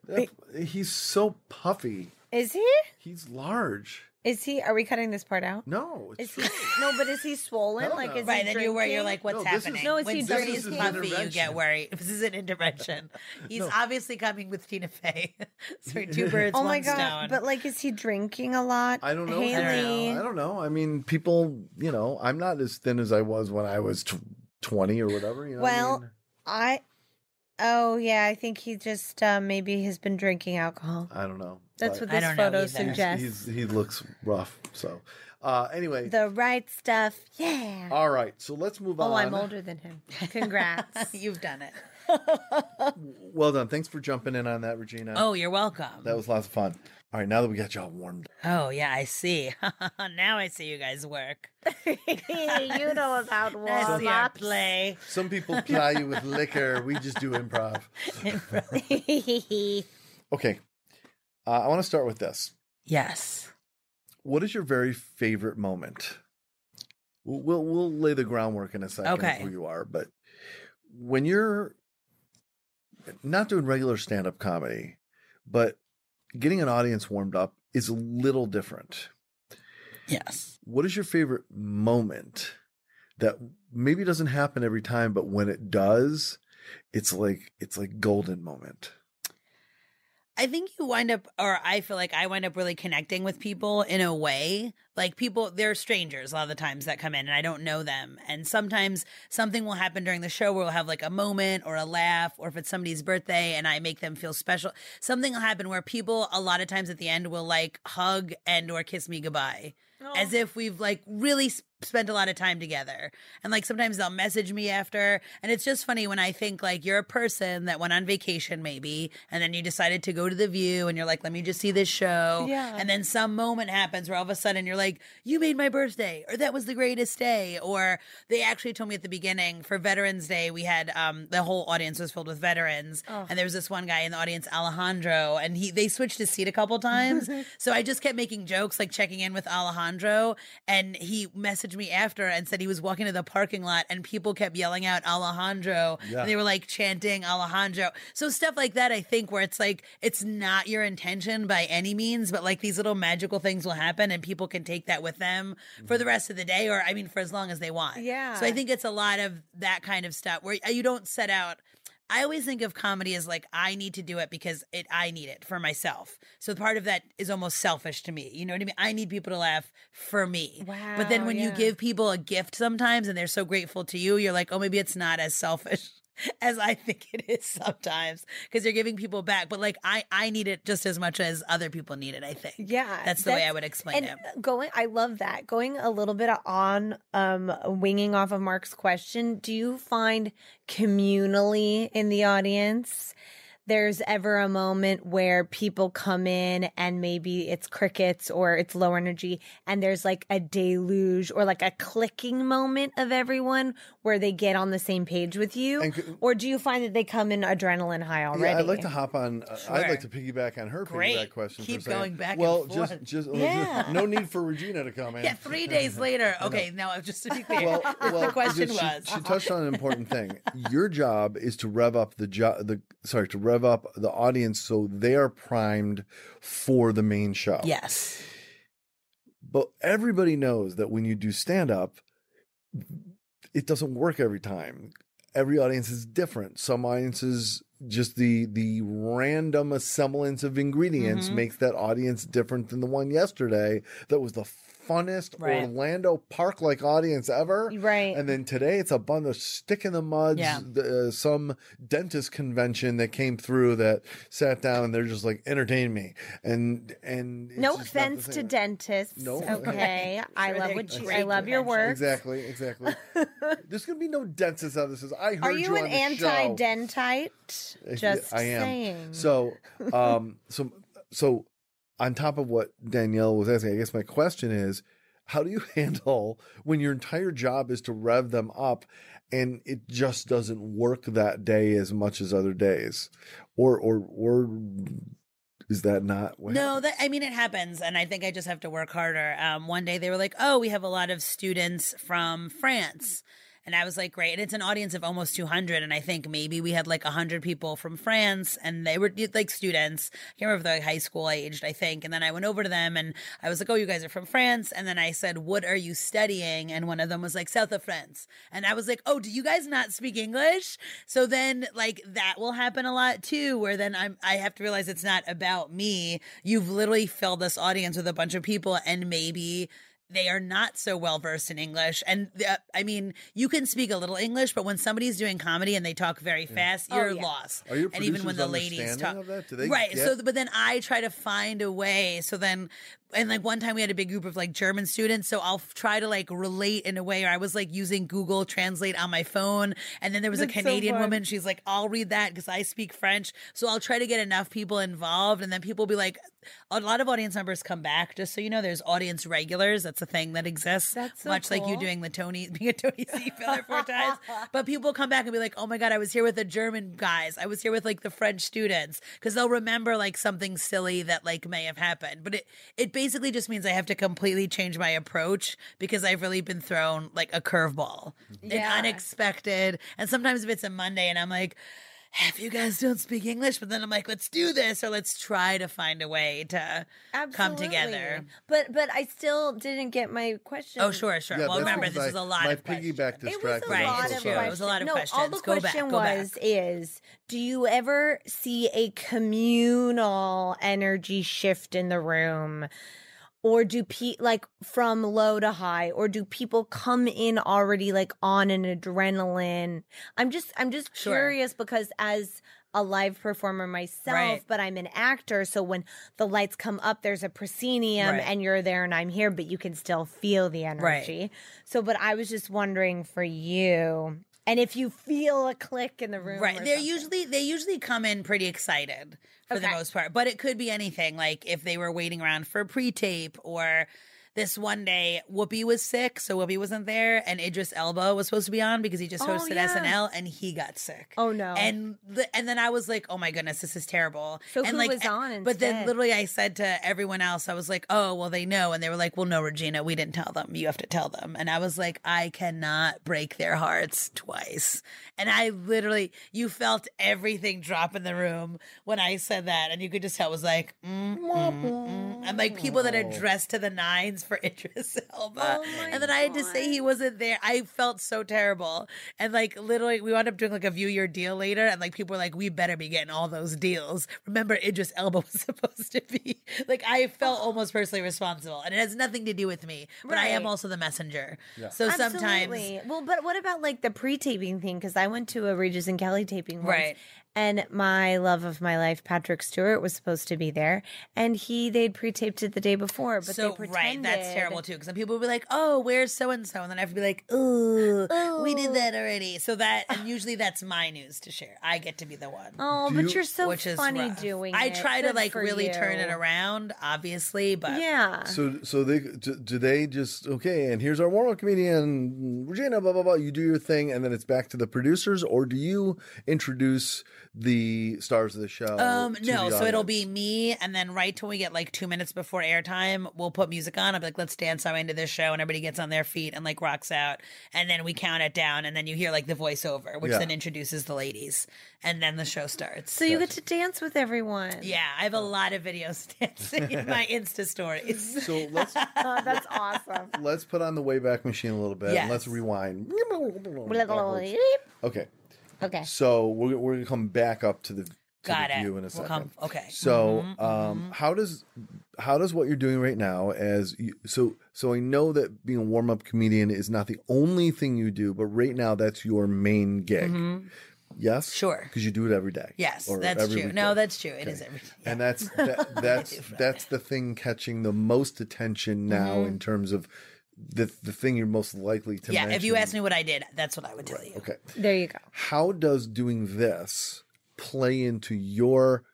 [SPEAKER 3] That- He's so puffy.
[SPEAKER 4] Is he?
[SPEAKER 3] He's large.
[SPEAKER 4] Is he? Are we cutting this part out?
[SPEAKER 3] No, it's
[SPEAKER 4] Is he? no, but is he swollen?
[SPEAKER 3] Hell
[SPEAKER 4] Like
[SPEAKER 3] no.
[SPEAKER 4] is
[SPEAKER 7] Right,
[SPEAKER 4] he
[SPEAKER 7] then you're where you're
[SPEAKER 4] drinking?
[SPEAKER 7] like, what's
[SPEAKER 3] No, this is-
[SPEAKER 7] happening?
[SPEAKER 4] No, is
[SPEAKER 7] when
[SPEAKER 4] he
[SPEAKER 7] somebody
[SPEAKER 4] drinking?
[SPEAKER 7] is
[SPEAKER 4] This is
[SPEAKER 7] puffy, you get
[SPEAKER 3] intervention.
[SPEAKER 7] worried. This is an intervention. He's obviously coming with Tina Fey. Sorry, two birds,
[SPEAKER 4] Oh
[SPEAKER 7] one
[SPEAKER 4] my god!
[SPEAKER 7] stone.
[SPEAKER 4] But like, is he drinking a lot?
[SPEAKER 3] I don't know.
[SPEAKER 4] Haley.
[SPEAKER 3] I don't know. I mean, people, you know, I'm not as thin as I was when I was tw- 20 or whatever. You know what I
[SPEAKER 4] Well,
[SPEAKER 3] mean?
[SPEAKER 4] I. Oh yeah, I think he just uh, maybe has been drinking alcohol.
[SPEAKER 3] I don't know.
[SPEAKER 4] That's
[SPEAKER 3] But
[SPEAKER 4] what this
[SPEAKER 7] don't know
[SPEAKER 4] photo
[SPEAKER 7] either.
[SPEAKER 4] suggests.
[SPEAKER 3] he's, he looks rough. So, uh, anyway,
[SPEAKER 4] the right stuff. Yeah.
[SPEAKER 3] all right. So let's move on.
[SPEAKER 4] oh, I'm older than him. Congrats.
[SPEAKER 7] You've done it.
[SPEAKER 3] Well done. Thanks for jumping in on that, Regina.
[SPEAKER 7] Oh, you're welcome.
[SPEAKER 3] That was lots of fun. All right, now that we got y'all warmed up.
[SPEAKER 7] Oh, yeah, I see. now I see you guys work.
[SPEAKER 4] you know about
[SPEAKER 7] I see our
[SPEAKER 4] warm-ups.
[SPEAKER 7] play.
[SPEAKER 3] Some people ply you with liquor. We just do improv. Okay. Uh, I want to start with this.
[SPEAKER 7] yes.
[SPEAKER 3] What is your very favorite moment? We'll we'll, we'll lay the groundwork in a second of
[SPEAKER 7] Okay.
[SPEAKER 3] who you are, but when you're not doing regular stand-up comedy, but getting an audience warmed up is a little different.
[SPEAKER 7] Yes.
[SPEAKER 3] What is your favorite moment that maybe doesn't happen every time, but when it does, it's like it's like golden moment.
[SPEAKER 7] I think you wind up, or I feel like I wind up really connecting with people in a way. Like people, they're strangers a lot of the times that come in and I don't know them. And sometimes something will happen during the show where we'll have like a moment or a laugh, or if it's somebody's birthday and I make them feel special, something will happen where people a lot of times at the end will like hug and or kiss me goodbye as if we've like really s- spent a lot of time together. And like sometimes they'll message me after. And it's just funny when I think like you're a person that went on vacation maybe, and then you decided to go to the view and you're like, let me just see this show.
[SPEAKER 4] Yeah.
[SPEAKER 7] And then some moment happens where all of a sudden you're like, you made my birthday, or that was the greatest day. Or they actually told me at the beginning for Veterans Day, we had um, the whole audience was filled with veterans. And there was this one guy in the audience, Alejandro, and he they switched his seat a couple times. so I just kept making jokes, like checking in with Alejandro. And he messaged me after and said he was walking to the parking lot and people kept yelling out Alejandro.
[SPEAKER 3] Yeah.
[SPEAKER 7] And they were like chanting Alejandro. So stuff like that, I think, where it's like it's not your intention by any means, but like these little magical things will happen and people can take that with them for the rest of the day or I mean for as long as they want. So I
[SPEAKER 4] Yeah.
[SPEAKER 7] think it's a lot of that kind of stuff where uh, you don't set out I always think of comedy as like I need to do it because it I need it for myself. So part of that is almost selfish to me. You know what I mean? I need people to laugh for me. But then
[SPEAKER 4] Wow,
[SPEAKER 7] when you
[SPEAKER 4] yeah.
[SPEAKER 7] give people a gift sometimes and they're so grateful to you, you're like, "Oh, maybe it's not as selfish." As I think it is sometimes, because you're giving people back, but like I, I need it just as much as other people need it. I think.
[SPEAKER 4] Yeah,
[SPEAKER 7] that's the way I would explain
[SPEAKER 4] and
[SPEAKER 7] it.
[SPEAKER 4] Going, I love that. Going a little bit on, um, winging off of Mark's question. Do you find communally in the audience? There's ever a moment where people come in and maybe it's crickets or it's low energy, and there's like a deluge or like a clicking moment of everyone where they get on the same page with you,
[SPEAKER 3] And c-
[SPEAKER 4] or do you find that they come in adrenaline high already?
[SPEAKER 3] Yeah, I'd like to hop on. uh, I'd like to
[SPEAKER 7] Sure.
[SPEAKER 3] piggyback on her
[SPEAKER 7] Great.
[SPEAKER 3] piggyback question. for a
[SPEAKER 7] Keep
[SPEAKER 3] second.
[SPEAKER 7] going back and
[SPEAKER 3] Well,
[SPEAKER 7] forth.
[SPEAKER 3] just just
[SPEAKER 4] Yeah.
[SPEAKER 3] no need for Regina to come in.
[SPEAKER 7] Yeah, three days later. Okay, now just to be clear,
[SPEAKER 3] Well, well,
[SPEAKER 7] the question
[SPEAKER 3] she,
[SPEAKER 7] was. Uh-huh.
[SPEAKER 3] she touched on an important thing. Your job is to rev up the job. The sorry, to rev up the audience so they are primed for the main show.
[SPEAKER 7] yes.
[SPEAKER 3] But everybody knows that when you do stand up, it doesn't work every time. Every audience is different. Some audiences just the the random semblance of ingredients
[SPEAKER 4] Mm-hmm.
[SPEAKER 3] makes that audience different than the one yesterday that was the funnest
[SPEAKER 7] Right.
[SPEAKER 3] Orlando Park like audience ever.
[SPEAKER 4] Right.
[SPEAKER 3] And then today it's a bunch of stick in the muds,
[SPEAKER 7] Yeah.
[SPEAKER 3] the, uh, some dentist convention that came through that sat down and they're just like entertain me. And and it's
[SPEAKER 4] no
[SPEAKER 3] just not the
[SPEAKER 4] offense to
[SPEAKER 3] same.
[SPEAKER 4] dentists.
[SPEAKER 3] No.
[SPEAKER 4] Okay. I
[SPEAKER 7] Sure,
[SPEAKER 4] love
[SPEAKER 7] they're
[SPEAKER 4] what you, I
[SPEAKER 7] great
[SPEAKER 4] love your
[SPEAKER 7] prevention.
[SPEAKER 4] work.
[SPEAKER 3] Exactly, exactly. There's gonna be no dentist out of this. is- I heard
[SPEAKER 4] Are you
[SPEAKER 3] on
[SPEAKER 4] an
[SPEAKER 3] the show.
[SPEAKER 4] anti-dentite?
[SPEAKER 3] If-
[SPEAKER 4] Just
[SPEAKER 3] I am.
[SPEAKER 4] saying.
[SPEAKER 3] So, um, so, so, on top of what Danielle was asking, I guess my question is, how do you handle when your entire job is to rev them up, and it just doesn't work that day as much as other days, or or or is that not what
[SPEAKER 7] No,
[SPEAKER 3] happened?
[SPEAKER 7] that I mean it happens, and I think I just have to work harder. Um, one day they were like, "Oh, we have a lot of students from France," and I was like, "Great!" And it's an audience of almost 200, and I think maybe we had like 100 people from France, and they were like students. I can't remember if they're like high school aged, I think. And then I went over to them, and I was like, "Oh, you guys are from France," and then I said, "What are you studying?" And one of them was like, "South of France," and I was like, "Oh, do you guys not speak English?" So then, like that will happen a lot too, where then I'm I have to realize it's not about me. You've literally filled this audience with a bunch of people, and maybe they are not so well versed in English. And the, I mean, you can speak a little English, but when somebody's doing comedy and they talk very fast, you're
[SPEAKER 4] yeah.
[SPEAKER 7] lost.
[SPEAKER 3] Are your
[SPEAKER 7] and even
[SPEAKER 3] producers
[SPEAKER 7] when the ladies
[SPEAKER 3] understanding
[SPEAKER 7] talk,
[SPEAKER 3] of that? Do they
[SPEAKER 7] right? So,
[SPEAKER 3] get-
[SPEAKER 7] but then I try to find a way. So then, and like one time we had a big group of like German students, so I'll f- try to like relate in a way. Or I was like using Google Translate on my phone, and then there was a Canadian woman. She's like, "I'll read that because I speak French." So I'll try to get enough people involved, and then people will be like, a lot of audience members come back. Just so you know, there's audience regulars. That's a thing that exists.
[SPEAKER 4] That's so
[SPEAKER 7] much like you
[SPEAKER 4] cool.
[SPEAKER 7] doing the Tony, being a Tony C filler four times. But people come back and be like, "Oh my god, I was here with the German guys. I was here with like the French students," because they'll remember like something silly that like may have happened. But it it basically just means I have to completely change my approach because I've really been thrown like a curveball,
[SPEAKER 4] Yeah.
[SPEAKER 7] an unexpected. And sometimes if it's a Monday and I'm like if you guys don't speak English, but then I'm like, let's do this or let's try to find a way to come together.
[SPEAKER 4] Absolutely. But but I still didn't get my question.
[SPEAKER 7] Oh, sure, sure.
[SPEAKER 3] Yeah,
[SPEAKER 7] well,
[SPEAKER 3] that's
[SPEAKER 7] remember,
[SPEAKER 3] because
[SPEAKER 7] this
[SPEAKER 3] I-
[SPEAKER 7] is a lot
[SPEAKER 3] my
[SPEAKER 7] of questions.
[SPEAKER 3] piggyback
[SPEAKER 4] It was
[SPEAKER 3] distracted
[SPEAKER 4] a
[SPEAKER 3] me
[SPEAKER 7] Right,
[SPEAKER 4] lot
[SPEAKER 7] it's
[SPEAKER 4] of
[SPEAKER 3] so
[SPEAKER 7] true. It
[SPEAKER 4] questions.
[SPEAKER 7] was a lot of
[SPEAKER 4] no, all the
[SPEAKER 7] questions. Go back,
[SPEAKER 4] question
[SPEAKER 7] go back.
[SPEAKER 4] was is do you ever see a communal energy shift in the room? Or do pe like from low to high, or do people come in already like on an adrenaline? I'm just I'm just
[SPEAKER 7] Sure.
[SPEAKER 4] curious because as a live performer myself,
[SPEAKER 7] Right.
[SPEAKER 4] but I'm an actor. So when the lights come up, there's a proscenium
[SPEAKER 7] Right.
[SPEAKER 4] and you're there and I'm here, but you can still feel the energy. So, but I was just wondering for you, and if you feel a click in the room,
[SPEAKER 7] Right.
[SPEAKER 4] or
[SPEAKER 7] They're
[SPEAKER 4] something.
[SPEAKER 7] usually they usually come in pretty excited for the
[SPEAKER 4] Okay.
[SPEAKER 7] most part. But it could be anything, like if they were waiting around for pre-tape or this one day Whoopi was sick, so Whoopi wasn't there, and Idris Elba was supposed to be on because he just
[SPEAKER 4] Oh,
[SPEAKER 7] hosted
[SPEAKER 4] yeah.
[SPEAKER 7] SNL and he got sick.
[SPEAKER 4] Oh, no.
[SPEAKER 7] And the, and then I was like, oh my goodness, this is terrible.
[SPEAKER 4] So
[SPEAKER 7] and
[SPEAKER 4] who
[SPEAKER 7] like,
[SPEAKER 4] was on
[SPEAKER 7] But then
[SPEAKER 4] instead?
[SPEAKER 7] literally I said to everyone else, I was like, oh well, they know, and they were like, well, no, Regina, we didn't tell them. You have to tell them. And I was like, I cannot break their hearts twice. And I literally, you felt everything drop in the room when I said that, and you could just tell it was like, mm, mm, mm. and like people that are dressed to the nines for Idris
[SPEAKER 4] Oh
[SPEAKER 7] Elba, and then I had to say he wasn't there. I felt so terrible, and like literally, we wound up doing like a view your deal later, and like people were like, we better be getting all those deals. Remember, Idris Elba was supposed to be like, I felt
[SPEAKER 4] Oh.
[SPEAKER 7] almost personally responsible, and it has nothing to do with me, but I am
[SPEAKER 4] Right.
[SPEAKER 7] also the messenger. So sometimes
[SPEAKER 4] Absolutely. Well, but what about like the pre-taping thing? Because I went to a Regis and Kelly taping once,
[SPEAKER 7] Right.
[SPEAKER 4] and my love of my life, Patrick Stewart, was supposed to be there, and he they'd pre-taped it the day before, but they pretended.
[SPEAKER 7] right, that's terrible too. Because then people will be like, "Oh, where's so and so?" And then I have to be like, "Ooh, we did that already." So that, and usually that's my news to share. I get to be the one,
[SPEAKER 4] Oh,
[SPEAKER 3] Do
[SPEAKER 4] but
[SPEAKER 3] you-
[SPEAKER 4] you're so
[SPEAKER 7] which is
[SPEAKER 4] funny
[SPEAKER 7] rough.
[SPEAKER 4] doing.
[SPEAKER 7] I
[SPEAKER 4] it.
[SPEAKER 7] try to
[SPEAKER 4] Good
[SPEAKER 7] like
[SPEAKER 4] for
[SPEAKER 7] really turn it
[SPEAKER 4] you.
[SPEAKER 7] around, obviously, but
[SPEAKER 4] Yeah.
[SPEAKER 3] So, so they do, do they just okay? And here's our warm-up comedian Regina. Blah blah blah. You do your thing, and then it's back to the producers, or do you introduce the stars of the show?
[SPEAKER 7] Um,
[SPEAKER 3] Oh, to
[SPEAKER 7] no,
[SPEAKER 3] the
[SPEAKER 7] so it'll be
[SPEAKER 3] audience?
[SPEAKER 7] me, and then right till we get like two minutes before airtime, we'll put music on. I'll be like, let's dance our way into this show, and everybody gets on their feet and like rocks out, and then we count it down, and then you hear like the voiceover, which
[SPEAKER 3] Yeah.
[SPEAKER 7] then introduces the ladies, and then the show starts.
[SPEAKER 4] so you get to dance with everyone.
[SPEAKER 7] Yeah, I have a lot of videos dancing in my Insta stories.
[SPEAKER 3] So let's
[SPEAKER 4] Oh, that's awesome.
[SPEAKER 3] let's put on the Wayback Machine a little bit.
[SPEAKER 7] Yes.
[SPEAKER 3] And let's rewind. Backwards. okay,
[SPEAKER 4] okay.
[SPEAKER 3] so we're we're gonna come back up to the to
[SPEAKER 7] Got
[SPEAKER 3] the
[SPEAKER 7] it.
[SPEAKER 3] view in a
[SPEAKER 7] We'll
[SPEAKER 3] 2nd
[SPEAKER 7] come- okay.
[SPEAKER 3] So,
[SPEAKER 7] Mm-hmm,
[SPEAKER 3] um, how does how does what you're doing right now as you, so so I know that being a warm up comedian is not the only thing you do, but right now that's your main gig. Yes,
[SPEAKER 7] Mm-hmm. Sure.
[SPEAKER 3] because you do it every day.
[SPEAKER 7] Yes,
[SPEAKER 3] or
[SPEAKER 7] that's true.
[SPEAKER 3] every
[SPEAKER 7] No,
[SPEAKER 3] weekday.
[SPEAKER 7] that's true. It is every yeah.
[SPEAKER 3] And that's that, that's that's the thing catching the most attention now in terms of the the thing you're most likely to.
[SPEAKER 7] Mm-hmm. yeah. If you
[SPEAKER 3] mention.
[SPEAKER 7] asked me what I did, that's what I would tell you.
[SPEAKER 3] okay,
[SPEAKER 4] There you go.
[SPEAKER 3] how does doing this play into your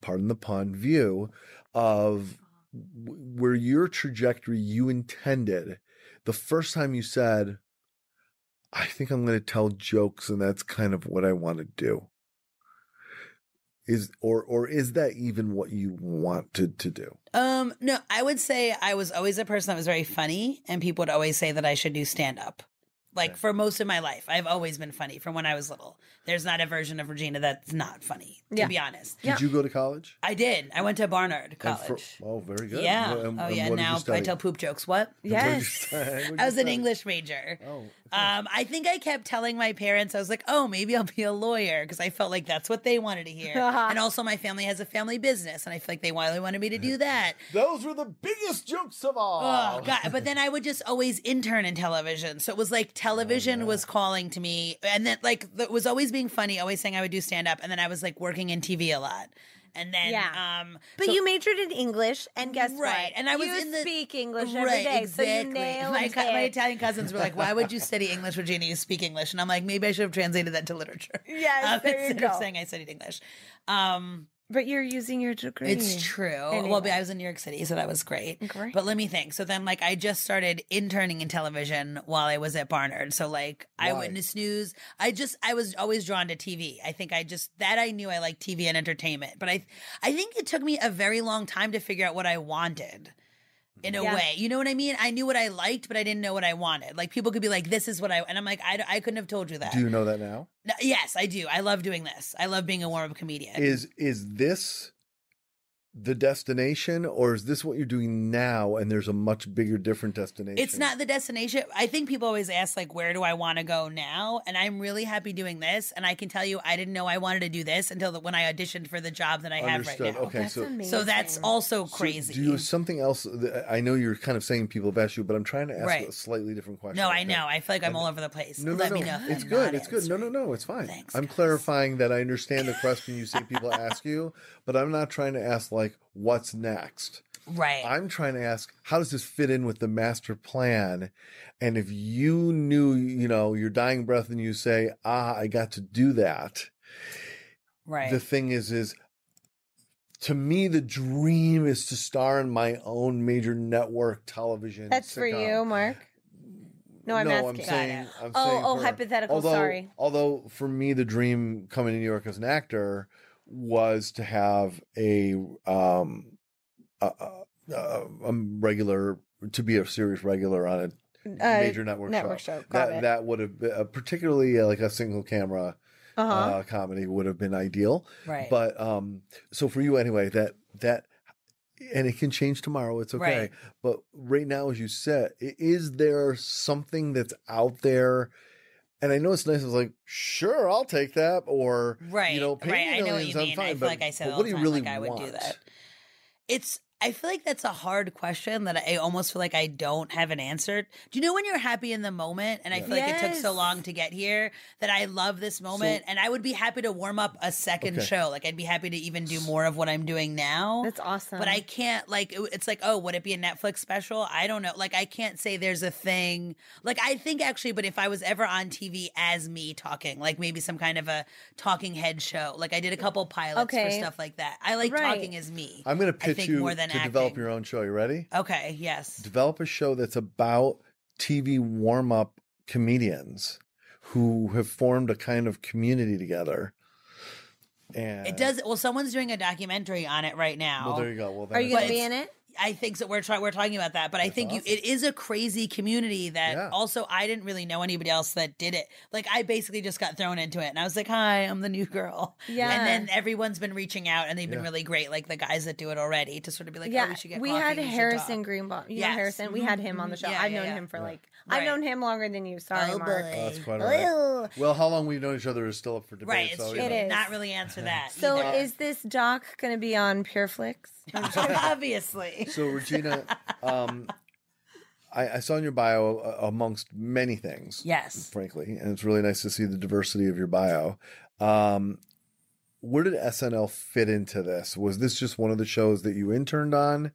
[SPEAKER 3] pardon the pun view of
[SPEAKER 7] Uh-huh.
[SPEAKER 3] w- where your trajectory you intended the first time you said i think i'm going to tell jokes and that's kind of what i want to do is or or is that even what you wanted to do
[SPEAKER 7] Um, no, I would say I was always a person that was very funny, and people would always say that I should do stand up. Like for most of my life, I've always been funny from when I was little. There's not a version of Regina that's not funny, to
[SPEAKER 4] Yeah.
[SPEAKER 7] be honest.
[SPEAKER 4] Yeah.
[SPEAKER 3] did you go to college
[SPEAKER 7] I did. I went to Barnard
[SPEAKER 3] And
[SPEAKER 7] College.
[SPEAKER 3] for- oh very good
[SPEAKER 7] Yeah.
[SPEAKER 3] And-
[SPEAKER 7] oh
[SPEAKER 3] and
[SPEAKER 7] yeah.
[SPEAKER 3] what did you
[SPEAKER 7] Now I
[SPEAKER 3] study?
[SPEAKER 7] tell poop jokes. What?
[SPEAKER 4] Yes.
[SPEAKER 3] What did you
[SPEAKER 7] I was an
[SPEAKER 3] study?
[SPEAKER 7] English major.
[SPEAKER 3] oh
[SPEAKER 7] Um, I think I kept telling my parents, I was like, oh, maybe I'll be a lawyer because I felt like that's what they wanted to hear. and also, my family has a family business, and I feel like they really wanted me to do that.
[SPEAKER 3] Those were the biggest jokes of all.
[SPEAKER 7] Oh, God. But then I would just always intern in television. So it was like
[SPEAKER 3] Oh,
[SPEAKER 7] television was calling to me. And then, like, it was always being funny, always saying I would do stand up. And then I was like working in TV a lot. And then,
[SPEAKER 4] Yeah.
[SPEAKER 7] um,
[SPEAKER 4] But
[SPEAKER 7] so-
[SPEAKER 4] you majored in English, and guess what?
[SPEAKER 7] Right, and I was
[SPEAKER 4] you
[SPEAKER 7] in the-
[SPEAKER 4] speak English every day, so you nailed
[SPEAKER 7] my, co- my
[SPEAKER 4] it.
[SPEAKER 7] Italian cousins were like, "Why would you study English, Regina? You speak English." And I'm like, "Maybe I should have translated that to literature." Uh,
[SPEAKER 4] Yes, there you
[SPEAKER 7] instead of
[SPEAKER 4] go.
[SPEAKER 7] saying I studied English. Um,
[SPEAKER 4] But you're using your degree.
[SPEAKER 7] it's true. Well, but I was in New York City, so that was great.
[SPEAKER 4] Mm. Great.
[SPEAKER 7] But let me think. So then, like, I just started interning in television while I was at Barnard. So like, Eyewitness News. I just I was always drawn to TV. I think I just that I knew I liked TV and entertainment. But I I think it took me a very long time to figure out what I wanted. In a
[SPEAKER 4] Yeah.
[SPEAKER 7] way, you know what I mean. I knew what I liked, but I didn't know what I wanted. Like people could be like, "This is what I," and I'm like, "I, d- I couldn't have told you that."
[SPEAKER 3] Do you know that now?
[SPEAKER 7] No, yes, I do. I love doing this. I love being a warm up comedian.
[SPEAKER 3] Is is this the destination, or is this what you're doing now? And there's a much bigger, different destination.
[SPEAKER 7] It's not the destination. I think people always ask, like, where do I want to go now? And I'm really happy doing this. And I can tell you, I didn't know I wanted to do this until the, when I auditioned for the job that I have
[SPEAKER 3] Understood.
[SPEAKER 7] right now.
[SPEAKER 3] Okay,
[SPEAKER 4] That's
[SPEAKER 3] so-
[SPEAKER 4] amazing.
[SPEAKER 7] So that's also
[SPEAKER 3] So
[SPEAKER 7] crazy.
[SPEAKER 3] do you something else? that- I know you're kind of saying people have asked you, but I'm trying to ask
[SPEAKER 7] Right.
[SPEAKER 3] a slightly different question.
[SPEAKER 7] no, I
[SPEAKER 3] okay?
[SPEAKER 7] know. I feel like I'm all over the place.
[SPEAKER 3] No, no,
[SPEAKER 7] Let
[SPEAKER 3] no.
[SPEAKER 7] me know. if
[SPEAKER 3] It's
[SPEAKER 7] I'm
[SPEAKER 3] good.
[SPEAKER 7] not
[SPEAKER 3] It's good. No, no,
[SPEAKER 7] answering.
[SPEAKER 3] no. It's fine.
[SPEAKER 7] Thanks,
[SPEAKER 3] I'm
[SPEAKER 7] guys.
[SPEAKER 3] clarifying that I understand the question you say people ask you, but I'm not trying to ask like what's next.
[SPEAKER 7] Right.
[SPEAKER 3] I'm trying to ask how does this fit in with the master plan? And if you knew, you know, your dying breath and you say, "Ah, I got to do that."
[SPEAKER 7] right.
[SPEAKER 3] the thing is is to me the dream is to star in my own major network television
[SPEAKER 4] That's for
[SPEAKER 3] sitcom.
[SPEAKER 4] you, Mark. No, I'm asking.
[SPEAKER 3] saying, I'm
[SPEAKER 4] Oh,
[SPEAKER 3] saying
[SPEAKER 4] oh,
[SPEAKER 3] for-
[SPEAKER 4] hypothetical,
[SPEAKER 3] although-
[SPEAKER 4] sorry.
[SPEAKER 3] although for me the dream coming to new york as an actor was to have a um a, a, a a regular to be a series regular on a
[SPEAKER 4] Uh,
[SPEAKER 3] major network,
[SPEAKER 4] network show, got
[SPEAKER 3] that
[SPEAKER 4] it.
[SPEAKER 3] that would have been, uh, particularly uh, like a single camera
[SPEAKER 4] Uh-huh.
[SPEAKER 3] uh, comedy would have been ideal
[SPEAKER 7] right.
[SPEAKER 3] but um so for you anyway that that and it can change tomorrow it's okay
[SPEAKER 7] Right.
[SPEAKER 3] but right now as you said i- is there something that's out there and i know it's nice it's like sure i'll take that or
[SPEAKER 7] Right,
[SPEAKER 3] you know pay
[SPEAKER 7] right.
[SPEAKER 3] me
[SPEAKER 7] I know what
[SPEAKER 3] millions,
[SPEAKER 7] you
[SPEAKER 3] I'm
[SPEAKER 7] mean. I
[SPEAKER 3] fine,
[SPEAKER 7] feel
[SPEAKER 3] but-
[SPEAKER 7] like I said
[SPEAKER 3] but
[SPEAKER 7] all
[SPEAKER 3] what
[SPEAKER 7] the
[SPEAKER 3] do you
[SPEAKER 7] time,
[SPEAKER 3] really
[SPEAKER 7] like, I would do
[SPEAKER 3] want?
[SPEAKER 7] that. it's I feel like that's a hard question that I almost feel like I don't have an answer. Do you know when you're happy in the moment and I feel like it took so
[SPEAKER 4] Yes.
[SPEAKER 7] long to get here that I love this moment and I would be happy to warm up a second
[SPEAKER 3] Okay.
[SPEAKER 7] show. Like I'd be happy to even do more of what I'm doing now.
[SPEAKER 4] That's awesome.
[SPEAKER 7] But I can't like it- it's like oh would it be a Netflix special? I don't know. Like I can't say there's a thing. Like I think actually but if I was ever on TV as me talking, like maybe some kind of a talking head show. Like I did a couple pilots for
[SPEAKER 4] Okay.
[SPEAKER 7] stuff like that. I like
[SPEAKER 4] Right.
[SPEAKER 7] talking as me.
[SPEAKER 3] i'm going to
[SPEAKER 7] I
[SPEAKER 3] pitch
[SPEAKER 7] think
[SPEAKER 3] you
[SPEAKER 7] more than
[SPEAKER 3] to develop
[SPEAKER 7] acting.
[SPEAKER 3] your own show you ready
[SPEAKER 7] Okay, yes.
[SPEAKER 3] develop a show that's about tv warm-up comedians who have formed a kind of community together and
[SPEAKER 7] It does well someone's doing a documentary on it right now.
[SPEAKER 3] well there you go well
[SPEAKER 4] Are
[SPEAKER 3] then
[SPEAKER 4] you
[SPEAKER 3] it's
[SPEAKER 4] going
[SPEAKER 7] But
[SPEAKER 4] to be
[SPEAKER 7] it's-
[SPEAKER 4] in it?
[SPEAKER 7] I think that we're trying we're talking about that, but I
[SPEAKER 3] That's
[SPEAKER 7] think
[SPEAKER 3] awesome.
[SPEAKER 7] you it is a crazy community that
[SPEAKER 3] Yeah.
[SPEAKER 7] also I didn't really know anybody else that did it. Like I basically just got thrown into it and I was like, "Hi, I'm the new girl."
[SPEAKER 4] Yeah.
[SPEAKER 7] And then everyone's been reaching out and they've been
[SPEAKER 3] Yeah.
[SPEAKER 7] really great like the guys that do it already to sort of be like, "Oh, we should get coffee,
[SPEAKER 4] had
[SPEAKER 7] we should
[SPEAKER 4] Harrison
[SPEAKER 7] talk."
[SPEAKER 4] Greenbaum. You know
[SPEAKER 7] Yes.
[SPEAKER 4] Harrison. We had him on the
[SPEAKER 7] Mhm.
[SPEAKER 4] show.
[SPEAKER 7] Yeah,
[SPEAKER 4] I've
[SPEAKER 7] yeah,
[SPEAKER 4] known
[SPEAKER 7] yeah.
[SPEAKER 4] him for
[SPEAKER 3] Yeah.
[SPEAKER 4] like
[SPEAKER 7] Right.
[SPEAKER 4] I've known him longer than you. Sorry,
[SPEAKER 7] Oh,
[SPEAKER 4] Mark.
[SPEAKER 7] boy.
[SPEAKER 3] Oh, that's quite all right.
[SPEAKER 4] Ew.
[SPEAKER 3] Well, how long we've known each other is still up for debate.
[SPEAKER 7] Right, it's
[SPEAKER 3] so,
[SPEAKER 7] true.
[SPEAKER 3] you
[SPEAKER 4] It
[SPEAKER 3] know.
[SPEAKER 4] is.
[SPEAKER 7] Not really answer that.
[SPEAKER 4] So
[SPEAKER 7] either.
[SPEAKER 4] is this doc going to be on PureFlix?
[SPEAKER 7] obviously.
[SPEAKER 3] So, Regina, um, I, I saw in your bio, uh, amongst many things,
[SPEAKER 7] Yes.
[SPEAKER 3] frankly, and it's really nice to see the diversity of your bio. Um, where did SNL fit into this? Was this just one of the shows that you interned on?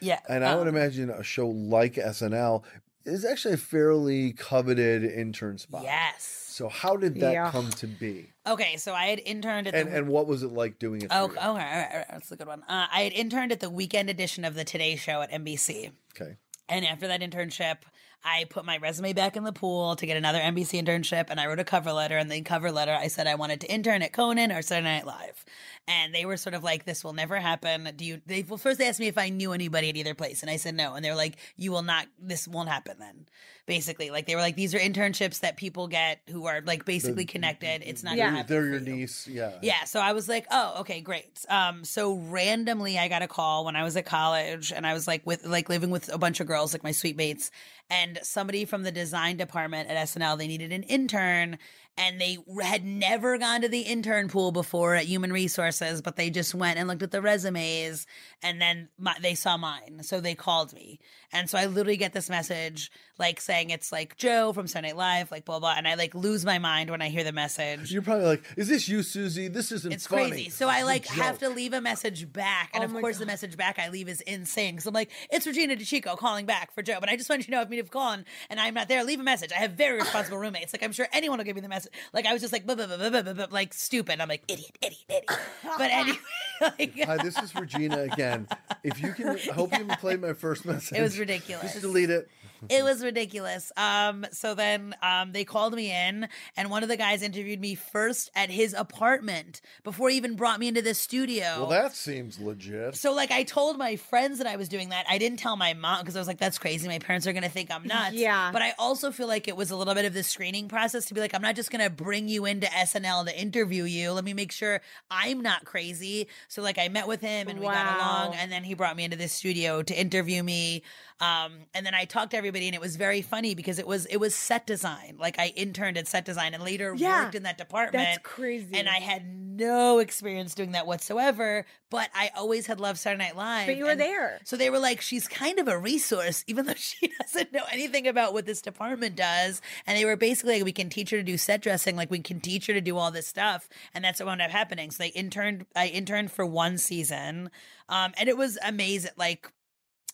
[SPEAKER 7] Yeah.
[SPEAKER 3] And I would
[SPEAKER 7] um,
[SPEAKER 3] imagine a show like SNL is actually a fairly coveted intern spot.
[SPEAKER 7] Yes.
[SPEAKER 3] So, how did that
[SPEAKER 4] Yeah.
[SPEAKER 3] come to be?
[SPEAKER 7] Okay, so I had interned at
[SPEAKER 3] And
[SPEAKER 7] the
[SPEAKER 3] and what was it like doing it? for
[SPEAKER 7] Oh,
[SPEAKER 3] you?
[SPEAKER 7] okay, all right, all right, that's a good one. Uh, I had interned at the weekend edition of the Today Show at NBC,
[SPEAKER 3] Okay.
[SPEAKER 7] and after that internship, I put my resume back in the pool to get another NBC internship, and I wrote a cover letter. And the cover letter, I said I wanted to intern at Conan or Saturday Night Live, and they were sort of like, "This will never happen." Do you? They well, first they asked me if I knew anybody at either place, and I said no, and they were like, "You will not. This won't happen." Then, basically, like they were like, "These are internships that people get who are like basically connected. It's not
[SPEAKER 4] Yeah.
[SPEAKER 7] gonna
[SPEAKER 3] They're-
[SPEAKER 7] happen."
[SPEAKER 3] They're
[SPEAKER 7] for
[SPEAKER 3] your
[SPEAKER 7] you."
[SPEAKER 3] niece. Yeah.
[SPEAKER 7] Yeah, so I was like, oh, okay, great. Um, so randomly, I got a call when I was at college, and I was like with like living with a bunch of girls, like my sweet mates, and somebody from the design department at SNL. They needed an intern, and they had never gone to the intern pool before at Human Resources, but they just went and looked at the resumes, and then my, they saw mine, so they called me, and so I literally get this message like saying it's like Joe from Saturday Night Live, like blah blah, and I like lose my mind when I hear the message.
[SPEAKER 3] You're probably like, is this you, Susie? This isn't
[SPEAKER 7] It's
[SPEAKER 3] funny.
[SPEAKER 7] crazy. So I like have to leave a message back, and of course the message back I leave is insane because I'm like, it's Regina DeChico calling back for Joe, but I just want you to know if you've gone and I'm not there, leave a message. I have very responsible roommates. Like I'm sure anyone will give me the message. Like I was just like, buh, buh, buh, buh, buh, buh, buh, like stupid. I'm like idiot, idiot, idiot. But anyway, like,
[SPEAKER 3] Hi, this is Regina again. If you can, I hope you can play my first message.
[SPEAKER 7] it was ridiculous.
[SPEAKER 3] Just delete it.
[SPEAKER 7] it was ridiculous. Um, so then um, they called me in, and one of the guys interviewed me first at his apartment before he even brought me into the studio.
[SPEAKER 3] Well, that seems legit.
[SPEAKER 7] Oh. So like I told my friends that I was doing that. I didn't tell my mom because I was like, that's crazy. My parents are gonna think I'm nuts.
[SPEAKER 4] Yeah.
[SPEAKER 7] But I also feel like it was a little bit of the screening process to be like, I'm not just gonna bring you into SNL to interview you. Let me make sure I'm not crazy. So like I met with him and we got
[SPEAKER 4] Wow.
[SPEAKER 7] along and then he brought me into this studio to interview me. Um, and then I talked to everybody and it was very funny because it was it was set design. Like I interned at set design and later
[SPEAKER 4] Yeah.
[SPEAKER 7] worked in that department.
[SPEAKER 4] crazy.
[SPEAKER 7] And I had no experience doing that whatsoever, but I always had loved Saturday Night Live.
[SPEAKER 4] But you were
[SPEAKER 7] and
[SPEAKER 4] there.
[SPEAKER 7] So they were like, she's kind of a resource, even though she doesn't know anything about what this department does. And they were basically like, we can teach her to do set dressing, like we can teach her to do all this stuff. And that's what wound up happening. So they interned, I interned for one season. Um, and it was amazing. Like,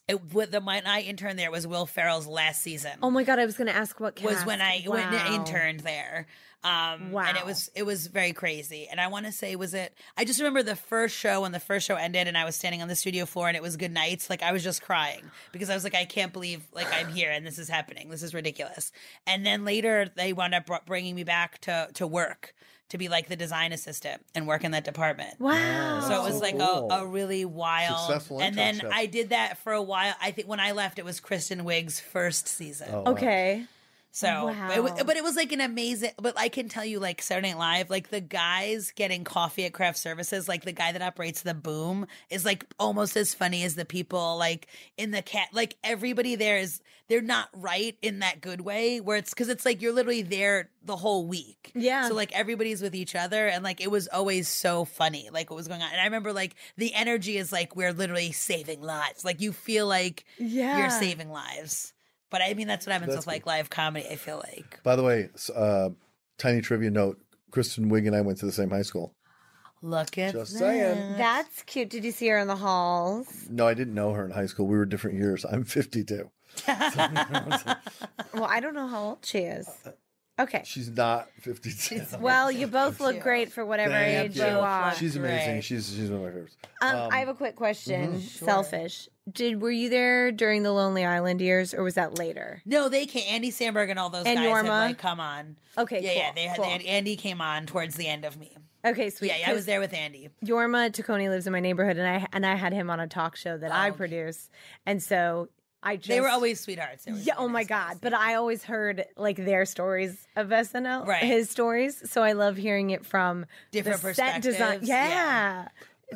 [SPEAKER 7] it, with the my I interned there was Will Ferrell's last season
[SPEAKER 4] oh my god, I was gonna ask what cast.
[SPEAKER 7] was when I when I
[SPEAKER 4] Wow.
[SPEAKER 7] interned there. Um and
[SPEAKER 4] Wow.
[SPEAKER 7] it was it was very crazy. And I want to say was it I just remember the first show when the first show ended and I was standing on the studio floor and it was good nights like I was just crying because I was like I can't believe like I'm here and this is happening. This is ridiculous. And then later they wound up br- bringing me back to to work to be like the design assistant and work in that department.
[SPEAKER 4] Wow.
[SPEAKER 7] So it was like
[SPEAKER 3] cool.
[SPEAKER 7] a, a really wild
[SPEAKER 3] Successful
[SPEAKER 7] and then
[SPEAKER 3] internship.
[SPEAKER 7] I did that for a while. I think when I left it was Kristen Wiig's first season.
[SPEAKER 3] Oh, wow.
[SPEAKER 4] okay.
[SPEAKER 7] So, but, it wa-
[SPEAKER 4] Wow.
[SPEAKER 7] but it was like an amazing. But I can tell you, like Saturday Night Live, like the guys getting coffee at craft services, like the guy that operates the boom is like almost as funny as the people like in the cat. Like everybody there is, they're not right in that good way. Where it's because it's like you're literally there the whole week.
[SPEAKER 4] Yeah.
[SPEAKER 7] So like everybody's with each other, and like it was always so funny, like what was going on. And I remember like the energy is like we're literally saving lives. Like you feel like
[SPEAKER 4] Yeah.
[SPEAKER 7] you're saving lives. But I mean, that's what happens
[SPEAKER 3] That's
[SPEAKER 7] with like live comedy. I feel like
[SPEAKER 3] By the way, s- uh, tiny trivia note: Kristen Wiig and I went to the same high school.
[SPEAKER 7] look at
[SPEAKER 3] Just saying.
[SPEAKER 4] That's cute. Did you see her in the halls?
[SPEAKER 3] No, I didn't know her in high school. We were different years. I'm 52.
[SPEAKER 4] Well, I don't know how old she is. Okay.
[SPEAKER 3] She's not 52.
[SPEAKER 4] Well, you both look great for whatever
[SPEAKER 3] Thank
[SPEAKER 4] age
[SPEAKER 3] you.
[SPEAKER 4] you are.
[SPEAKER 3] She's amazing.
[SPEAKER 7] Great.
[SPEAKER 3] She's she's one of my favorites.
[SPEAKER 4] Um, I have a quick question.
[SPEAKER 3] Mm-hmm.
[SPEAKER 4] Selfish. Did were you there during the Lonely Island years, or was that later?
[SPEAKER 7] No, they came. Andy Samberg and all those
[SPEAKER 4] And
[SPEAKER 7] guys had
[SPEAKER 4] Yorma?
[SPEAKER 7] like come on.
[SPEAKER 4] Okay,
[SPEAKER 7] yeah,
[SPEAKER 4] cool,
[SPEAKER 7] yeah. They had
[SPEAKER 4] cool.
[SPEAKER 7] they- Andy came on towards the end of me.
[SPEAKER 4] Okay, sweet.
[SPEAKER 7] Yeah, yeah. I was there with Andy.
[SPEAKER 4] Yorma Tacone lives in my neighborhood, and I and I had him on a talk show that I
[SPEAKER 7] Oh, okay.
[SPEAKER 4] produce, and so I just
[SPEAKER 7] They were always sweethearts. They were
[SPEAKER 4] yeah. Oh
[SPEAKER 7] really
[SPEAKER 4] my
[SPEAKER 7] nice guys.
[SPEAKER 4] god! But I always heard like their stories of SNL,
[SPEAKER 7] Right.
[SPEAKER 4] his stories. So I love hearing it from
[SPEAKER 7] Different
[SPEAKER 4] the set design.
[SPEAKER 7] perspectives,
[SPEAKER 4] Yeah.
[SPEAKER 7] yeah.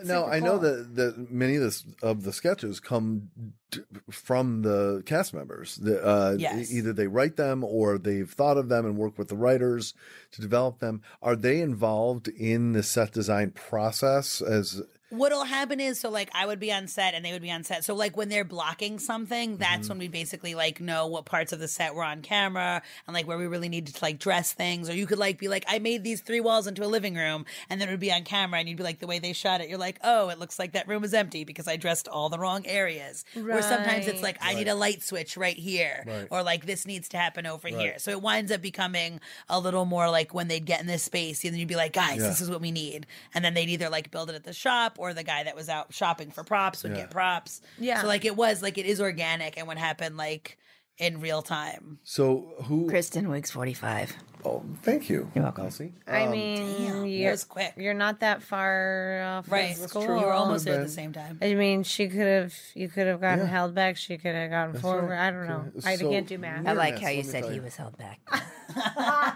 [SPEAKER 3] now I know that that many of this of the sketches come d- from the cast members. The, uh,
[SPEAKER 7] Yes.
[SPEAKER 3] e- Either they write them or they've thought of them and work with the writers to develop them. Are they involved in the set design process? As
[SPEAKER 7] What'll happen is so like I would be on set and they would be on set. So like when they're blocking something, that's when we basically like know what parts of the set were on camera and like where we really need to like dress things. Or you could like be like, I made these three walls into a living room, and then it would be on camera, and you'd be like, the way they shot it, you're like, oh, it looks like that room is empty because I dressed all the wrong areas. Where sometimes it's like I need a light switch right here, or like this needs to happen over here. So it winds up becoming a little more like when they'd get in this space, and then you'd be like, guys, this is what we need. And then they'd either like build it at the shop or the guy that was out shopping for props would get props.
[SPEAKER 4] Yeah.
[SPEAKER 7] So like it was like it is organic and what happened like in real time.
[SPEAKER 3] so, who?
[SPEAKER 6] Kristen Wiggs, 45.
[SPEAKER 3] Oh, thank you.
[SPEAKER 6] You're welcome.
[SPEAKER 3] Elsie.
[SPEAKER 4] I mean,
[SPEAKER 7] Damn,
[SPEAKER 4] you're,
[SPEAKER 7] that was quick.
[SPEAKER 4] you're not that far off.
[SPEAKER 7] Right.
[SPEAKER 4] Of
[SPEAKER 7] You
[SPEAKER 4] school.
[SPEAKER 7] were almost there at the
[SPEAKER 3] bad.
[SPEAKER 7] same time.
[SPEAKER 4] I mean, she could have. You could have gotten
[SPEAKER 3] Yeah.
[SPEAKER 4] held back. She could have gotten forward.
[SPEAKER 3] right.
[SPEAKER 4] I don't know.
[SPEAKER 3] Okay.
[SPEAKER 4] I
[SPEAKER 3] So-
[SPEAKER 4] can't do math.
[SPEAKER 6] I like
[SPEAKER 3] Yes,
[SPEAKER 6] how you
[SPEAKER 3] let me
[SPEAKER 6] said
[SPEAKER 3] tell
[SPEAKER 6] he
[SPEAKER 3] you.
[SPEAKER 6] was held back.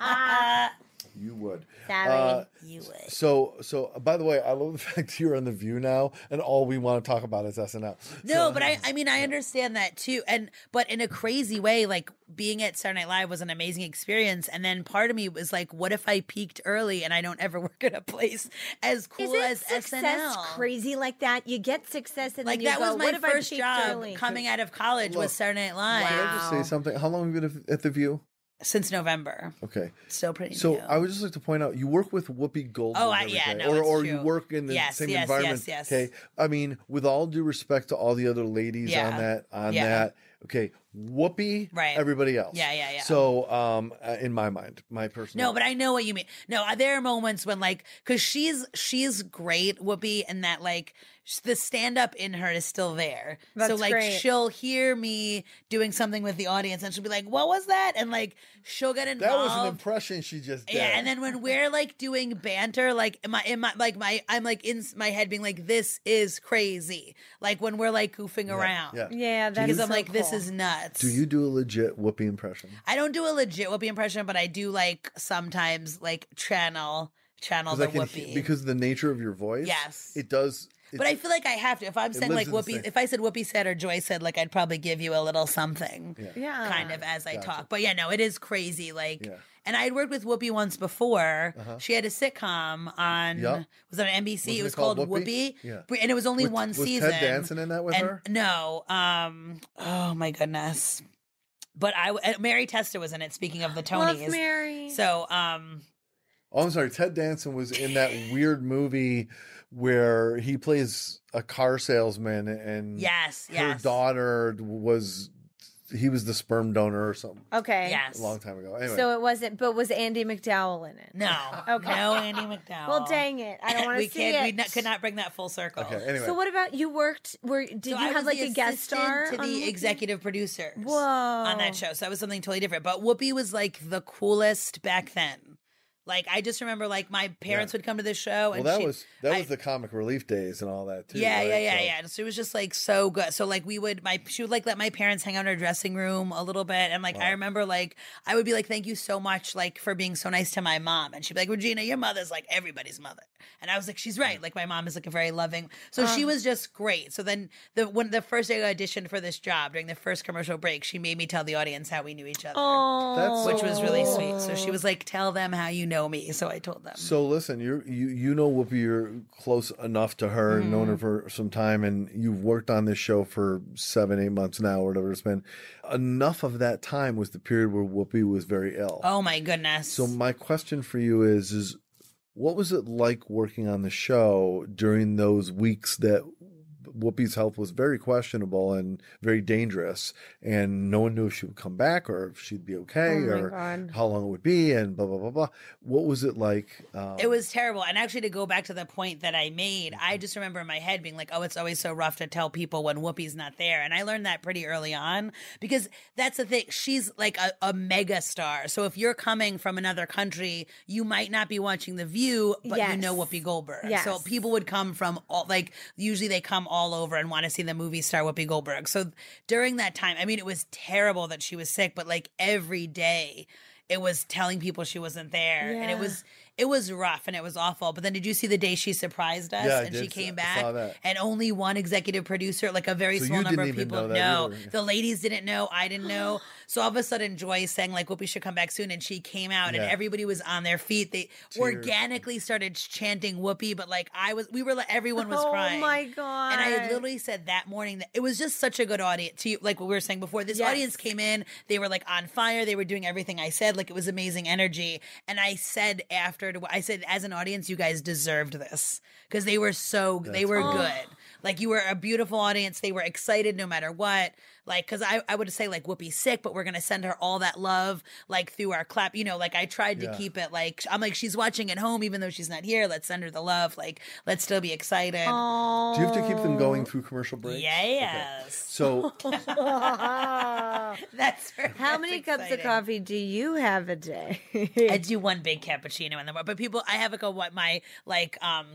[SPEAKER 3] You would. Uh,
[SPEAKER 4] Sorry.
[SPEAKER 7] You would.
[SPEAKER 3] So, so by the way, I love the fact you're on the View now, and all we want to talk about is SNL.
[SPEAKER 7] No, but I, I mean, I understand that too. And, but in a crazy way, like being at Saturday Night Live was an amazing experience. And then part of me was like, what if I peaked early and I don't ever work at a place as cool as SNL?
[SPEAKER 4] crazy like that? You get success and
[SPEAKER 7] Like
[SPEAKER 4] then you
[SPEAKER 7] that
[SPEAKER 4] go,
[SPEAKER 7] was my
[SPEAKER 4] what if I
[SPEAKER 7] first
[SPEAKER 4] peaked
[SPEAKER 7] job
[SPEAKER 4] early?"
[SPEAKER 7] coming out of college
[SPEAKER 3] Look,
[SPEAKER 7] was Saturday Night Live
[SPEAKER 3] Can I just say
[SPEAKER 4] Wow.
[SPEAKER 3] something? How long have you been at the View?
[SPEAKER 7] since November.
[SPEAKER 3] Okay.
[SPEAKER 7] Still pretty
[SPEAKER 3] So
[SPEAKER 7] new.
[SPEAKER 3] I would just like to point out, you work with Whoopi Goldberg.
[SPEAKER 7] Oh, I-
[SPEAKER 3] every
[SPEAKER 7] yeah,
[SPEAKER 3] day,
[SPEAKER 7] no,
[SPEAKER 3] or
[SPEAKER 7] it's
[SPEAKER 3] or you
[SPEAKER 7] true.
[SPEAKER 3] work in the
[SPEAKER 7] Yes,
[SPEAKER 3] same
[SPEAKER 7] yes,
[SPEAKER 3] environment.
[SPEAKER 7] yes, yes.
[SPEAKER 3] Okay, I mean, with all due respect to all the other ladies
[SPEAKER 7] Yeah.
[SPEAKER 3] on that, on
[SPEAKER 7] Yeah.
[SPEAKER 3] that. Okay, whoopee
[SPEAKER 7] Right.
[SPEAKER 3] everybody else.
[SPEAKER 7] Yeah, yeah, yeah.
[SPEAKER 3] So, um, uh, in my mind, my personal.
[SPEAKER 7] No, but I know what you mean. No, uh, there are moments when like cuz she's she's great Whoopi and that like s- the stand up in her is still there. so
[SPEAKER 4] That's
[SPEAKER 7] like
[SPEAKER 4] great.
[SPEAKER 7] she'll hear me doing something with the audience and she'll be like, "What was that?" and like she'll get
[SPEAKER 3] that
[SPEAKER 7] involved.
[SPEAKER 3] was an impression she just did.
[SPEAKER 7] Yeah, and then when we're like doing banter, like in my in my like my I'm like in s- my head being like, this is crazy. Like when we're like goofing around,
[SPEAKER 3] yeah.
[SPEAKER 4] Yeah, that's
[SPEAKER 7] because I'm
[SPEAKER 4] so
[SPEAKER 7] like, this
[SPEAKER 4] cool.
[SPEAKER 7] is nuts.
[SPEAKER 3] Do you do a legit whoopee impression?
[SPEAKER 7] I don't do a legit whoopee impression, but I do like sometimes like channel channel
[SPEAKER 3] 'Cause
[SPEAKER 7] the
[SPEAKER 3] I can
[SPEAKER 7] whoopee.
[SPEAKER 3] he- because of the nature of your voice.
[SPEAKER 7] Yes.
[SPEAKER 3] It does. It,
[SPEAKER 7] but I feel like I have to. If I'm saying
[SPEAKER 3] lives
[SPEAKER 7] like
[SPEAKER 3] in the
[SPEAKER 7] whoopee,
[SPEAKER 3] same-
[SPEAKER 7] if I said whoopee said or Joy said, like I'd probably give you a little something.
[SPEAKER 4] yeah.
[SPEAKER 7] kind of as I talk. But yeah, no, it is crazy. Like,
[SPEAKER 3] Yeah.
[SPEAKER 7] and I had worked with Whoopi once before. She had a sitcom on
[SPEAKER 3] Yep.
[SPEAKER 7] was it on NBC.
[SPEAKER 3] Wasn't
[SPEAKER 7] it
[SPEAKER 3] it
[SPEAKER 7] was
[SPEAKER 3] called
[SPEAKER 7] called
[SPEAKER 3] Whoopi?
[SPEAKER 7] Whoopi,
[SPEAKER 3] Yeah.
[SPEAKER 7] but- and it was only
[SPEAKER 3] Was-
[SPEAKER 7] one
[SPEAKER 3] was Ted
[SPEAKER 7] season.
[SPEAKER 3] Danson in that with
[SPEAKER 7] And-
[SPEAKER 3] her?
[SPEAKER 7] No. Um. Oh my goodness. But I uh, Mary Tester was in it. Speaking of the
[SPEAKER 4] Love
[SPEAKER 7] Tonys,
[SPEAKER 4] Mary.
[SPEAKER 7] so um,
[SPEAKER 3] oh, I'm sorry. Ted Danson was in that weird movie where he plays a car salesman, and
[SPEAKER 7] yes,
[SPEAKER 3] Mm. her
[SPEAKER 7] yes,
[SPEAKER 3] daughter was he was the sperm donor or something
[SPEAKER 4] okay.
[SPEAKER 7] yes.
[SPEAKER 3] a long time ago. Anyway,
[SPEAKER 4] So it wasn't, but was Andy McDowell in it?
[SPEAKER 7] No,
[SPEAKER 4] Okay.
[SPEAKER 7] no, Andy McDowell.
[SPEAKER 4] Well, dang it! I don't want
[SPEAKER 7] we
[SPEAKER 4] to see
[SPEAKER 7] can't.
[SPEAKER 4] it.
[SPEAKER 7] We not, could not bring that full circle.
[SPEAKER 3] okay. Anyway,
[SPEAKER 4] So what about you? Worked? Were did
[SPEAKER 7] So
[SPEAKER 4] you
[SPEAKER 7] I
[SPEAKER 4] have
[SPEAKER 7] was
[SPEAKER 4] like
[SPEAKER 7] the
[SPEAKER 4] a guest star
[SPEAKER 7] assistant to
[SPEAKER 4] on
[SPEAKER 7] the
[SPEAKER 4] Whoopi?
[SPEAKER 7] executive producers?
[SPEAKER 4] Whoa!
[SPEAKER 7] on that show. So that was something totally different. But Whoopi was like the coolest back then. Like I just remember like my parents would come to this show
[SPEAKER 3] well,
[SPEAKER 7] and
[SPEAKER 3] that
[SPEAKER 7] she-
[SPEAKER 3] was that
[SPEAKER 7] I-
[SPEAKER 3] was the comic relief days and all that too.
[SPEAKER 7] yeah, yeah,
[SPEAKER 3] right?
[SPEAKER 7] yeah,
[SPEAKER 3] So-
[SPEAKER 7] yeah. And so it was just like so good. So like we would my she would like let my parents hang out in her dressing room a little bit. And like I remember like I would be like, Thank you so much, like for being so nice to my mom. And she'd be like, Regina, your mother's like everybody's mother. And I was like,
[SPEAKER 3] Hmm.
[SPEAKER 7] She's right. Like my mom is like a very loving so
[SPEAKER 3] Uh.
[SPEAKER 7] she was just great. So then the when the first day I auditioned for this job during the first commercial break, she made me tell the audience how we knew each other.
[SPEAKER 3] That's
[SPEAKER 7] Which
[SPEAKER 3] so
[SPEAKER 7] was really
[SPEAKER 3] cool.
[SPEAKER 7] sweet. So she was like, Tell them how you know me. So I told them.
[SPEAKER 3] So listen, you you you know Whoopi, you're close enough to her, and known her
[SPEAKER 4] Mm-hmm.
[SPEAKER 3] for some time, and you've worked on this show for seven, eight months now, or whatever it's been. Enough of that time was the period where Whoopi was very ill.
[SPEAKER 7] oh my goodness.
[SPEAKER 3] So my question for you is is what was it like working on the show during those weeks that Whoopi's health was very questionable and very dangerous, and no one knew if she would come back or if she'd be okay
[SPEAKER 4] Oh my
[SPEAKER 3] or
[SPEAKER 4] God.
[SPEAKER 3] how long it would be, and blah blah blah blah. What was it like? Um,
[SPEAKER 7] It was terrible. And actually, to go back to the point that I made,
[SPEAKER 4] Mm-hmm.
[SPEAKER 7] I just remember in my head being like, oh, it's always so rough to tell people when Whoopi's not there. And I learned that pretty early on because that's the thing. She's like a, a mega star. So if you're coming from another country, you might not be watching The View, but you
[SPEAKER 4] Yes.
[SPEAKER 7] know Whoopi Goldberg. So
[SPEAKER 4] Yes.
[SPEAKER 7] people would come from all, like, usually they come all over and want to see the movie star Whoopi Goldberg. So during that time, I mean, it was terrible that she was sick, but like every day, it was telling people she wasn't there and it
[SPEAKER 4] Yeah.
[SPEAKER 7] was it was rough and it was awful. But then did you see the day she surprised us
[SPEAKER 3] Yeah, I
[SPEAKER 7] and
[SPEAKER 3] did
[SPEAKER 7] she
[SPEAKER 3] see-
[SPEAKER 7] came
[SPEAKER 3] I
[SPEAKER 7] back
[SPEAKER 3] saw that.
[SPEAKER 7] and only one executive producer, like a very
[SPEAKER 3] So
[SPEAKER 7] small
[SPEAKER 3] you
[SPEAKER 7] number of
[SPEAKER 3] didn't even
[SPEAKER 7] people
[SPEAKER 3] know that
[SPEAKER 7] know.
[SPEAKER 3] either.
[SPEAKER 7] The ladies didn't know, I didn't know. so all of a sudden Joy sang like Whoopi should come back soon and she came out
[SPEAKER 3] Yeah.
[SPEAKER 7] and everybody was on their feet. They organically started chanting Whoopi, but like I was we were like everyone was
[SPEAKER 4] Oh
[SPEAKER 7] crying.
[SPEAKER 4] my god!
[SPEAKER 7] And I had literally said that morning that it was just such a good audience to you, like what we were saying before. This
[SPEAKER 4] Yes.
[SPEAKER 7] audience came in, they were like on fire, they were doing everything I said, like it was amazing energy. And I said after, to- I said, as an audience, you guys deserved this because they were so, they were good. Like you were a beautiful audience. They were excited no matter what. Like, cause I, I would say like Whoopi's sick, but we're gonna send her all that love, like through our clap. You know, like I tried to
[SPEAKER 3] Yeah.
[SPEAKER 7] keep it like I'm like, she's watching at home, even though she's not here. Let's send her the love. Like, let's still be excited.
[SPEAKER 3] Do you have to keep them going through commercial breaks?
[SPEAKER 7] Oh, Yes. Oh,
[SPEAKER 3] So
[SPEAKER 7] That's right.
[SPEAKER 4] How
[SPEAKER 7] That's
[SPEAKER 4] many cups of
[SPEAKER 7] exciting.
[SPEAKER 4] coffee do you have a day?
[SPEAKER 7] I do one big cappuccino in the morning. But people I have like a what my like um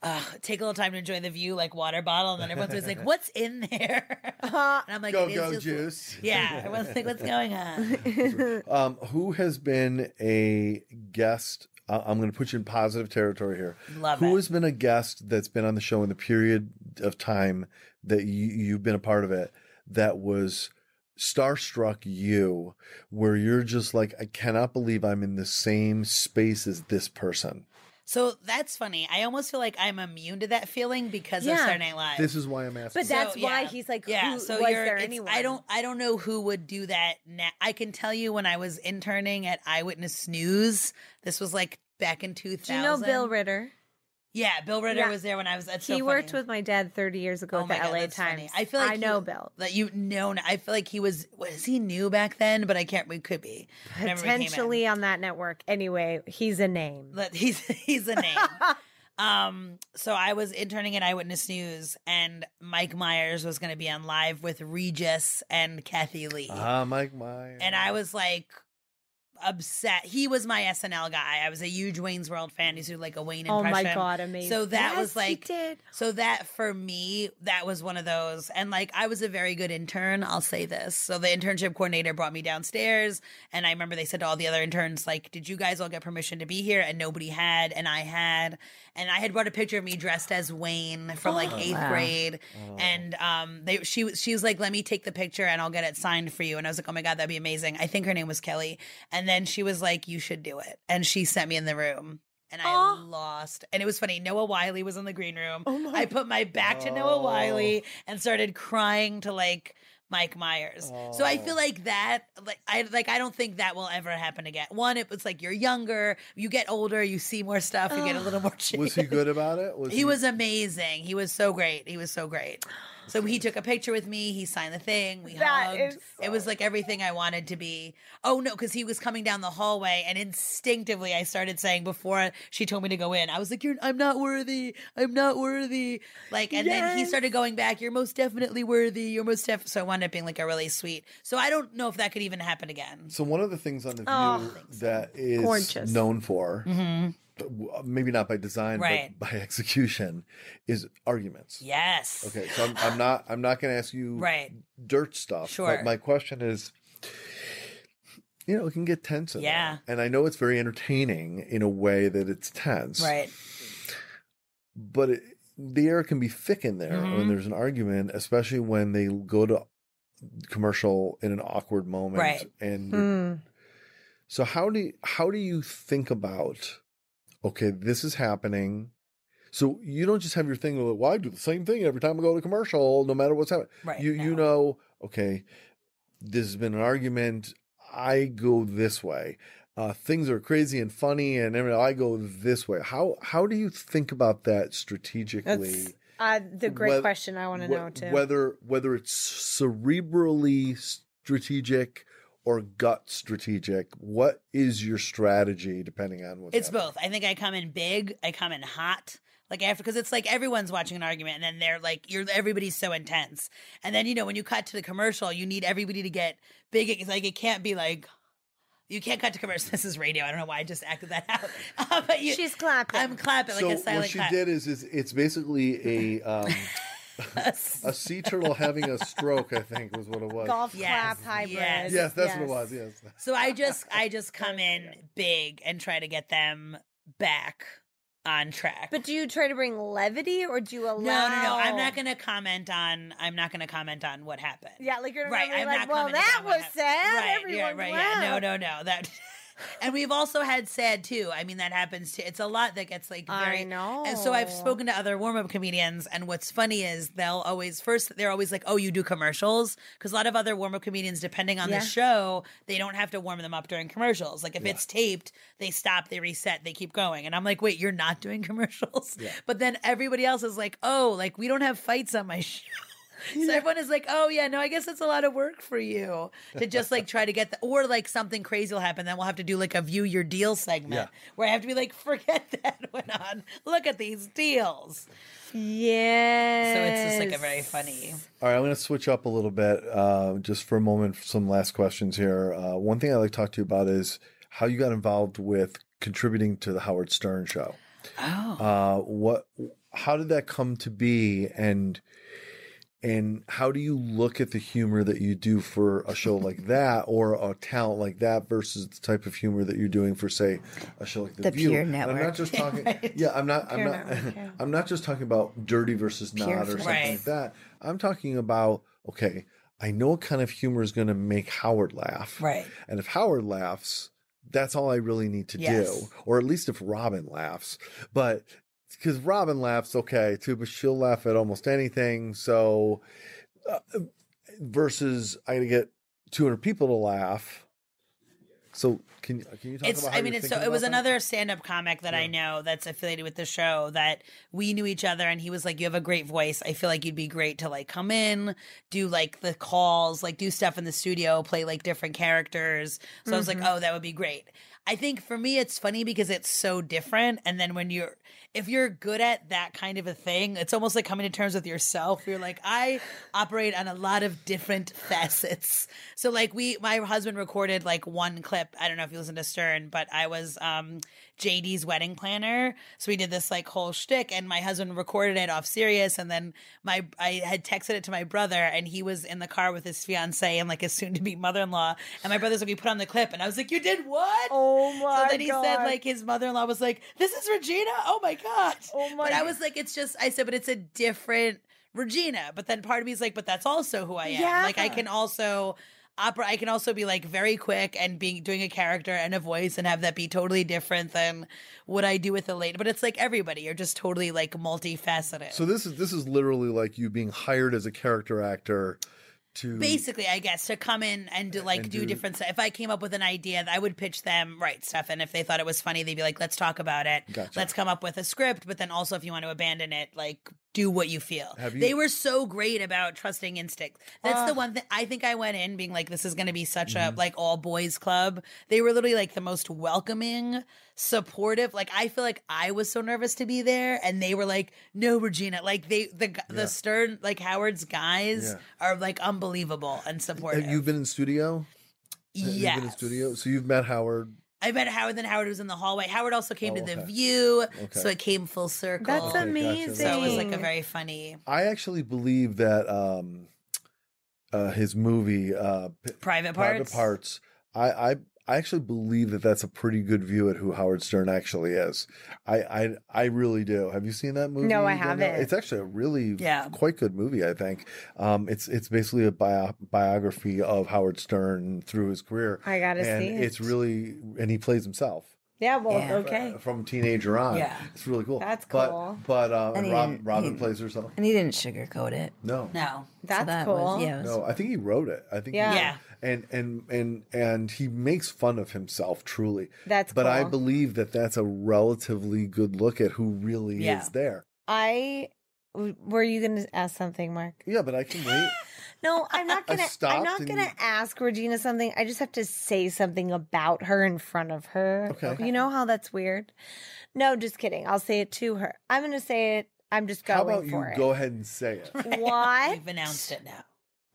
[SPEAKER 7] uh, take a little time to enjoy the view, like water bottle, and then everyone's always like, "What's in there?" and
[SPEAKER 4] Uh-huh.
[SPEAKER 7] I'm like,
[SPEAKER 3] go
[SPEAKER 7] "It is
[SPEAKER 3] go
[SPEAKER 7] just-
[SPEAKER 3] juice.
[SPEAKER 7] Yeah, everyone's like, "What's going on?"
[SPEAKER 3] Um, who has been a guest? I- I'm going to put you in positive territory here.
[SPEAKER 7] Love
[SPEAKER 3] who
[SPEAKER 7] it.
[SPEAKER 3] has been a guest that's been on the show in the period of time that you, you've been a part of it that was starstruck you, where you're just like, I cannot believe I'm in the same space as this person.
[SPEAKER 7] So that's funny. I almost feel like I'm immune to that feeling because of
[SPEAKER 4] Yeah.
[SPEAKER 7] Saturday Night Live.
[SPEAKER 3] This is why I'm asking.
[SPEAKER 4] But that's
[SPEAKER 7] So,
[SPEAKER 4] why
[SPEAKER 7] yeah.
[SPEAKER 4] he's like,
[SPEAKER 7] yeah.
[SPEAKER 4] who
[SPEAKER 7] so
[SPEAKER 4] was
[SPEAKER 7] you're,
[SPEAKER 4] there
[SPEAKER 7] it's-
[SPEAKER 4] anyone?
[SPEAKER 7] I don't, I don't know who would do that. Now. I can tell you when I was interning at Eyewitness News. This was like back in 2000.
[SPEAKER 4] Do you know Bill Ritter?
[SPEAKER 7] Yeah, Bill Ritter
[SPEAKER 4] Yeah.
[SPEAKER 7] was there when I was. That's
[SPEAKER 4] he
[SPEAKER 7] so
[SPEAKER 4] worked
[SPEAKER 7] funny.
[SPEAKER 4] with my dad 30 years ago
[SPEAKER 7] Oh
[SPEAKER 4] at
[SPEAKER 7] my
[SPEAKER 4] the
[SPEAKER 7] God,
[SPEAKER 4] LA
[SPEAKER 7] that's funny.
[SPEAKER 4] Times.
[SPEAKER 7] I feel like
[SPEAKER 4] I
[SPEAKER 7] he-
[SPEAKER 4] know Bill.
[SPEAKER 7] that you know. I feel like he was was he new back then, but I can't. We could be whenever we came in.
[SPEAKER 4] Potentially on that network. Anyway, he's a name.
[SPEAKER 7] That he's he's a name. um, so I was interning at Eyewitness News, and Mike Myers was going to be on live with Regis and Kathy Lee,
[SPEAKER 3] Ah, Mike Myers.
[SPEAKER 7] and I was like upset. He was my SNL guy. I was a huge Wayne's World fan. He's like a Wayne
[SPEAKER 4] Oh
[SPEAKER 7] impression.
[SPEAKER 4] my god, amazing.
[SPEAKER 7] So that
[SPEAKER 4] Yes,
[SPEAKER 7] was like,
[SPEAKER 4] he did.
[SPEAKER 7] so that for me, that was one of those. And like, I was a very good intern, I'll say this. So the internship coordinator brought me downstairs. And I remember they said to all the other interns, like, did you guys all get permission to be here? And nobody had. And I had. And I had brought a picture of me dressed as Wayne from like eighth
[SPEAKER 6] Wow.
[SPEAKER 7] grade. And um, they, she, was- she was like, let me take the picture and I'll get it signed for you. And I was like, oh my God, that'd be amazing. I think her name was Kelly. And then she was like, you should do it. And she sent me in the room. And I
[SPEAKER 4] Aw.
[SPEAKER 7] lost. And it was funny. Noah Wiley was in the green room.
[SPEAKER 3] Oh
[SPEAKER 7] I put my back to Noah Wiley and started crying to like Mike Myers. So I
[SPEAKER 3] Oh.
[SPEAKER 7] feel like that like I like I don't think that will ever happen again. One, it was like you're younger, you get older, you see more stuff, you get a little more shit.
[SPEAKER 3] was he good about it? Was
[SPEAKER 7] He was amazing. He was so great. He was so great. So he took a picture with me. He signed the thing. We
[SPEAKER 4] That
[SPEAKER 7] hugged.
[SPEAKER 4] is
[SPEAKER 7] it was like everything I wanted to be. Oh no, because he was coming down the hallway, and instinctively I started saying before she told me to go in, I was like, "You're, I'm not worthy. I'm not worthy." Like, and then he
[SPEAKER 4] Yes.
[SPEAKER 7] started going back. You're most definitely worthy. You're most def. So I wound up being like a really sweet. So I don't know if that could even happen again.
[SPEAKER 3] So one of the things on the View
[SPEAKER 4] Oh,
[SPEAKER 3] that is
[SPEAKER 4] Gorgeous.
[SPEAKER 3] known for,
[SPEAKER 7] Mm-hmm.
[SPEAKER 3] w- uh, maybe not by design,
[SPEAKER 7] Right.
[SPEAKER 3] but by execution, is arguments.
[SPEAKER 7] Yes.
[SPEAKER 3] Okay, so I'm, I'm not I'm not going to ask you
[SPEAKER 7] Right.
[SPEAKER 3] dirt stuff.
[SPEAKER 7] Sure.
[SPEAKER 3] But my question is, you know, it can get tense. in there.
[SPEAKER 7] Yeah.
[SPEAKER 3] And I know it's very entertaining in a way that it's tense.
[SPEAKER 7] Right.
[SPEAKER 3] But it, the air can be thick in there
[SPEAKER 7] Mhm.
[SPEAKER 3] when there's an argument, especially when they go to commercial in an awkward moment.
[SPEAKER 7] Right.
[SPEAKER 3] And
[SPEAKER 4] Hmm.
[SPEAKER 3] So how do how do you think about okay, this is happening. So you don't just have your thing like, well, I do the same thing every time I go to commercial, no matter what's happening.
[SPEAKER 7] Right.
[SPEAKER 3] you you
[SPEAKER 7] No.
[SPEAKER 3] know, okay, this has been an argument. I go this way. Uh, things are crazy and funny, and everything, I go this way. How how do you think about that strategically?
[SPEAKER 4] That's uh, the great
[SPEAKER 3] Whe-
[SPEAKER 4] question I want to
[SPEAKER 3] Wh-
[SPEAKER 4] know too.
[SPEAKER 3] Whether whether it's cerebrally strategic or gut strategic, what is your strategy depending on what?
[SPEAKER 7] It's both. I think I come in big. I come in hot. Like after, because it's like everyone's watching an argument, and then they're like, "You're everybody's so intense." And then you know when you cut to the commercial, you need everybody to get big. It's like it can't be like you can't cut to commercial. This is radio. I don't know why I just acted that out. Uh, but you,
[SPEAKER 4] She's clapping.
[SPEAKER 7] I'm clapping like
[SPEAKER 3] so
[SPEAKER 7] a silent
[SPEAKER 3] what she
[SPEAKER 7] clap.
[SPEAKER 3] did is, is it's basically a um, a sea turtle having a stroke. I think was what it was.
[SPEAKER 4] Golf
[SPEAKER 7] Yes,
[SPEAKER 4] clap hybrid.
[SPEAKER 7] yes.
[SPEAKER 3] Yes, that's what it was. Yes.
[SPEAKER 7] So I just I just come in big and try to get them back on track.
[SPEAKER 4] But do you try to bring levity or do you allow?
[SPEAKER 7] no, no, no. I'm not going to comment on. I'm not going to comment on what happened.
[SPEAKER 4] Yeah, like you're
[SPEAKER 7] right.
[SPEAKER 4] right,
[SPEAKER 7] I'm
[SPEAKER 4] like,
[SPEAKER 7] not
[SPEAKER 4] well,
[SPEAKER 7] commenting
[SPEAKER 4] that
[SPEAKER 7] on what
[SPEAKER 4] was
[SPEAKER 7] hap-
[SPEAKER 4] sad.
[SPEAKER 7] Right.
[SPEAKER 4] Everyone
[SPEAKER 7] Yeah. Right. Yeah.
[SPEAKER 4] laughed."
[SPEAKER 7] No. No. No. That. and we've also had sad too. I mean, that happens too. It's a lot that gets like very.
[SPEAKER 4] I know.
[SPEAKER 7] And so I've spoken to other warm up comedians, and what's funny is they'll always first they're always like, "Oh, you do commercials," because a lot of other warm up comedians, depending on
[SPEAKER 4] Yeah.
[SPEAKER 7] the show, they don't have to warm them up during commercials. Like if it's taped, they stop, they reset, they keep going, and I'm like, "Wait, you're not doing commercials?" But then everybody else is like, "Oh, like we don't have fights on my show." So everyone is like, "Oh yeah, no, I guess it's a lot of work for you to just like try to get the or like something crazy will happen. Then we'll have to do like a view your deal segment where I have to be like, forget that went on. Look at these deals.
[SPEAKER 4] Yes.
[SPEAKER 7] So it's just like a very funny.
[SPEAKER 3] All right, I'm going to switch up a little bit uh, just for a moment. for Some last questions here. Uh, one thing I'd like to talk to you about is how you got involved with contributing to the Howard Stern show.
[SPEAKER 7] Oh,
[SPEAKER 3] Uh, what? How did that come to be, and and how do you look at the humor that you do for a show like that or a talent like that versus the type of humor that you're doing for, say, a show like The,
[SPEAKER 6] The
[SPEAKER 3] View?
[SPEAKER 6] Pure
[SPEAKER 3] And I'm not
[SPEAKER 6] Network.
[SPEAKER 3] just talking. Yeah, I'm not. I'm not. I'm not just talking about dirty versus not or something
[SPEAKER 7] Right.
[SPEAKER 3] like that. I'm talking about okay. I know what kind of humor is going to make Howard laugh,
[SPEAKER 7] right.
[SPEAKER 3] and if Howard laughs, that's all I really need to
[SPEAKER 7] Yes.
[SPEAKER 3] do. Or at least if Robin laughs. But because Robin laughs, okay, too, but she'll laugh at almost anything. So uh, versus I got to get 200 people to laugh. So Can uh, can you talk
[SPEAKER 7] It's.
[SPEAKER 3] about?
[SPEAKER 7] I mean, it's so. It was
[SPEAKER 3] another.
[SPEAKER 7] another stand-up comic that I know that's affiliated with the show that we knew each other, and he was like, "You have a great voice. I feel like you'd be great to like come in, do like the calls, like do stuff in the studio, play like different characters." So I was
[SPEAKER 3] Mm-hmm.
[SPEAKER 7] like, "Oh, that would be great." I think for me, it's funny because it's so different, and then when you're if you're good at that kind of a thing, it's almost like coming to terms with yourself. You're like, I operate on a lot of different facets. So like we my husband recorded like one clip. I don't know if you listen to Stern, but I was um JD's wedding planner. So we did this like whole shtick and my husband recorded it off Sirius and then my I had texted it to my brother and he was in the car with his fiance and like his soon to be mother in law. And my brother's like, We put on the clip and I was like, You did what?
[SPEAKER 5] Oh my
[SPEAKER 7] So then he said
[SPEAKER 5] God.
[SPEAKER 7] like his mother in law was like, This is Regina? Oh my God.
[SPEAKER 5] Oh my
[SPEAKER 7] But I was like, it's just I said, but it's a different Regina. But then part of me is like, but that's also who I am. Like I
[SPEAKER 4] Yeah.
[SPEAKER 7] can also opera I can also be like very quick and being doing a character and a voice and have that be totally different than what I do with a lady. But it's like everybody, you're just totally like multifaceted.
[SPEAKER 3] So this is this is literally like you being hired as a character actor to
[SPEAKER 7] Basically, I guess to come in and do like
[SPEAKER 3] And
[SPEAKER 7] do,
[SPEAKER 3] do-
[SPEAKER 7] different stuff. If I came up with an idea, I would pitch them right stuff, and if they thought it was funny, they'd be like, "Let's talk about it.
[SPEAKER 3] Gotcha.
[SPEAKER 7] Let's come up with a script." But then also, if you want to abandon it, like do what you feel.
[SPEAKER 3] Have you- Ah.
[SPEAKER 7] They were so great about trusting instinct. That's the one thing I think I went in being like, "This is going to be such
[SPEAKER 3] Mm-hmm.
[SPEAKER 7] a like all boys club." They were literally like the most welcoming, supportive. Like I feel like I was so nervous to be there, and they were like, "No, Regina." Like they the gu- the stern like Howard's guys
[SPEAKER 3] Yeah.
[SPEAKER 7] are like unbelievable and supportive.
[SPEAKER 3] Have you been in studio? Have you
[SPEAKER 7] yes.
[SPEAKER 3] been in studio. So you've met Howard.
[SPEAKER 7] I met Howard, then Howard was in the hallway. Howard also came
[SPEAKER 3] Oh,
[SPEAKER 7] to the
[SPEAKER 3] okay.
[SPEAKER 7] view,
[SPEAKER 3] Okay.
[SPEAKER 7] so it came full circle.
[SPEAKER 4] That's
[SPEAKER 3] Okay, gotcha.
[SPEAKER 4] amazing.
[SPEAKER 7] so it was like a very funny
[SPEAKER 3] I actually believe that um uh his movie uh P-
[SPEAKER 7] private parts.
[SPEAKER 3] Private Parts. I I I actually believe that that's a pretty good view at who Howard Stern actually is. I I I really do. Have you seen that movie?
[SPEAKER 4] No, I
[SPEAKER 3] Danielle?
[SPEAKER 4] haven't.
[SPEAKER 3] It's actually a really
[SPEAKER 7] Yeah.
[SPEAKER 3] quite good movie, I think. Um it's it's basically a bio- biography of Howard Stern through his career.
[SPEAKER 4] I gotta
[SPEAKER 3] and
[SPEAKER 4] see it.
[SPEAKER 3] it's really and he plays himself.
[SPEAKER 4] yeah. Well,
[SPEAKER 6] Yeah.
[SPEAKER 4] okay.
[SPEAKER 3] uh, From teenager on.
[SPEAKER 7] Yeah.
[SPEAKER 3] It's really cool.
[SPEAKER 4] That's
[SPEAKER 3] But-
[SPEAKER 4] cool.
[SPEAKER 3] But, uh,
[SPEAKER 6] And he
[SPEAKER 3] Rob,
[SPEAKER 6] didn't-
[SPEAKER 3] Robin
[SPEAKER 6] he-
[SPEAKER 3] plays herself.
[SPEAKER 6] And he didn't sugarcoat it.
[SPEAKER 3] No.
[SPEAKER 7] No,
[SPEAKER 4] That's
[SPEAKER 6] that
[SPEAKER 4] cool.
[SPEAKER 6] Was, yeah, it was-
[SPEAKER 3] No, I think he wrote it. I think he
[SPEAKER 4] Yeah.
[SPEAKER 3] wrote it.
[SPEAKER 7] Yeah.
[SPEAKER 3] And and and and he makes fun of himself truly.
[SPEAKER 4] That's
[SPEAKER 3] but I
[SPEAKER 4] cool.
[SPEAKER 3] believe that that's a relatively good look at who really
[SPEAKER 7] Yeah.
[SPEAKER 3] is there.
[SPEAKER 4] I w- were you gonna ask something, Mark?
[SPEAKER 3] Yeah, but I can wait.
[SPEAKER 4] No, I'm not
[SPEAKER 3] I
[SPEAKER 4] gonna. I'm
[SPEAKER 3] stopped
[SPEAKER 4] not
[SPEAKER 3] and
[SPEAKER 4] gonna
[SPEAKER 3] you-
[SPEAKER 4] ask Regina something. I just have to say something about her in front of her.
[SPEAKER 3] Okay.
[SPEAKER 4] You know how that's weird. No, just kidding. I'll say it to her. I'm gonna say it. I'm just going
[SPEAKER 3] How about you
[SPEAKER 4] for it.
[SPEAKER 3] go ahead and say it?
[SPEAKER 4] What?
[SPEAKER 7] we've announced it now.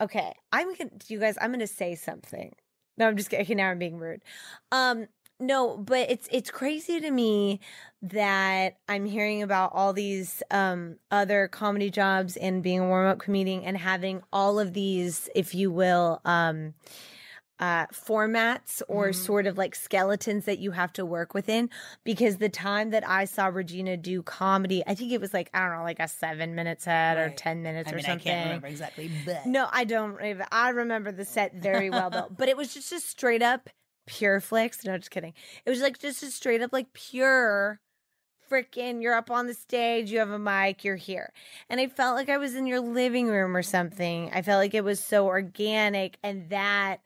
[SPEAKER 4] Okay, I'm gonna you guys. I'm gonna say something. No, I'm just kidding. Okay, now I'm being rude. Um, no, but it's it's crazy to me that I'm hearing about all these um other comedy jobs and being a warm up comedian and having all of these, if you will, um, uh, formats or
[SPEAKER 7] Mm-hmm.
[SPEAKER 4] sort of like skeletons that you have to work within. Because the time that I saw Regina do comedy, I think it was like I don't know, like a seven minute set or
[SPEAKER 7] Right.
[SPEAKER 4] ten minutes
[SPEAKER 7] I
[SPEAKER 4] or
[SPEAKER 7] mean, I
[SPEAKER 4] something.
[SPEAKER 7] can't remember exactly, but
[SPEAKER 4] No, I don't. even- I remember the set very well though, but it was just a straight up pure flicks. No, just kidding. It was like just a straight up like pure freaking. You're up on the stage. You have a mic. You're here, and I felt like I was in your living room or something. I felt like it was so organic, and that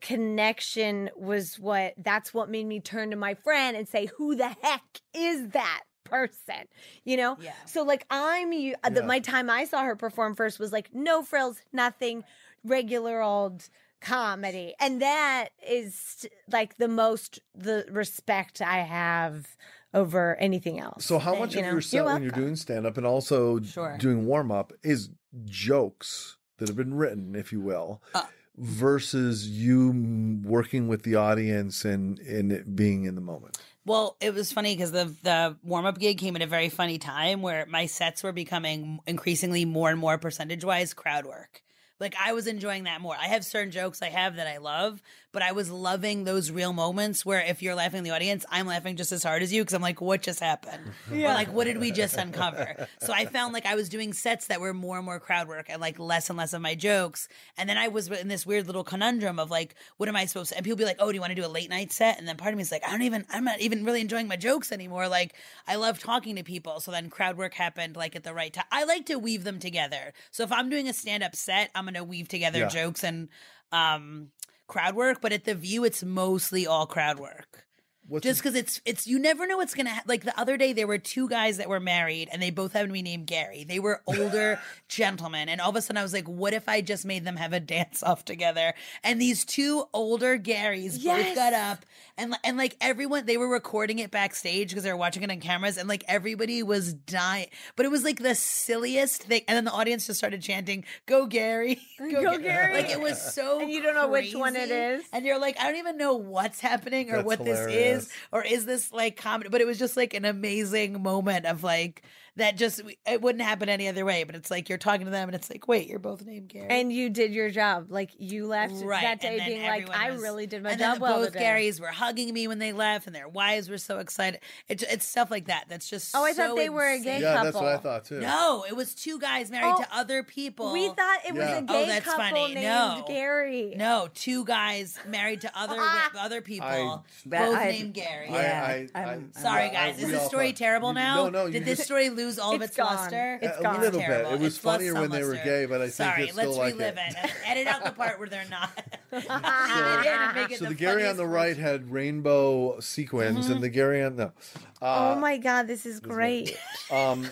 [SPEAKER 4] connection was what that's what made me turn to my friend and say who the heck is that person you know
[SPEAKER 7] Yeah.
[SPEAKER 4] so like i'm you uh, the,
[SPEAKER 3] Yeah.
[SPEAKER 4] my time i saw her perform first was like no frills nothing regular old comedy and that is like the most the respect i have over anything else
[SPEAKER 3] So how
[SPEAKER 4] Thank-
[SPEAKER 3] much
[SPEAKER 4] you
[SPEAKER 3] of
[SPEAKER 4] know?
[SPEAKER 3] your set when you're
[SPEAKER 4] welcome.
[SPEAKER 3] doing stand up and also
[SPEAKER 7] Sure.
[SPEAKER 3] doing warm up is jokes that have been written, if you will,
[SPEAKER 7] Uh.
[SPEAKER 3] versus you m- working with the audience and and it being in the moment.
[SPEAKER 7] Well, it was funny because the the warm up gig came at a very funny time where my sets were becoming increasingly more and more percentage wise crowd work. Like I was enjoying that more. I have certain jokes I have that I love, but I was loving those real moments where if you're laughing in the audience, I'm laughing just as hard as you because I'm like, what just happened? Or like, what did we just uncover? so I found like I was doing sets that were more and more crowd work and like less and less of my jokes. And then I was in this weird little conundrum of like, what am I supposed to? And people be like, oh, do you want to do a late night set? And then part of me is like, I don't even, I'm not even really enjoying my jokes anymore. Like, I love talking to people. So then crowd work happened like at the right time. I like to weave them together. So if I'm doing a stand up set, I'm going to weave together
[SPEAKER 3] Yeah.
[SPEAKER 7] jokes and, um, crowd work, but at the view, it's mostly all crowd work.
[SPEAKER 3] What's
[SPEAKER 7] Just because it's it's you never know what's gonna ha- like. The other day, there were two guys that were married, and they both happened to be named Gary. They were older gentlemen, and all of a sudden, I was like, "What if I just made them have a dance off together?" And these two older Garys both
[SPEAKER 4] Yes.
[SPEAKER 7] got up, and li- and like everyone, they were recording it backstage because they were watching it on cameras, and like everybody was dying. But it was like the silliest thing, and then the audience just started chanting, "Go Gary,
[SPEAKER 4] Go Gary.
[SPEAKER 7] Like it was so,
[SPEAKER 4] And you don't know which one it
[SPEAKER 7] crazy.
[SPEAKER 4] is.
[SPEAKER 7] and you're like, I don't even know what's happening or
[SPEAKER 3] That's
[SPEAKER 7] what this
[SPEAKER 3] hilarious.
[SPEAKER 7] is, or is this like comedy? But it was just like an amazing moment of like that. Just it wouldn't happen any other way. But it's like you're talking to them, and it's like, wait, you're both named Gary.
[SPEAKER 4] And you did your job. Like you left that day
[SPEAKER 7] and then
[SPEAKER 4] being like,
[SPEAKER 7] everyone
[SPEAKER 4] I
[SPEAKER 7] was-
[SPEAKER 4] really did my
[SPEAKER 7] and
[SPEAKER 4] job
[SPEAKER 7] then
[SPEAKER 4] well
[SPEAKER 7] Both
[SPEAKER 4] today.
[SPEAKER 7] Garys were hugging me when they left, and their wives were so excited. It's it's stuff like that. That's just
[SPEAKER 4] Oh, I
[SPEAKER 7] so
[SPEAKER 4] thought they were a
[SPEAKER 7] insane.
[SPEAKER 4] gay
[SPEAKER 3] yeah,
[SPEAKER 4] couple.
[SPEAKER 3] that's what I thought too.
[SPEAKER 7] No, it was two guys married
[SPEAKER 4] Oh,
[SPEAKER 7] to other people.
[SPEAKER 4] We thought it was
[SPEAKER 3] Yeah.
[SPEAKER 4] a
[SPEAKER 3] Oh,
[SPEAKER 4] gay
[SPEAKER 7] that's
[SPEAKER 4] couple
[SPEAKER 7] funny.
[SPEAKER 4] named
[SPEAKER 7] No.
[SPEAKER 4] Gary.
[SPEAKER 7] No, two guys married to other
[SPEAKER 4] Ah.
[SPEAKER 7] wi- other people,
[SPEAKER 6] But
[SPEAKER 7] both
[SPEAKER 6] I-
[SPEAKER 7] named Gary.
[SPEAKER 3] I- I-
[SPEAKER 6] Yeah,
[SPEAKER 3] I-
[SPEAKER 6] I'm-
[SPEAKER 7] Sorry,
[SPEAKER 3] I-
[SPEAKER 7] guys.
[SPEAKER 3] we
[SPEAKER 7] is this
[SPEAKER 3] all
[SPEAKER 7] story
[SPEAKER 3] thought-
[SPEAKER 7] terrible
[SPEAKER 3] you-
[SPEAKER 7] now?
[SPEAKER 3] No, no. you
[SPEAKER 7] Did this
[SPEAKER 3] just-
[SPEAKER 7] story lose all of
[SPEAKER 4] It's
[SPEAKER 7] its
[SPEAKER 4] gone.
[SPEAKER 7] luster?
[SPEAKER 4] It's
[SPEAKER 3] a
[SPEAKER 4] gone.
[SPEAKER 3] little bit.
[SPEAKER 7] terrible.
[SPEAKER 3] It was
[SPEAKER 7] It's lost
[SPEAKER 3] funnier
[SPEAKER 7] some
[SPEAKER 3] when they were
[SPEAKER 7] luster.
[SPEAKER 3] gay, but I think
[SPEAKER 7] Sorry,
[SPEAKER 3] it's still
[SPEAKER 7] let's
[SPEAKER 3] like
[SPEAKER 7] relive
[SPEAKER 3] it.
[SPEAKER 7] Edit out the part where they're not.
[SPEAKER 3] So the Gary on the right had rainbow sequins,
[SPEAKER 7] Mm-hmm.
[SPEAKER 3] and the Gary on no. Uh,
[SPEAKER 4] oh my god, this is great.
[SPEAKER 3] Um,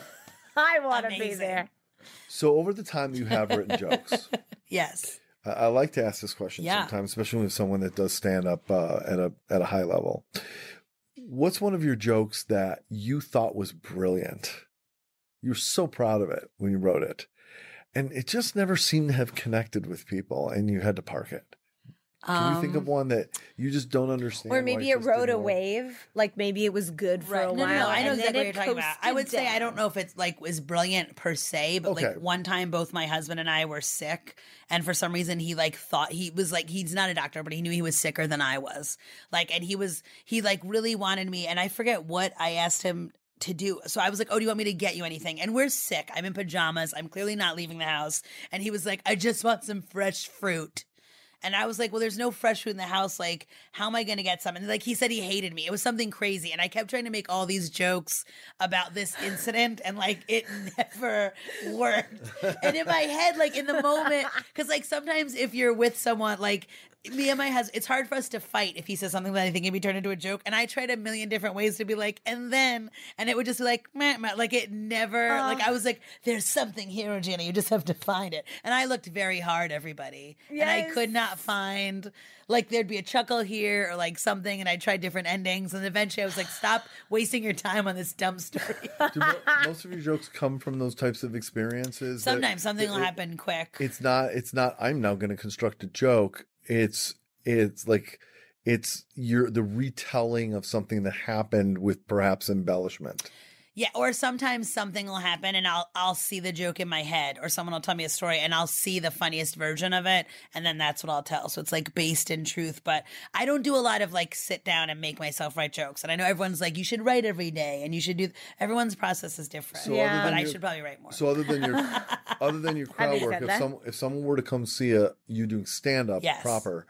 [SPEAKER 4] I want to be
[SPEAKER 7] Amazing.
[SPEAKER 4] there.
[SPEAKER 3] so over the time you have written jokes.
[SPEAKER 7] Yes.
[SPEAKER 3] I, I like to ask this question
[SPEAKER 7] Yeah.
[SPEAKER 3] sometimes, especially with someone that does stand up uh, at a at a high level. What's one of your jokes that you thought was brilliant? You're so proud of it when you wrote it, and it just never seemed to have connected with people, and you had to park it. Can you
[SPEAKER 7] Um,
[SPEAKER 3] think of one that you just don't understand?
[SPEAKER 4] Or
[SPEAKER 3] why
[SPEAKER 4] maybe it
[SPEAKER 3] it just
[SPEAKER 4] rode
[SPEAKER 3] didn't
[SPEAKER 4] a
[SPEAKER 3] work?
[SPEAKER 4] wave. Like maybe it was good for
[SPEAKER 7] Right.
[SPEAKER 4] a
[SPEAKER 7] No,
[SPEAKER 4] while.
[SPEAKER 7] no, no, I know
[SPEAKER 4] and
[SPEAKER 7] exactly
[SPEAKER 4] then
[SPEAKER 7] what you're
[SPEAKER 4] it
[SPEAKER 7] talking about. I
[SPEAKER 4] coasted
[SPEAKER 7] would say I don't
[SPEAKER 4] down.
[SPEAKER 7] know if it's like was brilliant per se, but
[SPEAKER 3] Okay.
[SPEAKER 7] like one time both my husband and I were sick, and for some reason he like thought he was like he's not a doctor, but he knew he was sicker than I was. Like, and he was he like really wanted me, and I forget what I asked him to do. So I was like, "Oh, do you want me to get you anything?" And we're sick. I'm in pajamas. I'm clearly not leaving the house, and he was like, "I just want some fresh fruit." And I was like, well, there's no fresh food in the house. Like, how am I going to get some? And like, he said he hated me. It was something crazy. And I kept trying to make all these jokes about this incident and like it never worked. And in my head, like in the moment, because like sometimes if you're with someone, like me and my husband, it's hard for us to fight if he says something that I think can be turned into a joke. And I tried a million different ways to be like, and then, and it would just be like, meh, meh. like it never, like I was like, there's something here, Jenny. You just have to find it. And I looked very hard, everybody. And I
[SPEAKER 4] Yes.
[SPEAKER 7] could not find like there'd be a chuckle here or like something and I tried different endings and eventually I was like stop wasting your time on this dumb story.
[SPEAKER 3] Do mo- most of your jokes come from those types of experiences. that-
[SPEAKER 7] Sometimes something will
[SPEAKER 3] it-
[SPEAKER 7] happen quick.
[SPEAKER 3] it's not it's not i'm now going to construct a joke it's it's like it's your the retelling of something that happened with perhaps embellishment
[SPEAKER 7] Yeah, or sometimes something will happen and I'll I'll see the joke in my head or someone will tell me a story and I'll see the funniest version of it and then that's what I'll tell. So it's like based in truth, but I don't do a lot of like sit down and make myself write jokes. And I know everyone's like you should write every day and you should do everyone's process is different.
[SPEAKER 3] So other Yeah. than
[SPEAKER 7] But I
[SPEAKER 3] your-
[SPEAKER 7] should probably write more.
[SPEAKER 3] so other than your other than your crowd
[SPEAKER 4] Having
[SPEAKER 3] work
[SPEAKER 4] said
[SPEAKER 3] if
[SPEAKER 4] that-
[SPEAKER 3] some if someone were to come see a you doing stand up
[SPEAKER 7] Yes.
[SPEAKER 3] proper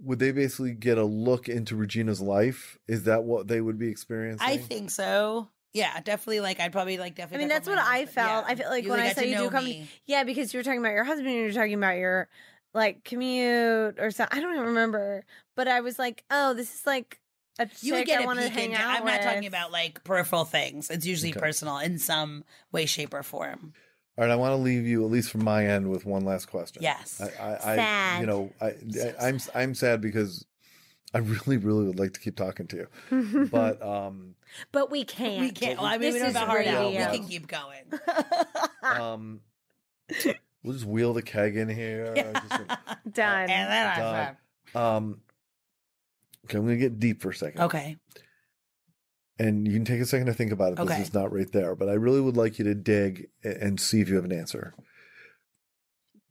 [SPEAKER 3] would they basically get a look into regina's life is that what they would be experiencing
[SPEAKER 7] I think so. Yeah, definitely. Like I'd probably
[SPEAKER 4] I
[SPEAKER 7] like definitely.
[SPEAKER 4] mean,
[SPEAKER 7] pick
[SPEAKER 4] that's
[SPEAKER 7] up
[SPEAKER 4] what
[SPEAKER 7] my
[SPEAKER 4] I
[SPEAKER 7] husband.
[SPEAKER 4] felt.
[SPEAKER 7] Yeah.
[SPEAKER 4] I felt like
[SPEAKER 7] You,
[SPEAKER 4] when I
[SPEAKER 7] got
[SPEAKER 4] saw
[SPEAKER 7] to
[SPEAKER 4] you
[SPEAKER 7] know
[SPEAKER 4] do comedy.
[SPEAKER 7] me.
[SPEAKER 4] Yeah, because you were talking about your husband and you were talking about your like commute or something. I don't even remember. But I was like, oh, this is like a chick
[SPEAKER 7] You would get
[SPEAKER 4] I
[SPEAKER 7] a
[SPEAKER 4] want to
[SPEAKER 7] peek
[SPEAKER 4] hang
[SPEAKER 7] into.
[SPEAKER 4] out
[SPEAKER 7] I'm not talking
[SPEAKER 4] with.
[SPEAKER 7] about like peripheral things. It's usually
[SPEAKER 3] Okay.
[SPEAKER 7] personal in some way, shape, or form.
[SPEAKER 3] all right i want to leave you at least from my end with one last question
[SPEAKER 7] Yes.
[SPEAKER 3] I, I, I
[SPEAKER 4] Sad.
[SPEAKER 3] you know, I, I, I'm I'm sad because I really, really would like to keep talking to you, but um,
[SPEAKER 4] But we can't.
[SPEAKER 7] We can't. Well, I mean,
[SPEAKER 4] This
[SPEAKER 7] we don't
[SPEAKER 4] is
[SPEAKER 7] have a hard out. We
[SPEAKER 4] radio.
[SPEAKER 7] can keep going.
[SPEAKER 3] Uh, um, we'll just wheel the keg in here. Just-
[SPEAKER 4] Done.
[SPEAKER 7] And then I'm
[SPEAKER 3] Done. um, okay, I'm gonna get deep for a second.
[SPEAKER 7] okay.
[SPEAKER 3] and you can take a second to think about it.
[SPEAKER 7] Okay.
[SPEAKER 3] This is not right there, but I really would like you to dig a- and see if you have an answer.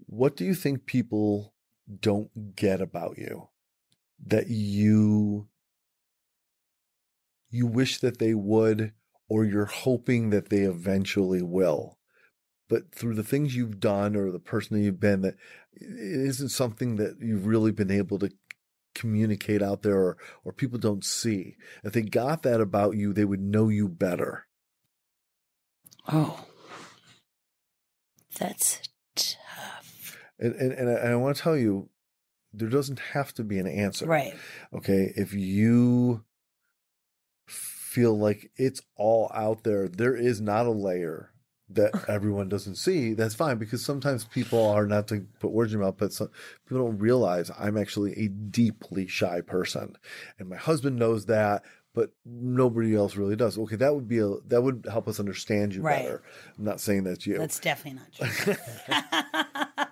[SPEAKER 3] What do you think people don't get about you that you you wish that they would or you're hoping that they eventually will? But through the things you've done or the person that you've been that it isn't something that you've really been able to communicate out there or, or people don't see. If they got that about you, they would know you better.
[SPEAKER 7] Oh, that's tough.
[SPEAKER 3] And and, and I, I want to tell you, there doesn't have to be an answer.
[SPEAKER 7] Right.
[SPEAKER 3] Okay. If you feel like it's all out there, there is not a layer that everyone doesn't see, that's fine because sometimes people are not to put words in your mouth, but some, people don't realize I'm actually a deeply shy person. And my husband knows that, but nobody else really does. Okay, that would be a that would help us understand you
[SPEAKER 7] Right.
[SPEAKER 3] better. I'm not saying that's you.
[SPEAKER 7] That's definitely not true.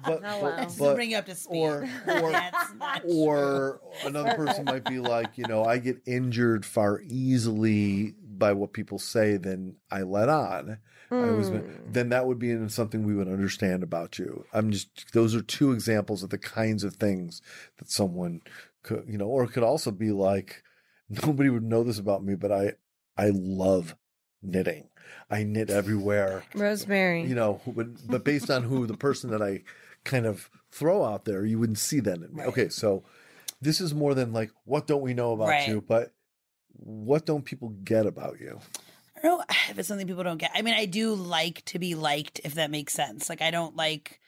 [SPEAKER 3] but,
[SPEAKER 4] wow.
[SPEAKER 7] Just to
[SPEAKER 3] but-
[SPEAKER 7] bring you up to speed.
[SPEAKER 3] or or
[SPEAKER 7] That's not true.
[SPEAKER 3] or another person might be like, you know, I get injured far easily by what people say than I let on. I always been, then that would be in something we would understand about you. I'm just those are two examples of the kinds of things that someone could, you know, or it could also be like nobody would know this about me, but I I love knitting. I knit everywhere
[SPEAKER 4] Rosemary.
[SPEAKER 3] you know, who would, but based on who the person that I kind of throw out there, you wouldn't see that in me.
[SPEAKER 7] Right.
[SPEAKER 3] Okay, so this is more than like, what don't we know about
[SPEAKER 7] Right.
[SPEAKER 3] you? But what don't people get about you?
[SPEAKER 7] I don't know if it's something people don't get. I mean, I do like to be liked, if that makes sense. Like, I don't like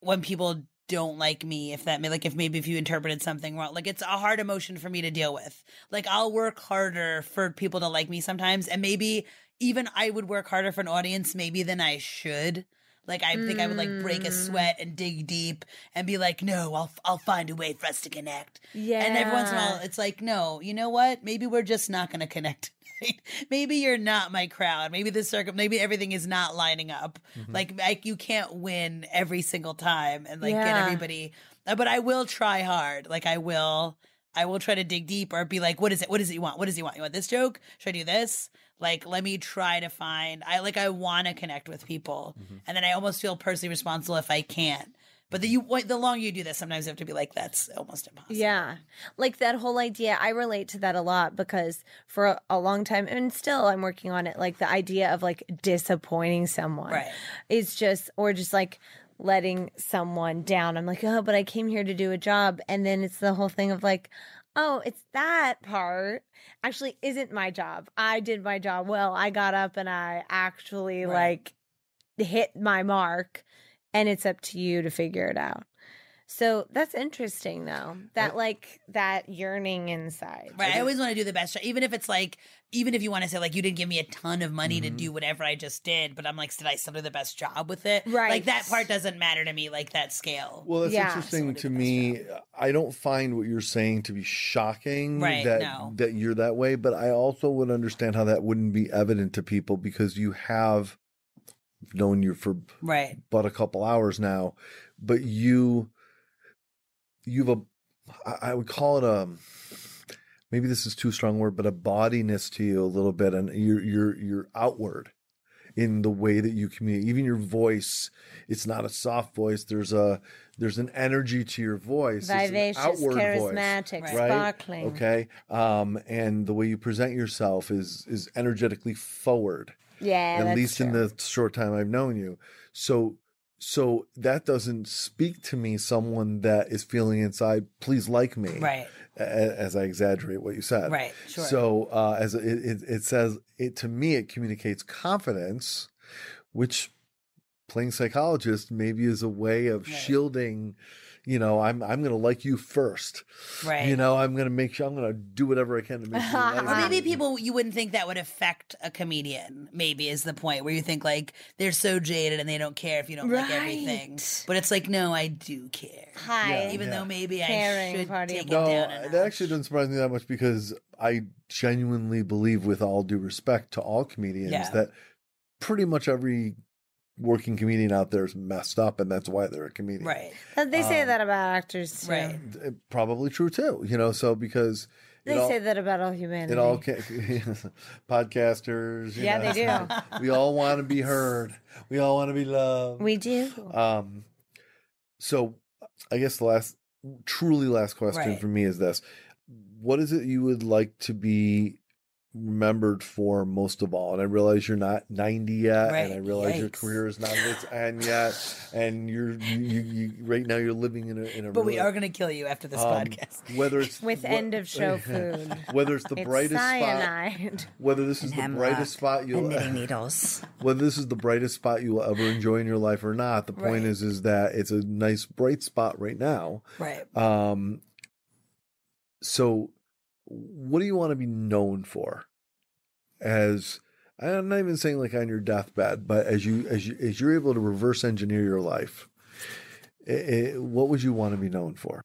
[SPEAKER 7] when people don't like me, if that may, like, if maybe if you interpreted something wrong, like, it's a hard emotion for me to deal with. Like, I'll work harder for people to like me sometimes, and maybe even I would work harder for an audience, maybe than I should. Like, I think I would like break a sweat and dig deep and be like, no, I'll I'll find a way for us to connect.
[SPEAKER 4] yeah.
[SPEAKER 7] And every once in a while, it's like, no, you know what? Maybe we're just not going to connect. tonight. maybe you're not my crowd. Maybe the circle. Maybe everything is not lining up. Like, like you can't win every single time and like get
[SPEAKER 4] Yeah.
[SPEAKER 7] everybody. uh, But I will try hard. Like I will. I will try to dig deep or be like, what is it? What is it you want? What does he want? You want this joke? Should I do this? Like, let me try to find. I like. I want to connect with people, and then I almost feel personally responsible if I can't. But the you the longer you do this, sometimes you have to be like, that's almost impossible.
[SPEAKER 4] Yeah. Like that whole idea, I relate to that a lot because for a, a long time, and still I'm working on it, like the idea of like disappointing someone.
[SPEAKER 7] Right.
[SPEAKER 4] It's just, or just like letting someone down. I'm like, oh, but I came here to do a job. And then it's the whole thing of like, oh, it's that part actually isn't my job. I did my job well. I got up and I actually
[SPEAKER 7] Right.
[SPEAKER 4] like hit my mark. And it's up to you to figure it out. So that's interesting, though. That like that yearning inside.
[SPEAKER 7] Right. I always want to do the best, job, even if it's like, even if you want to say like, you didn't give me a ton of money
[SPEAKER 4] Mm-hmm.
[SPEAKER 7] to do whatever I just did, but I'm like, did I still do the best job with it?
[SPEAKER 4] Right.
[SPEAKER 7] Like that part doesn't matter to me. Like that scale.
[SPEAKER 3] Well, that's
[SPEAKER 4] Yeah.
[SPEAKER 3] interesting
[SPEAKER 7] Somebody
[SPEAKER 3] to
[SPEAKER 7] that's
[SPEAKER 3] me. I don't find what you're saying to be shocking
[SPEAKER 7] Right,
[SPEAKER 3] that
[SPEAKER 7] no.
[SPEAKER 3] that you're that way, but I also would understand how that wouldn't be evident to people because you have known you for
[SPEAKER 7] right.
[SPEAKER 3] but a couple hours now, but you you've a I I would call it a maybe this is too strong a word, but a bodiness to you a little bit, and you're you're you're outward in the way that you communicate. Even your voice, it's not a soft voice. There's a there's an energy to your voice, It's an
[SPEAKER 4] Vivacious,
[SPEAKER 3] outward
[SPEAKER 4] charismatic,
[SPEAKER 7] Right.
[SPEAKER 4] sparkling.
[SPEAKER 3] Okay, um, and the way you present yourself is is energetically forward
[SPEAKER 4] Yeah.
[SPEAKER 3] at
[SPEAKER 4] that's
[SPEAKER 3] least in
[SPEAKER 4] true.
[SPEAKER 3] the short time I've known you. So so that doesn't speak to me someone that is feeling inside please like me
[SPEAKER 7] Right.
[SPEAKER 3] a- a- as i exaggerate what you said
[SPEAKER 7] Right. Sure.
[SPEAKER 3] so uh as it, it it says it to me it communicates confidence which playing psychologist maybe is a way of
[SPEAKER 7] Right.
[SPEAKER 3] shielding you know i'm i'm gonna like you first
[SPEAKER 7] Right.
[SPEAKER 3] you know i'm gonna make sure i'm gonna do whatever i can to make you like
[SPEAKER 7] Or
[SPEAKER 3] me.
[SPEAKER 7] maybe people you wouldn't think that would affect a comedian. Maybe is the point where you think like they're so jaded and they don't care if you don't like everything.
[SPEAKER 4] Right.
[SPEAKER 7] But it's like no, I do care.
[SPEAKER 4] Hi.
[SPEAKER 7] Even
[SPEAKER 3] Yeah.
[SPEAKER 7] though maybe I
[SPEAKER 4] Caring
[SPEAKER 7] should
[SPEAKER 4] party
[SPEAKER 7] take it
[SPEAKER 3] No,
[SPEAKER 7] down. a
[SPEAKER 3] that
[SPEAKER 7] notch.
[SPEAKER 3] actually doesn't surprise me that much because I genuinely believe, with all due respect to all comedians,
[SPEAKER 7] Yeah.
[SPEAKER 3] that pretty much every working comedian out there is messed up, and that's why they're a comedian.
[SPEAKER 7] Right.
[SPEAKER 4] But They
[SPEAKER 3] Um,
[SPEAKER 4] say that about actors too.
[SPEAKER 7] Right.
[SPEAKER 3] Uh, Probably true too. You know, so because it
[SPEAKER 4] They
[SPEAKER 3] all-
[SPEAKER 4] say that about all humanity.
[SPEAKER 3] It all ca- podcasters. you
[SPEAKER 4] Yeah,
[SPEAKER 3] know,
[SPEAKER 4] they
[SPEAKER 3] it's like, we all want to be heard. We all want to be loved.
[SPEAKER 4] we do.
[SPEAKER 3] Um, so I guess the last, truly last question
[SPEAKER 7] Right.
[SPEAKER 3] for me is this: What is it you would like to be remembered for most of all. And I realize you're not 90 yet, and I
[SPEAKER 7] Right,
[SPEAKER 3] realize your
[SPEAKER 7] yikes.
[SPEAKER 3] career is not at its end yet, and you're you, you, you right now you're living in a in a.
[SPEAKER 7] But we
[SPEAKER 3] really-
[SPEAKER 7] are going to kill you after this
[SPEAKER 3] um,
[SPEAKER 7] podcast.
[SPEAKER 3] Whether it's
[SPEAKER 4] With
[SPEAKER 3] wh-
[SPEAKER 4] end of show food.
[SPEAKER 3] whether it's the
[SPEAKER 4] It's
[SPEAKER 3] brightest spot,
[SPEAKER 4] cyanide.
[SPEAKER 3] whether this is
[SPEAKER 6] and
[SPEAKER 3] the
[SPEAKER 6] hemlock
[SPEAKER 3] brightest spot
[SPEAKER 6] and
[SPEAKER 3] you'll
[SPEAKER 6] knitting needles.
[SPEAKER 3] whether this is the brightest spot you will ever enjoy in your life or not. The point
[SPEAKER 7] Right.
[SPEAKER 3] is is that it's a nice bright spot right now.
[SPEAKER 7] Right.
[SPEAKER 3] Um, so what do you want to be known for? As I'm not even saying like on your deathbed, but as you as you as you're able to reverse engineer your life, eh, eh, what would you want to be known for?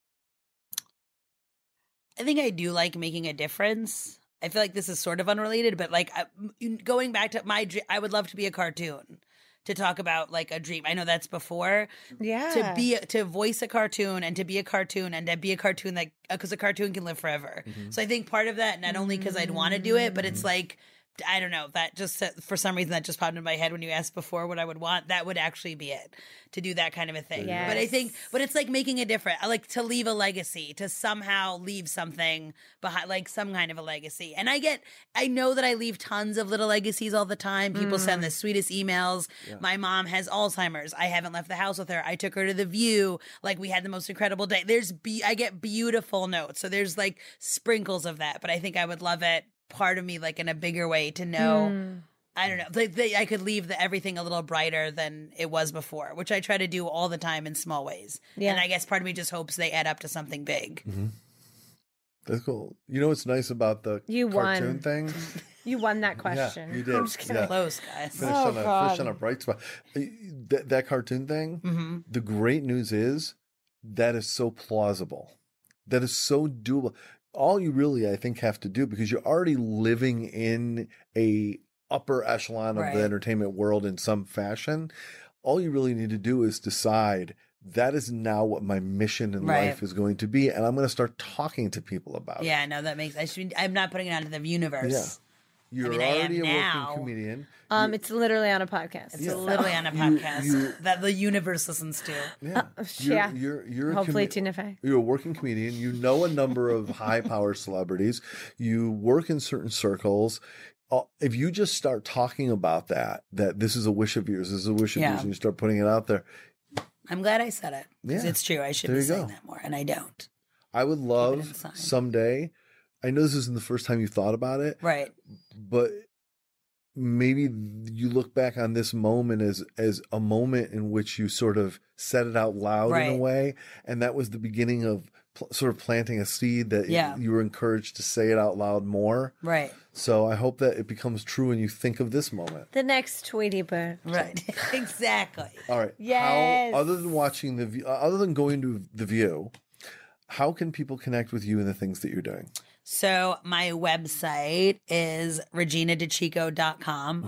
[SPEAKER 7] I think I do like making a difference. I feel like this is sort of unrelated, but like I- m- going back to my, dr- I would love to be a cartoon to talk about like a dream. I know that's before,
[SPEAKER 4] yeah.
[SPEAKER 7] to be to voice a cartoon and to be a cartoon and to be a cartoon that because a cartoon can live forever. So I think part of that, not only because I'd want to do it, but it's like I don't know that just uh, for some reason that just popped into my head when you asked before what I would want. That would actually be it to do that kind of a thing. But I think, but it's like making a difference. I like to leave a legacy to somehow leave something behind, like some kind of a legacy. And I get, I know that I leave tons of little legacies all the time. People send the sweetest emails. My mom has Alzheimer's. I haven't left the house with her. I took her to the view. Like we had the most incredible day. There's be I get beautiful notes. So there's like sprinkles of that, but I think I would love it part of me like in a bigger way to know I don't know. Like they, I could leave the, everything a little brighter than it was before, which I try to do all the time in small ways.
[SPEAKER 4] Yeah.
[SPEAKER 7] And I guess part of me just hopes they add up to something big.
[SPEAKER 3] That's cool. You know what's nice about the
[SPEAKER 4] You won.
[SPEAKER 3] cartoon thing?
[SPEAKER 4] you won that question.
[SPEAKER 3] Yeah, you did.
[SPEAKER 4] I'm just kidding. Oh,
[SPEAKER 3] Yeah.
[SPEAKER 7] Close, guys.
[SPEAKER 3] Finish, on a, finish on a bright spot. Eh, That, that cartoon thing,
[SPEAKER 7] hmm
[SPEAKER 3] the great news is that is so plausible. That is so doable. All you really, I think, have to do because you're already living in a upper echelon of
[SPEAKER 7] Right.
[SPEAKER 3] the entertainment world in some fashion. All you really need to do is decide that is now what my mission in
[SPEAKER 7] Right.
[SPEAKER 3] life is going to be, and I'm going to start talking to people about it.
[SPEAKER 7] Yeah, no, that makes. I should. I'm not putting it out into the universe.
[SPEAKER 3] Yeah. You're
[SPEAKER 7] mean, I am
[SPEAKER 3] already a
[SPEAKER 7] now.
[SPEAKER 3] working comedian.
[SPEAKER 4] Um, it's literally on a podcast.
[SPEAKER 7] It's
[SPEAKER 3] Yeah.
[SPEAKER 7] literally on a podcast
[SPEAKER 3] you-
[SPEAKER 7] that the universe listens to.
[SPEAKER 3] Yeah. You're,
[SPEAKER 4] uh, oh, yeah.
[SPEAKER 3] You're, you're a
[SPEAKER 4] Hopefully,
[SPEAKER 3] comi-
[SPEAKER 4] Tina Fey.
[SPEAKER 3] You're a working comedian. You know a number of high power celebrities. You work in certain circles. Uh, If you just start talking about that, that this is a wish of yours, this is a wish of
[SPEAKER 7] Yeah.
[SPEAKER 3] yours, and you start putting it out there,
[SPEAKER 7] I'm glad I said it. 'cause
[SPEAKER 3] Yeah.
[SPEAKER 7] It's true. I should
[SPEAKER 3] There
[SPEAKER 7] be
[SPEAKER 3] you
[SPEAKER 7] saying
[SPEAKER 3] go.
[SPEAKER 7] that more, and I don't.
[SPEAKER 3] I would
[SPEAKER 7] in
[SPEAKER 3] love
[SPEAKER 7] the sign.
[SPEAKER 3] someday. I know this isn't the first time you thought about it,
[SPEAKER 7] Right.
[SPEAKER 3] but maybe you look back on this moment as as a moment in which you sort of said it out loud in a
[SPEAKER 7] Right.
[SPEAKER 3] way and that was the beginning of pl- sort of planting a seed that
[SPEAKER 7] Yeah.
[SPEAKER 3] you were encouraged to say it out loud more
[SPEAKER 7] Right.
[SPEAKER 3] so i hope that it becomes true when you think of this moment
[SPEAKER 4] The next Tweety Bird.
[SPEAKER 7] Right. exactly.
[SPEAKER 3] all right
[SPEAKER 4] Yes.
[SPEAKER 3] how other than watching the view other than going to the view how can people connect with you and the things that you're doing
[SPEAKER 7] So my website is reginadechico.com,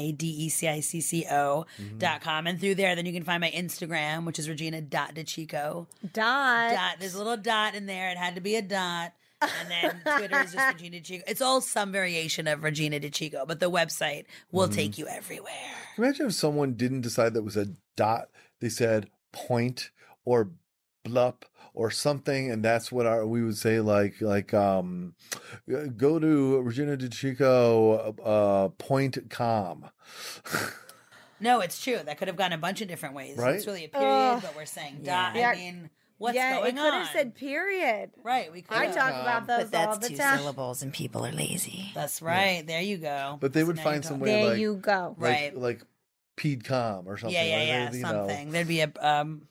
[SPEAKER 7] E R-E-G-I-N-A-D-E-C-I-C-C-O dot com. And through there, then you can find my Instagram, which is regina.dechico.
[SPEAKER 4] Dot.
[SPEAKER 7] Dot, there's a little dot in there. It had to be a dot. And then Twitter is just Regina DeChico. It's all some variation of Regina DeChico, but the website will take you everywhere.
[SPEAKER 3] Imagine if someone didn't decide that was a dot. They said point or blup or something, and that's what our we would say like like um go to Regina DeChico uh point com.
[SPEAKER 7] No, it's true. That could have gone a bunch of different ways.
[SPEAKER 3] Right?
[SPEAKER 7] It's really a period, but we're saying dot.
[SPEAKER 4] Yeah.
[SPEAKER 7] I mean, what's
[SPEAKER 4] yeah,
[SPEAKER 7] going
[SPEAKER 4] it
[SPEAKER 7] on?
[SPEAKER 4] could have said period.
[SPEAKER 7] right. We could
[SPEAKER 4] I
[SPEAKER 7] have.
[SPEAKER 4] talk about those
[SPEAKER 6] But that's
[SPEAKER 4] all the
[SPEAKER 6] two
[SPEAKER 4] time.
[SPEAKER 6] syllables, and people are lazy.
[SPEAKER 7] That's right. There you go.
[SPEAKER 3] But they
[SPEAKER 7] So
[SPEAKER 3] would
[SPEAKER 7] now
[SPEAKER 3] find
[SPEAKER 7] you're
[SPEAKER 3] some
[SPEAKER 7] talking-
[SPEAKER 3] way
[SPEAKER 4] There
[SPEAKER 3] like,
[SPEAKER 4] you go.
[SPEAKER 3] like
[SPEAKER 7] Right.
[SPEAKER 3] like pedcom or something.
[SPEAKER 7] Yeah, yeah,
[SPEAKER 3] like,
[SPEAKER 7] yeah.
[SPEAKER 3] they- you know.
[SPEAKER 7] something. There'd be a um.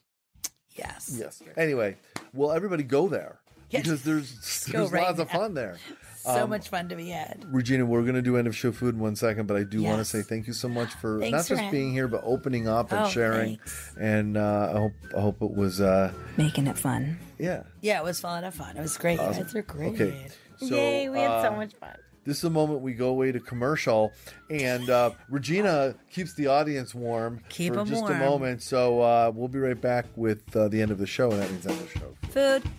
[SPEAKER 7] Yes.
[SPEAKER 3] Yes. Anyway, well, everybody go there
[SPEAKER 7] Yes.
[SPEAKER 3] because there's
[SPEAKER 7] go
[SPEAKER 3] there's
[SPEAKER 7] right
[SPEAKER 3] lots of
[SPEAKER 7] now.
[SPEAKER 3] fun there.
[SPEAKER 7] So
[SPEAKER 3] Um,
[SPEAKER 7] much fun to be had.
[SPEAKER 3] Regina, we're going to do end of show food in one second, but I do want to
[SPEAKER 7] Yes.
[SPEAKER 3] say thank you so much for
[SPEAKER 6] Thanks
[SPEAKER 3] not
[SPEAKER 6] for
[SPEAKER 3] just
[SPEAKER 6] having-
[SPEAKER 3] being here, but opening up and
[SPEAKER 6] Oh,
[SPEAKER 3] sharing.
[SPEAKER 6] thanks.
[SPEAKER 3] And uh, I hope I hope it was uh,
[SPEAKER 6] Making it fun.
[SPEAKER 3] yeah.
[SPEAKER 7] Yeah, it was fun. Of fun. It was great. You guys are great.
[SPEAKER 3] Okay, so
[SPEAKER 4] Yay, we had so
[SPEAKER 3] uh,
[SPEAKER 4] much fun.
[SPEAKER 3] this is the moment we go away to commercial, and uh, Regina keeps the audience warm
[SPEAKER 7] Keep
[SPEAKER 3] for
[SPEAKER 7] 'em
[SPEAKER 3] just
[SPEAKER 7] warm.
[SPEAKER 3] a moment. So uh, we'll be right back with uh, the end of the show, and that means end of show.
[SPEAKER 4] Food.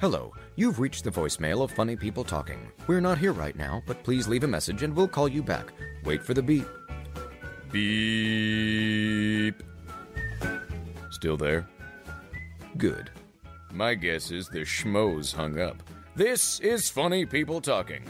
[SPEAKER 8] Hello, you've reached the voicemail of Funny People Talking. We're not here right now, but please leave a message and we'll call you back. Wait for the beep.
[SPEAKER 2] Beep. Still there?
[SPEAKER 8] good.
[SPEAKER 2] My guess is the schmoes hung up. This is Funny People Talking.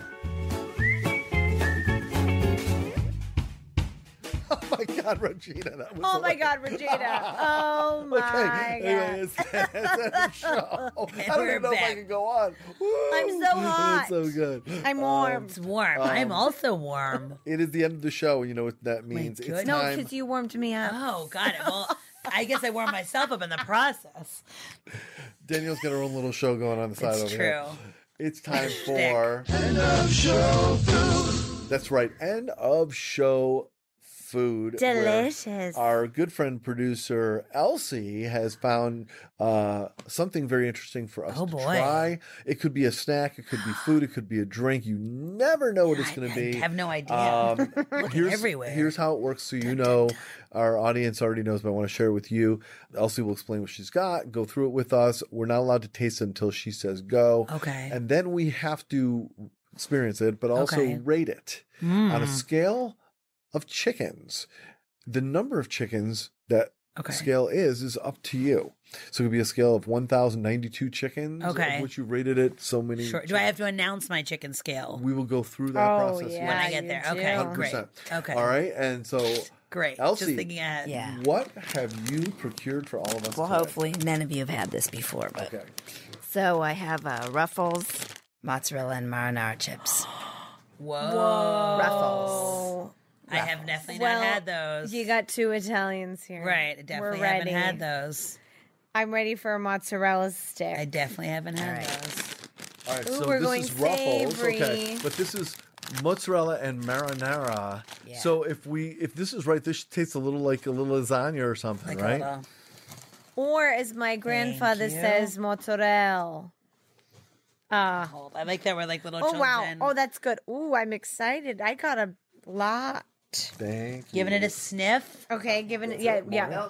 [SPEAKER 3] Oh my God, Regina, that was.
[SPEAKER 4] Oh my God, Regina. Oh my
[SPEAKER 3] Okay. Anyway,
[SPEAKER 4] God.
[SPEAKER 3] it's, it's the show. I don't
[SPEAKER 7] We're
[SPEAKER 3] even know if I
[SPEAKER 7] back.
[SPEAKER 3] can go on. Woo!
[SPEAKER 4] I'm so hot.
[SPEAKER 3] It's so good.
[SPEAKER 4] I'm warm.
[SPEAKER 7] It's warm. I'm
[SPEAKER 3] Um,
[SPEAKER 7] also warm.
[SPEAKER 3] It is the end of the show. You know what that means? It's
[SPEAKER 7] goodness.
[SPEAKER 4] no,
[SPEAKER 3] time.
[SPEAKER 4] because you warmed me up.
[SPEAKER 7] Oh, got it. Well, I guess I warmed myself up in the process.
[SPEAKER 3] Danielle's got her own little show going on the side
[SPEAKER 7] It's
[SPEAKER 3] over
[SPEAKER 7] true.
[SPEAKER 3] here. It's time for end of show food. That's right, end of show food. where
[SPEAKER 4] Delicious.
[SPEAKER 3] Our good friend producer Elsie has found uh, something very interesting for us
[SPEAKER 7] Oh,
[SPEAKER 3] to
[SPEAKER 7] boy.
[SPEAKER 3] try. It could be a snack, it could be food, it could be a drink. You never know what it's
[SPEAKER 7] I-
[SPEAKER 3] going
[SPEAKER 7] I
[SPEAKER 3] to be.
[SPEAKER 7] have no idea.
[SPEAKER 3] Um, here's,
[SPEAKER 7] everywhere.
[SPEAKER 3] Here's how it works. So you know, our audience already knows, but I want to share it with you. Elsie will explain what she's got, go through it with us. We're not allowed to taste it until she says go.
[SPEAKER 7] Okay.
[SPEAKER 3] And then we have to experience it, but also
[SPEAKER 7] Okay.
[SPEAKER 3] rate it on a
[SPEAKER 7] Mm.
[SPEAKER 3] scale of chickens. The number of chickens that
[SPEAKER 7] Okay.
[SPEAKER 3] scale is is up to you. So it could be a scale of 1,092 chickens, of
[SPEAKER 7] Okay.
[SPEAKER 3] which you rated it so many.
[SPEAKER 7] Sure. Do I have to announce my chicken scale
[SPEAKER 3] We will go through that process.
[SPEAKER 4] Oh, yeah,
[SPEAKER 7] when I get
[SPEAKER 4] you
[SPEAKER 7] there?
[SPEAKER 4] do.
[SPEAKER 7] Okay, great.
[SPEAKER 3] 100%.
[SPEAKER 7] Okay,
[SPEAKER 3] All right. And so,
[SPEAKER 7] great.
[SPEAKER 3] Elsie.
[SPEAKER 7] Just thinking ahead.
[SPEAKER 6] Yeah.
[SPEAKER 3] what have you procured for all of us?
[SPEAKER 6] Well,
[SPEAKER 3] today?
[SPEAKER 6] hopefully none of you have had this before, but
[SPEAKER 3] Okay.
[SPEAKER 6] so I have uh, Ruffles, mozzarella, and marinara chips.
[SPEAKER 7] Whoa.
[SPEAKER 6] Ruffles.
[SPEAKER 7] I have definitely
[SPEAKER 4] Well,
[SPEAKER 7] not had those.
[SPEAKER 4] You got two Italians here.
[SPEAKER 7] Uh, right. I definitely
[SPEAKER 4] We're
[SPEAKER 7] haven't
[SPEAKER 4] ready.
[SPEAKER 7] had those.
[SPEAKER 4] I'm ready for a mozzarella
[SPEAKER 7] I
[SPEAKER 4] stick.
[SPEAKER 7] definitely haven't had
[SPEAKER 6] All right.
[SPEAKER 7] those.
[SPEAKER 3] All right.
[SPEAKER 4] Ooh,
[SPEAKER 3] so
[SPEAKER 4] we're
[SPEAKER 3] this
[SPEAKER 4] going
[SPEAKER 3] is ruffles. Okay.
[SPEAKER 4] savory.
[SPEAKER 3] But this is mozzarella and marinara. So if we if this is right, this tastes a little like a little lasagna or something,
[SPEAKER 7] Like a
[SPEAKER 3] right?
[SPEAKER 7] little-
[SPEAKER 4] Or as my grandfather
[SPEAKER 7] you.
[SPEAKER 4] says, mozzarella. Ah.
[SPEAKER 7] Hold. I like that we're like little
[SPEAKER 4] oh wow.
[SPEAKER 7] children.
[SPEAKER 4] Oh, that's good. Ooh, I'm excited. I got a lot.
[SPEAKER 3] Thank you.
[SPEAKER 7] Giving it a sniff.
[SPEAKER 4] Okay, given it, yeah, yeah.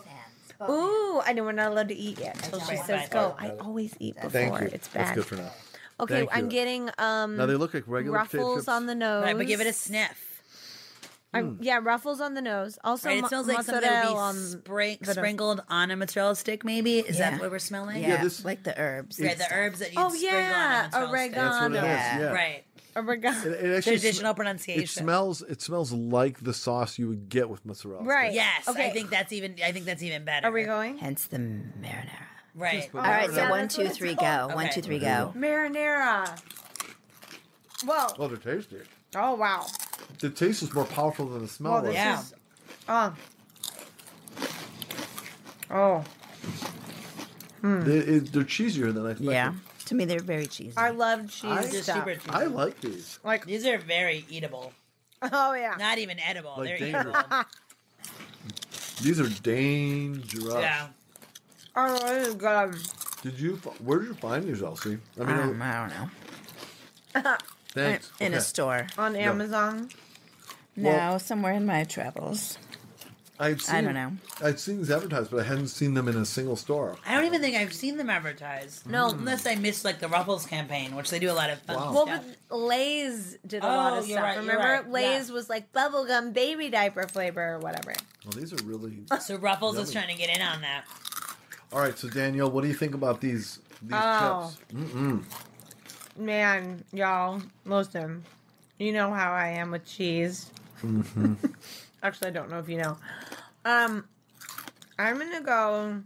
[SPEAKER 4] Ooh, I know we're not allowed to eat yet till she
[SPEAKER 7] Right,
[SPEAKER 4] says
[SPEAKER 7] right.
[SPEAKER 4] go. I always eat before.
[SPEAKER 3] Thank you.
[SPEAKER 4] It's bad.
[SPEAKER 3] That's good for now.
[SPEAKER 4] Okay,
[SPEAKER 3] Thank
[SPEAKER 4] I'm
[SPEAKER 3] you.
[SPEAKER 4] getting um
[SPEAKER 3] Now they look like regular potato
[SPEAKER 4] ruffles
[SPEAKER 3] chips.
[SPEAKER 4] on the nose.
[SPEAKER 7] Right, but give it a sniff.
[SPEAKER 4] I'm, yeah, ruffles on the nose. Also,
[SPEAKER 7] Right, it
[SPEAKER 4] mo-
[SPEAKER 7] smells like something that
[SPEAKER 4] mozzarella um,
[SPEAKER 7] would be
[SPEAKER 4] on
[SPEAKER 7] spring-
[SPEAKER 4] the-
[SPEAKER 7] sprinkled on a mozzarella stick. Maybe is
[SPEAKER 6] Yeah.
[SPEAKER 7] that what we're smelling?
[SPEAKER 6] Yeah,
[SPEAKER 3] this-
[SPEAKER 6] like the herbs.
[SPEAKER 7] Right,
[SPEAKER 6] and
[SPEAKER 7] the
[SPEAKER 6] stuff.
[SPEAKER 7] herbs that you
[SPEAKER 4] Oh
[SPEAKER 7] sprinkle
[SPEAKER 4] yeah,
[SPEAKER 7] on a mozzarella
[SPEAKER 3] That's what it
[SPEAKER 4] oregano.
[SPEAKER 3] is.
[SPEAKER 6] Yeah.
[SPEAKER 3] Yeah.
[SPEAKER 7] stick. Right.
[SPEAKER 3] It,
[SPEAKER 4] Oregano.
[SPEAKER 3] it actually sm-
[SPEAKER 7] Traditional pronunciation.
[SPEAKER 3] It smells. It smells like the sauce you would get with mozzarella. sticks.
[SPEAKER 4] Right.
[SPEAKER 7] Yes,
[SPEAKER 4] Okay.
[SPEAKER 7] I think that's even. I think that's even better.
[SPEAKER 4] Are we going?
[SPEAKER 6] Hence the marinara.
[SPEAKER 7] Right.
[SPEAKER 6] All right, so
[SPEAKER 4] yeah,
[SPEAKER 6] one,
[SPEAKER 4] that's what
[SPEAKER 6] two,
[SPEAKER 4] it's
[SPEAKER 6] three, go.
[SPEAKER 4] called.
[SPEAKER 6] One,
[SPEAKER 7] Okay.
[SPEAKER 6] two, three, go.
[SPEAKER 3] Mm-hmm.
[SPEAKER 4] Marinara. Whoa.
[SPEAKER 3] Well, they're tasty.
[SPEAKER 4] Oh wow.
[SPEAKER 3] The taste is more powerful than the smell.
[SPEAKER 4] Oh,
[SPEAKER 3] was.
[SPEAKER 4] this
[SPEAKER 7] Yeah.
[SPEAKER 4] is. Oh. Oh,
[SPEAKER 3] They, it, they're cheesier than I expected.
[SPEAKER 6] Yeah. To me, they're very cheesy.
[SPEAKER 4] I love cheese
[SPEAKER 3] I-
[SPEAKER 7] These are
[SPEAKER 4] stuff.
[SPEAKER 7] super cheap.
[SPEAKER 3] I like these.
[SPEAKER 4] Like
[SPEAKER 7] These are very eatable.
[SPEAKER 4] oh yeah.
[SPEAKER 7] Not even edible.
[SPEAKER 3] Like
[SPEAKER 7] They're
[SPEAKER 3] dangerous.
[SPEAKER 7] eatable.
[SPEAKER 3] These are dangerous.
[SPEAKER 7] yeah.
[SPEAKER 4] Oh, this is good.
[SPEAKER 3] Did you? fi- Where did you find these, Elsie? I
[SPEAKER 6] I
[SPEAKER 3] mean, uh,
[SPEAKER 6] don't, I don't know. In,
[SPEAKER 3] thanks.
[SPEAKER 6] in a
[SPEAKER 3] Okay.
[SPEAKER 6] store.
[SPEAKER 4] On Amazon.
[SPEAKER 6] No,
[SPEAKER 3] Well-
[SPEAKER 6] somewhere in my travels.
[SPEAKER 3] I've seen,
[SPEAKER 6] I don't know.
[SPEAKER 3] I've seen these advertised, but I hadn't seen them in a single store.
[SPEAKER 7] I don't even think I've seen them advertised. No, unless I missed like the Ruffles campaign, which they do a lot of fun
[SPEAKER 3] Wow.
[SPEAKER 4] Well,
[SPEAKER 7] stuff.
[SPEAKER 4] but Lay's did a lot
[SPEAKER 7] Oh,
[SPEAKER 4] of
[SPEAKER 7] you're
[SPEAKER 4] stuff.
[SPEAKER 7] right, you're
[SPEAKER 4] Remember,
[SPEAKER 7] right,
[SPEAKER 4] Lay's
[SPEAKER 7] yeah.
[SPEAKER 4] was like bubblegum baby diaper flavor or whatever.
[SPEAKER 3] Well, these are really.
[SPEAKER 7] so Ruffles is trying to get in on that.
[SPEAKER 3] All right, so Danielle, what do you think about these? These
[SPEAKER 4] Oh.
[SPEAKER 3] chips. Mm-mm.
[SPEAKER 4] Man, y'all, listen. You know how I am with cheese. Actually, I don't know if you know. Um, I'm gonna go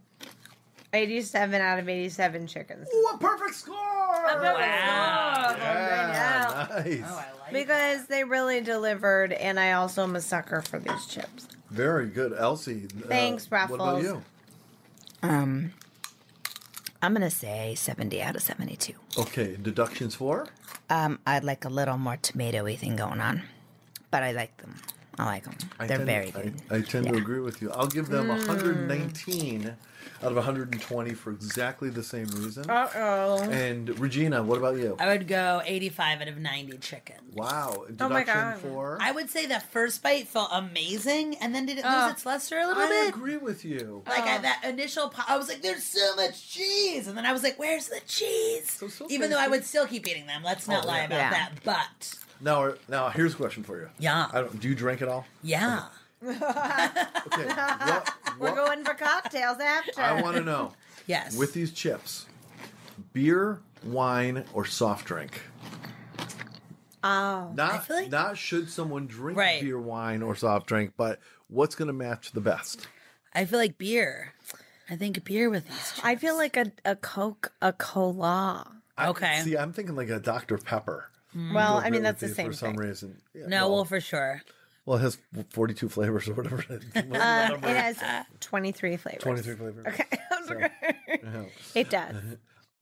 [SPEAKER 4] 87 out of 87 chickens.
[SPEAKER 3] Ooh, a perfect score!
[SPEAKER 7] Wow.
[SPEAKER 3] Yeah, nice.
[SPEAKER 7] Oh, I like.
[SPEAKER 4] Because they really delivered, and I also am a sucker for these chips.
[SPEAKER 3] Very good, Elsie. Uh,
[SPEAKER 4] Thanks,
[SPEAKER 3] What about
[SPEAKER 4] Ruffles.
[SPEAKER 3] you?
[SPEAKER 6] Um, I'm going to say 70 out of 72.
[SPEAKER 3] Okay, deductions for?
[SPEAKER 6] Um, I'd like a little more tomatoey thing going on, but I like them. I like them. They're
[SPEAKER 3] tend,
[SPEAKER 6] very good. Mm.
[SPEAKER 3] I, I tend to agree with you. I'll give them 119 out of 120 for exactly the same reason.
[SPEAKER 4] Uh oh.
[SPEAKER 3] And Regina, what about you?
[SPEAKER 7] I would go 85 out of 90 chicken.
[SPEAKER 3] Wow, deduction
[SPEAKER 4] my God.
[SPEAKER 3] for?
[SPEAKER 7] Oh I would say the first bite felt amazing, and then did it lose
[SPEAKER 4] Oh.
[SPEAKER 7] its luster a little
[SPEAKER 3] I
[SPEAKER 7] bit?
[SPEAKER 3] agree with you.
[SPEAKER 7] Like I, that initial, po- I was like, "There's so much cheese," and then I was like, "Where's the cheese?"
[SPEAKER 3] so
[SPEAKER 7] Even though I would still keep eating them. Let's not
[SPEAKER 3] Oh,
[SPEAKER 7] lie
[SPEAKER 3] yeah.
[SPEAKER 7] about
[SPEAKER 6] Yeah.
[SPEAKER 7] that. But
[SPEAKER 3] Now, now here's a question for you.
[SPEAKER 7] Yeah.
[SPEAKER 3] I don't. Do you drink at all?
[SPEAKER 7] yeah,
[SPEAKER 3] Okay. what,
[SPEAKER 4] We're
[SPEAKER 3] what-
[SPEAKER 4] going for cocktails after.
[SPEAKER 3] I want to know.
[SPEAKER 7] Yes.
[SPEAKER 3] with these chips beer, wine, or soft drink.
[SPEAKER 4] Oh.
[SPEAKER 3] Not,
[SPEAKER 7] feel like-
[SPEAKER 3] not should someone drink
[SPEAKER 7] Right.
[SPEAKER 3] beer, wine, or soft drink, but what's going to match the best?
[SPEAKER 7] I feel like beer. I think beer with these.
[SPEAKER 4] I feel like a, a Coke, a cola.
[SPEAKER 3] I-
[SPEAKER 7] Okay.
[SPEAKER 3] see, I'm thinking like a Dr. Pepper.
[SPEAKER 4] Well,
[SPEAKER 3] Go
[SPEAKER 4] I mean,
[SPEAKER 3] great
[SPEAKER 4] that's the
[SPEAKER 3] with
[SPEAKER 4] same
[SPEAKER 3] For some
[SPEAKER 4] thing.
[SPEAKER 3] reason. Yeah,
[SPEAKER 7] No, well, for sure.
[SPEAKER 3] Well, it has 42 flavors or whatever.
[SPEAKER 4] Um, it has 23 flavors.
[SPEAKER 3] 23 flavors. Okay.
[SPEAKER 4] It does.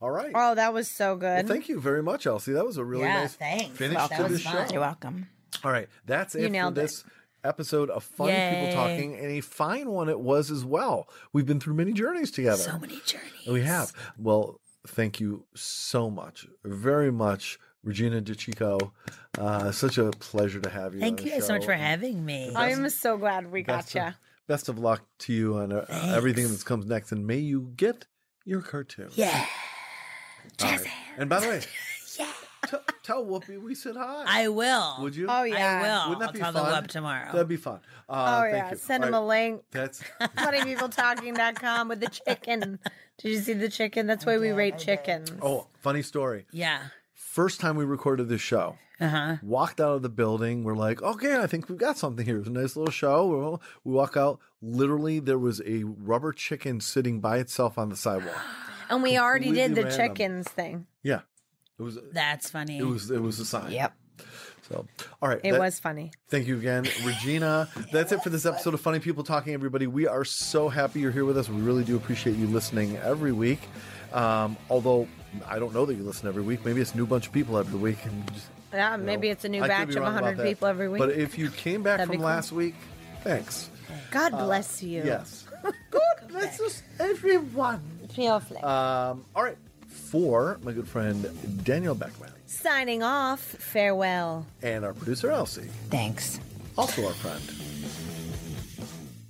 [SPEAKER 3] All right.
[SPEAKER 4] Oh, that was so
[SPEAKER 3] Well,
[SPEAKER 4] good.
[SPEAKER 3] thank you very much, Elsie. That was a really
[SPEAKER 7] Yeah,
[SPEAKER 3] nice
[SPEAKER 7] thanks.
[SPEAKER 3] finish
[SPEAKER 7] Welcome.
[SPEAKER 3] to
[SPEAKER 7] That
[SPEAKER 3] the
[SPEAKER 7] was fun.
[SPEAKER 3] show.
[SPEAKER 6] You're welcome.
[SPEAKER 3] All right, that's
[SPEAKER 4] You
[SPEAKER 3] it for
[SPEAKER 4] nailed it.
[SPEAKER 3] this episode of Funny People
[SPEAKER 7] Yay.
[SPEAKER 3] Talking, and a fine one it was as well. We've been through many journeys together.
[SPEAKER 7] So many journeys.
[SPEAKER 3] We have. Well, thank you so much, very much, Regina DeChico. Uh, such a pleasure to have you.
[SPEAKER 7] Thank
[SPEAKER 3] on
[SPEAKER 7] you
[SPEAKER 3] the
[SPEAKER 7] guys so much
[SPEAKER 3] show.
[SPEAKER 7] for having me.
[SPEAKER 4] I'm so glad we
[SPEAKER 3] Best
[SPEAKER 4] got you.
[SPEAKER 3] of, uh, best of luck to you on uh, uh, everything that comes next, and may you get your cartoon.
[SPEAKER 7] Yeah.
[SPEAKER 3] All right. And by the way, t- tell Whoopi we said hi.
[SPEAKER 7] I will.
[SPEAKER 3] would you?
[SPEAKER 4] Oh, yeah.
[SPEAKER 7] I will.
[SPEAKER 3] Wouldn't that
[SPEAKER 7] I'll
[SPEAKER 3] be
[SPEAKER 7] tell
[SPEAKER 3] fun?
[SPEAKER 7] the web tomorrow.
[SPEAKER 3] That'd be fun. Uh,
[SPEAKER 4] Oh,
[SPEAKER 3] thank
[SPEAKER 4] yeah.
[SPEAKER 3] You.
[SPEAKER 4] Send
[SPEAKER 3] All
[SPEAKER 4] him
[SPEAKER 3] right.
[SPEAKER 4] a link.
[SPEAKER 3] That's
[SPEAKER 4] funnypeopletalking.com with the chicken. Did you see the chicken? That's why we rate chickens.
[SPEAKER 3] oh, funny story.
[SPEAKER 7] yeah.
[SPEAKER 3] First time we recorded this show, uh-huh. walked out of the building. We're like, okay, I think we've got something here. It was a nice little show. We're- We walk out. Literally, there was a rubber chicken sitting by itself on the sidewalk.
[SPEAKER 4] And we already did the
[SPEAKER 3] Completely random.
[SPEAKER 4] chickens thing.
[SPEAKER 3] Yeah, it was.
[SPEAKER 7] That's funny.
[SPEAKER 3] It was. It was a sign.
[SPEAKER 6] Yep.
[SPEAKER 3] So, all right.
[SPEAKER 4] It
[SPEAKER 3] that-
[SPEAKER 4] was funny.
[SPEAKER 3] Thank you again, Regina. That's it for this episode of Funny People Talking, everybody. We are so happy you're here with us. We really do appreciate you listening every week. Um, although I don't know that you listen every week. Maybe it's a new bunch of people every week. And just,
[SPEAKER 4] Yeah,
[SPEAKER 3] you know,
[SPEAKER 4] maybe it's a new
[SPEAKER 3] I could
[SPEAKER 4] batch
[SPEAKER 3] be
[SPEAKER 4] of
[SPEAKER 3] wrong about
[SPEAKER 4] 100
[SPEAKER 3] that.
[SPEAKER 4] people every week.
[SPEAKER 3] But if you came back
[SPEAKER 4] That'd
[SPEAKER 3] from
[SPEAKER 4] be cool.
[SPEAKER 3] last week, thanks.
[SPEAKER 4] God bless you.
[SPEAKER 3] uh, Yes. Good. Let's just everyone. Um, all right. For my good friend Daniel Beckman
[SPEAKER 4] Signing off. Farewell.
[SPEAKER 3] and our producer Elsie,
[SPEAKER 6] Thanks.
[SPEAKER 3] also our friend.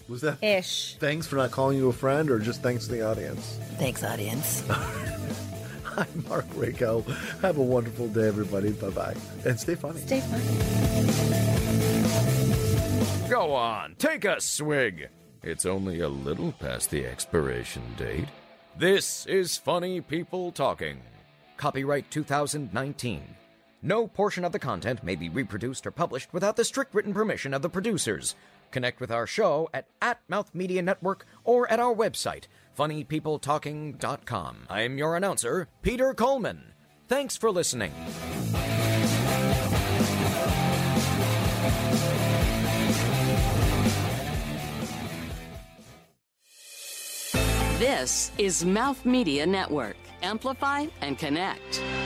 [SPEAKER 3] Was that
[SPEAKER 4] Ish.
[SPEAKER 3] Thanks for not calling you a friend, or just thanks to the audience.
[SPEAKER 6] Thanks, audience.
[SPEAKER 3] I'm Mark Rako. Have a wonderful day, everybody. Bye bye. And stay funny.
[SPEAKER 4] Stay funny.
[SPEAKER 2] Go on, take a swig. It's only a little past the expiration date. This is Funny People Talking.
[SPEAKER 8] Copyright 2019. No portion of the content may be reproduced or published without the strict written permission of the producers. Connect with our show at, at Mouth Media Network or at our website, funnypeopletalking.com. I'm your announcer, Peter Coleman. Thanks for listening.
[SPEAKER 1] This is Mouth Media Network. Amplify and connect.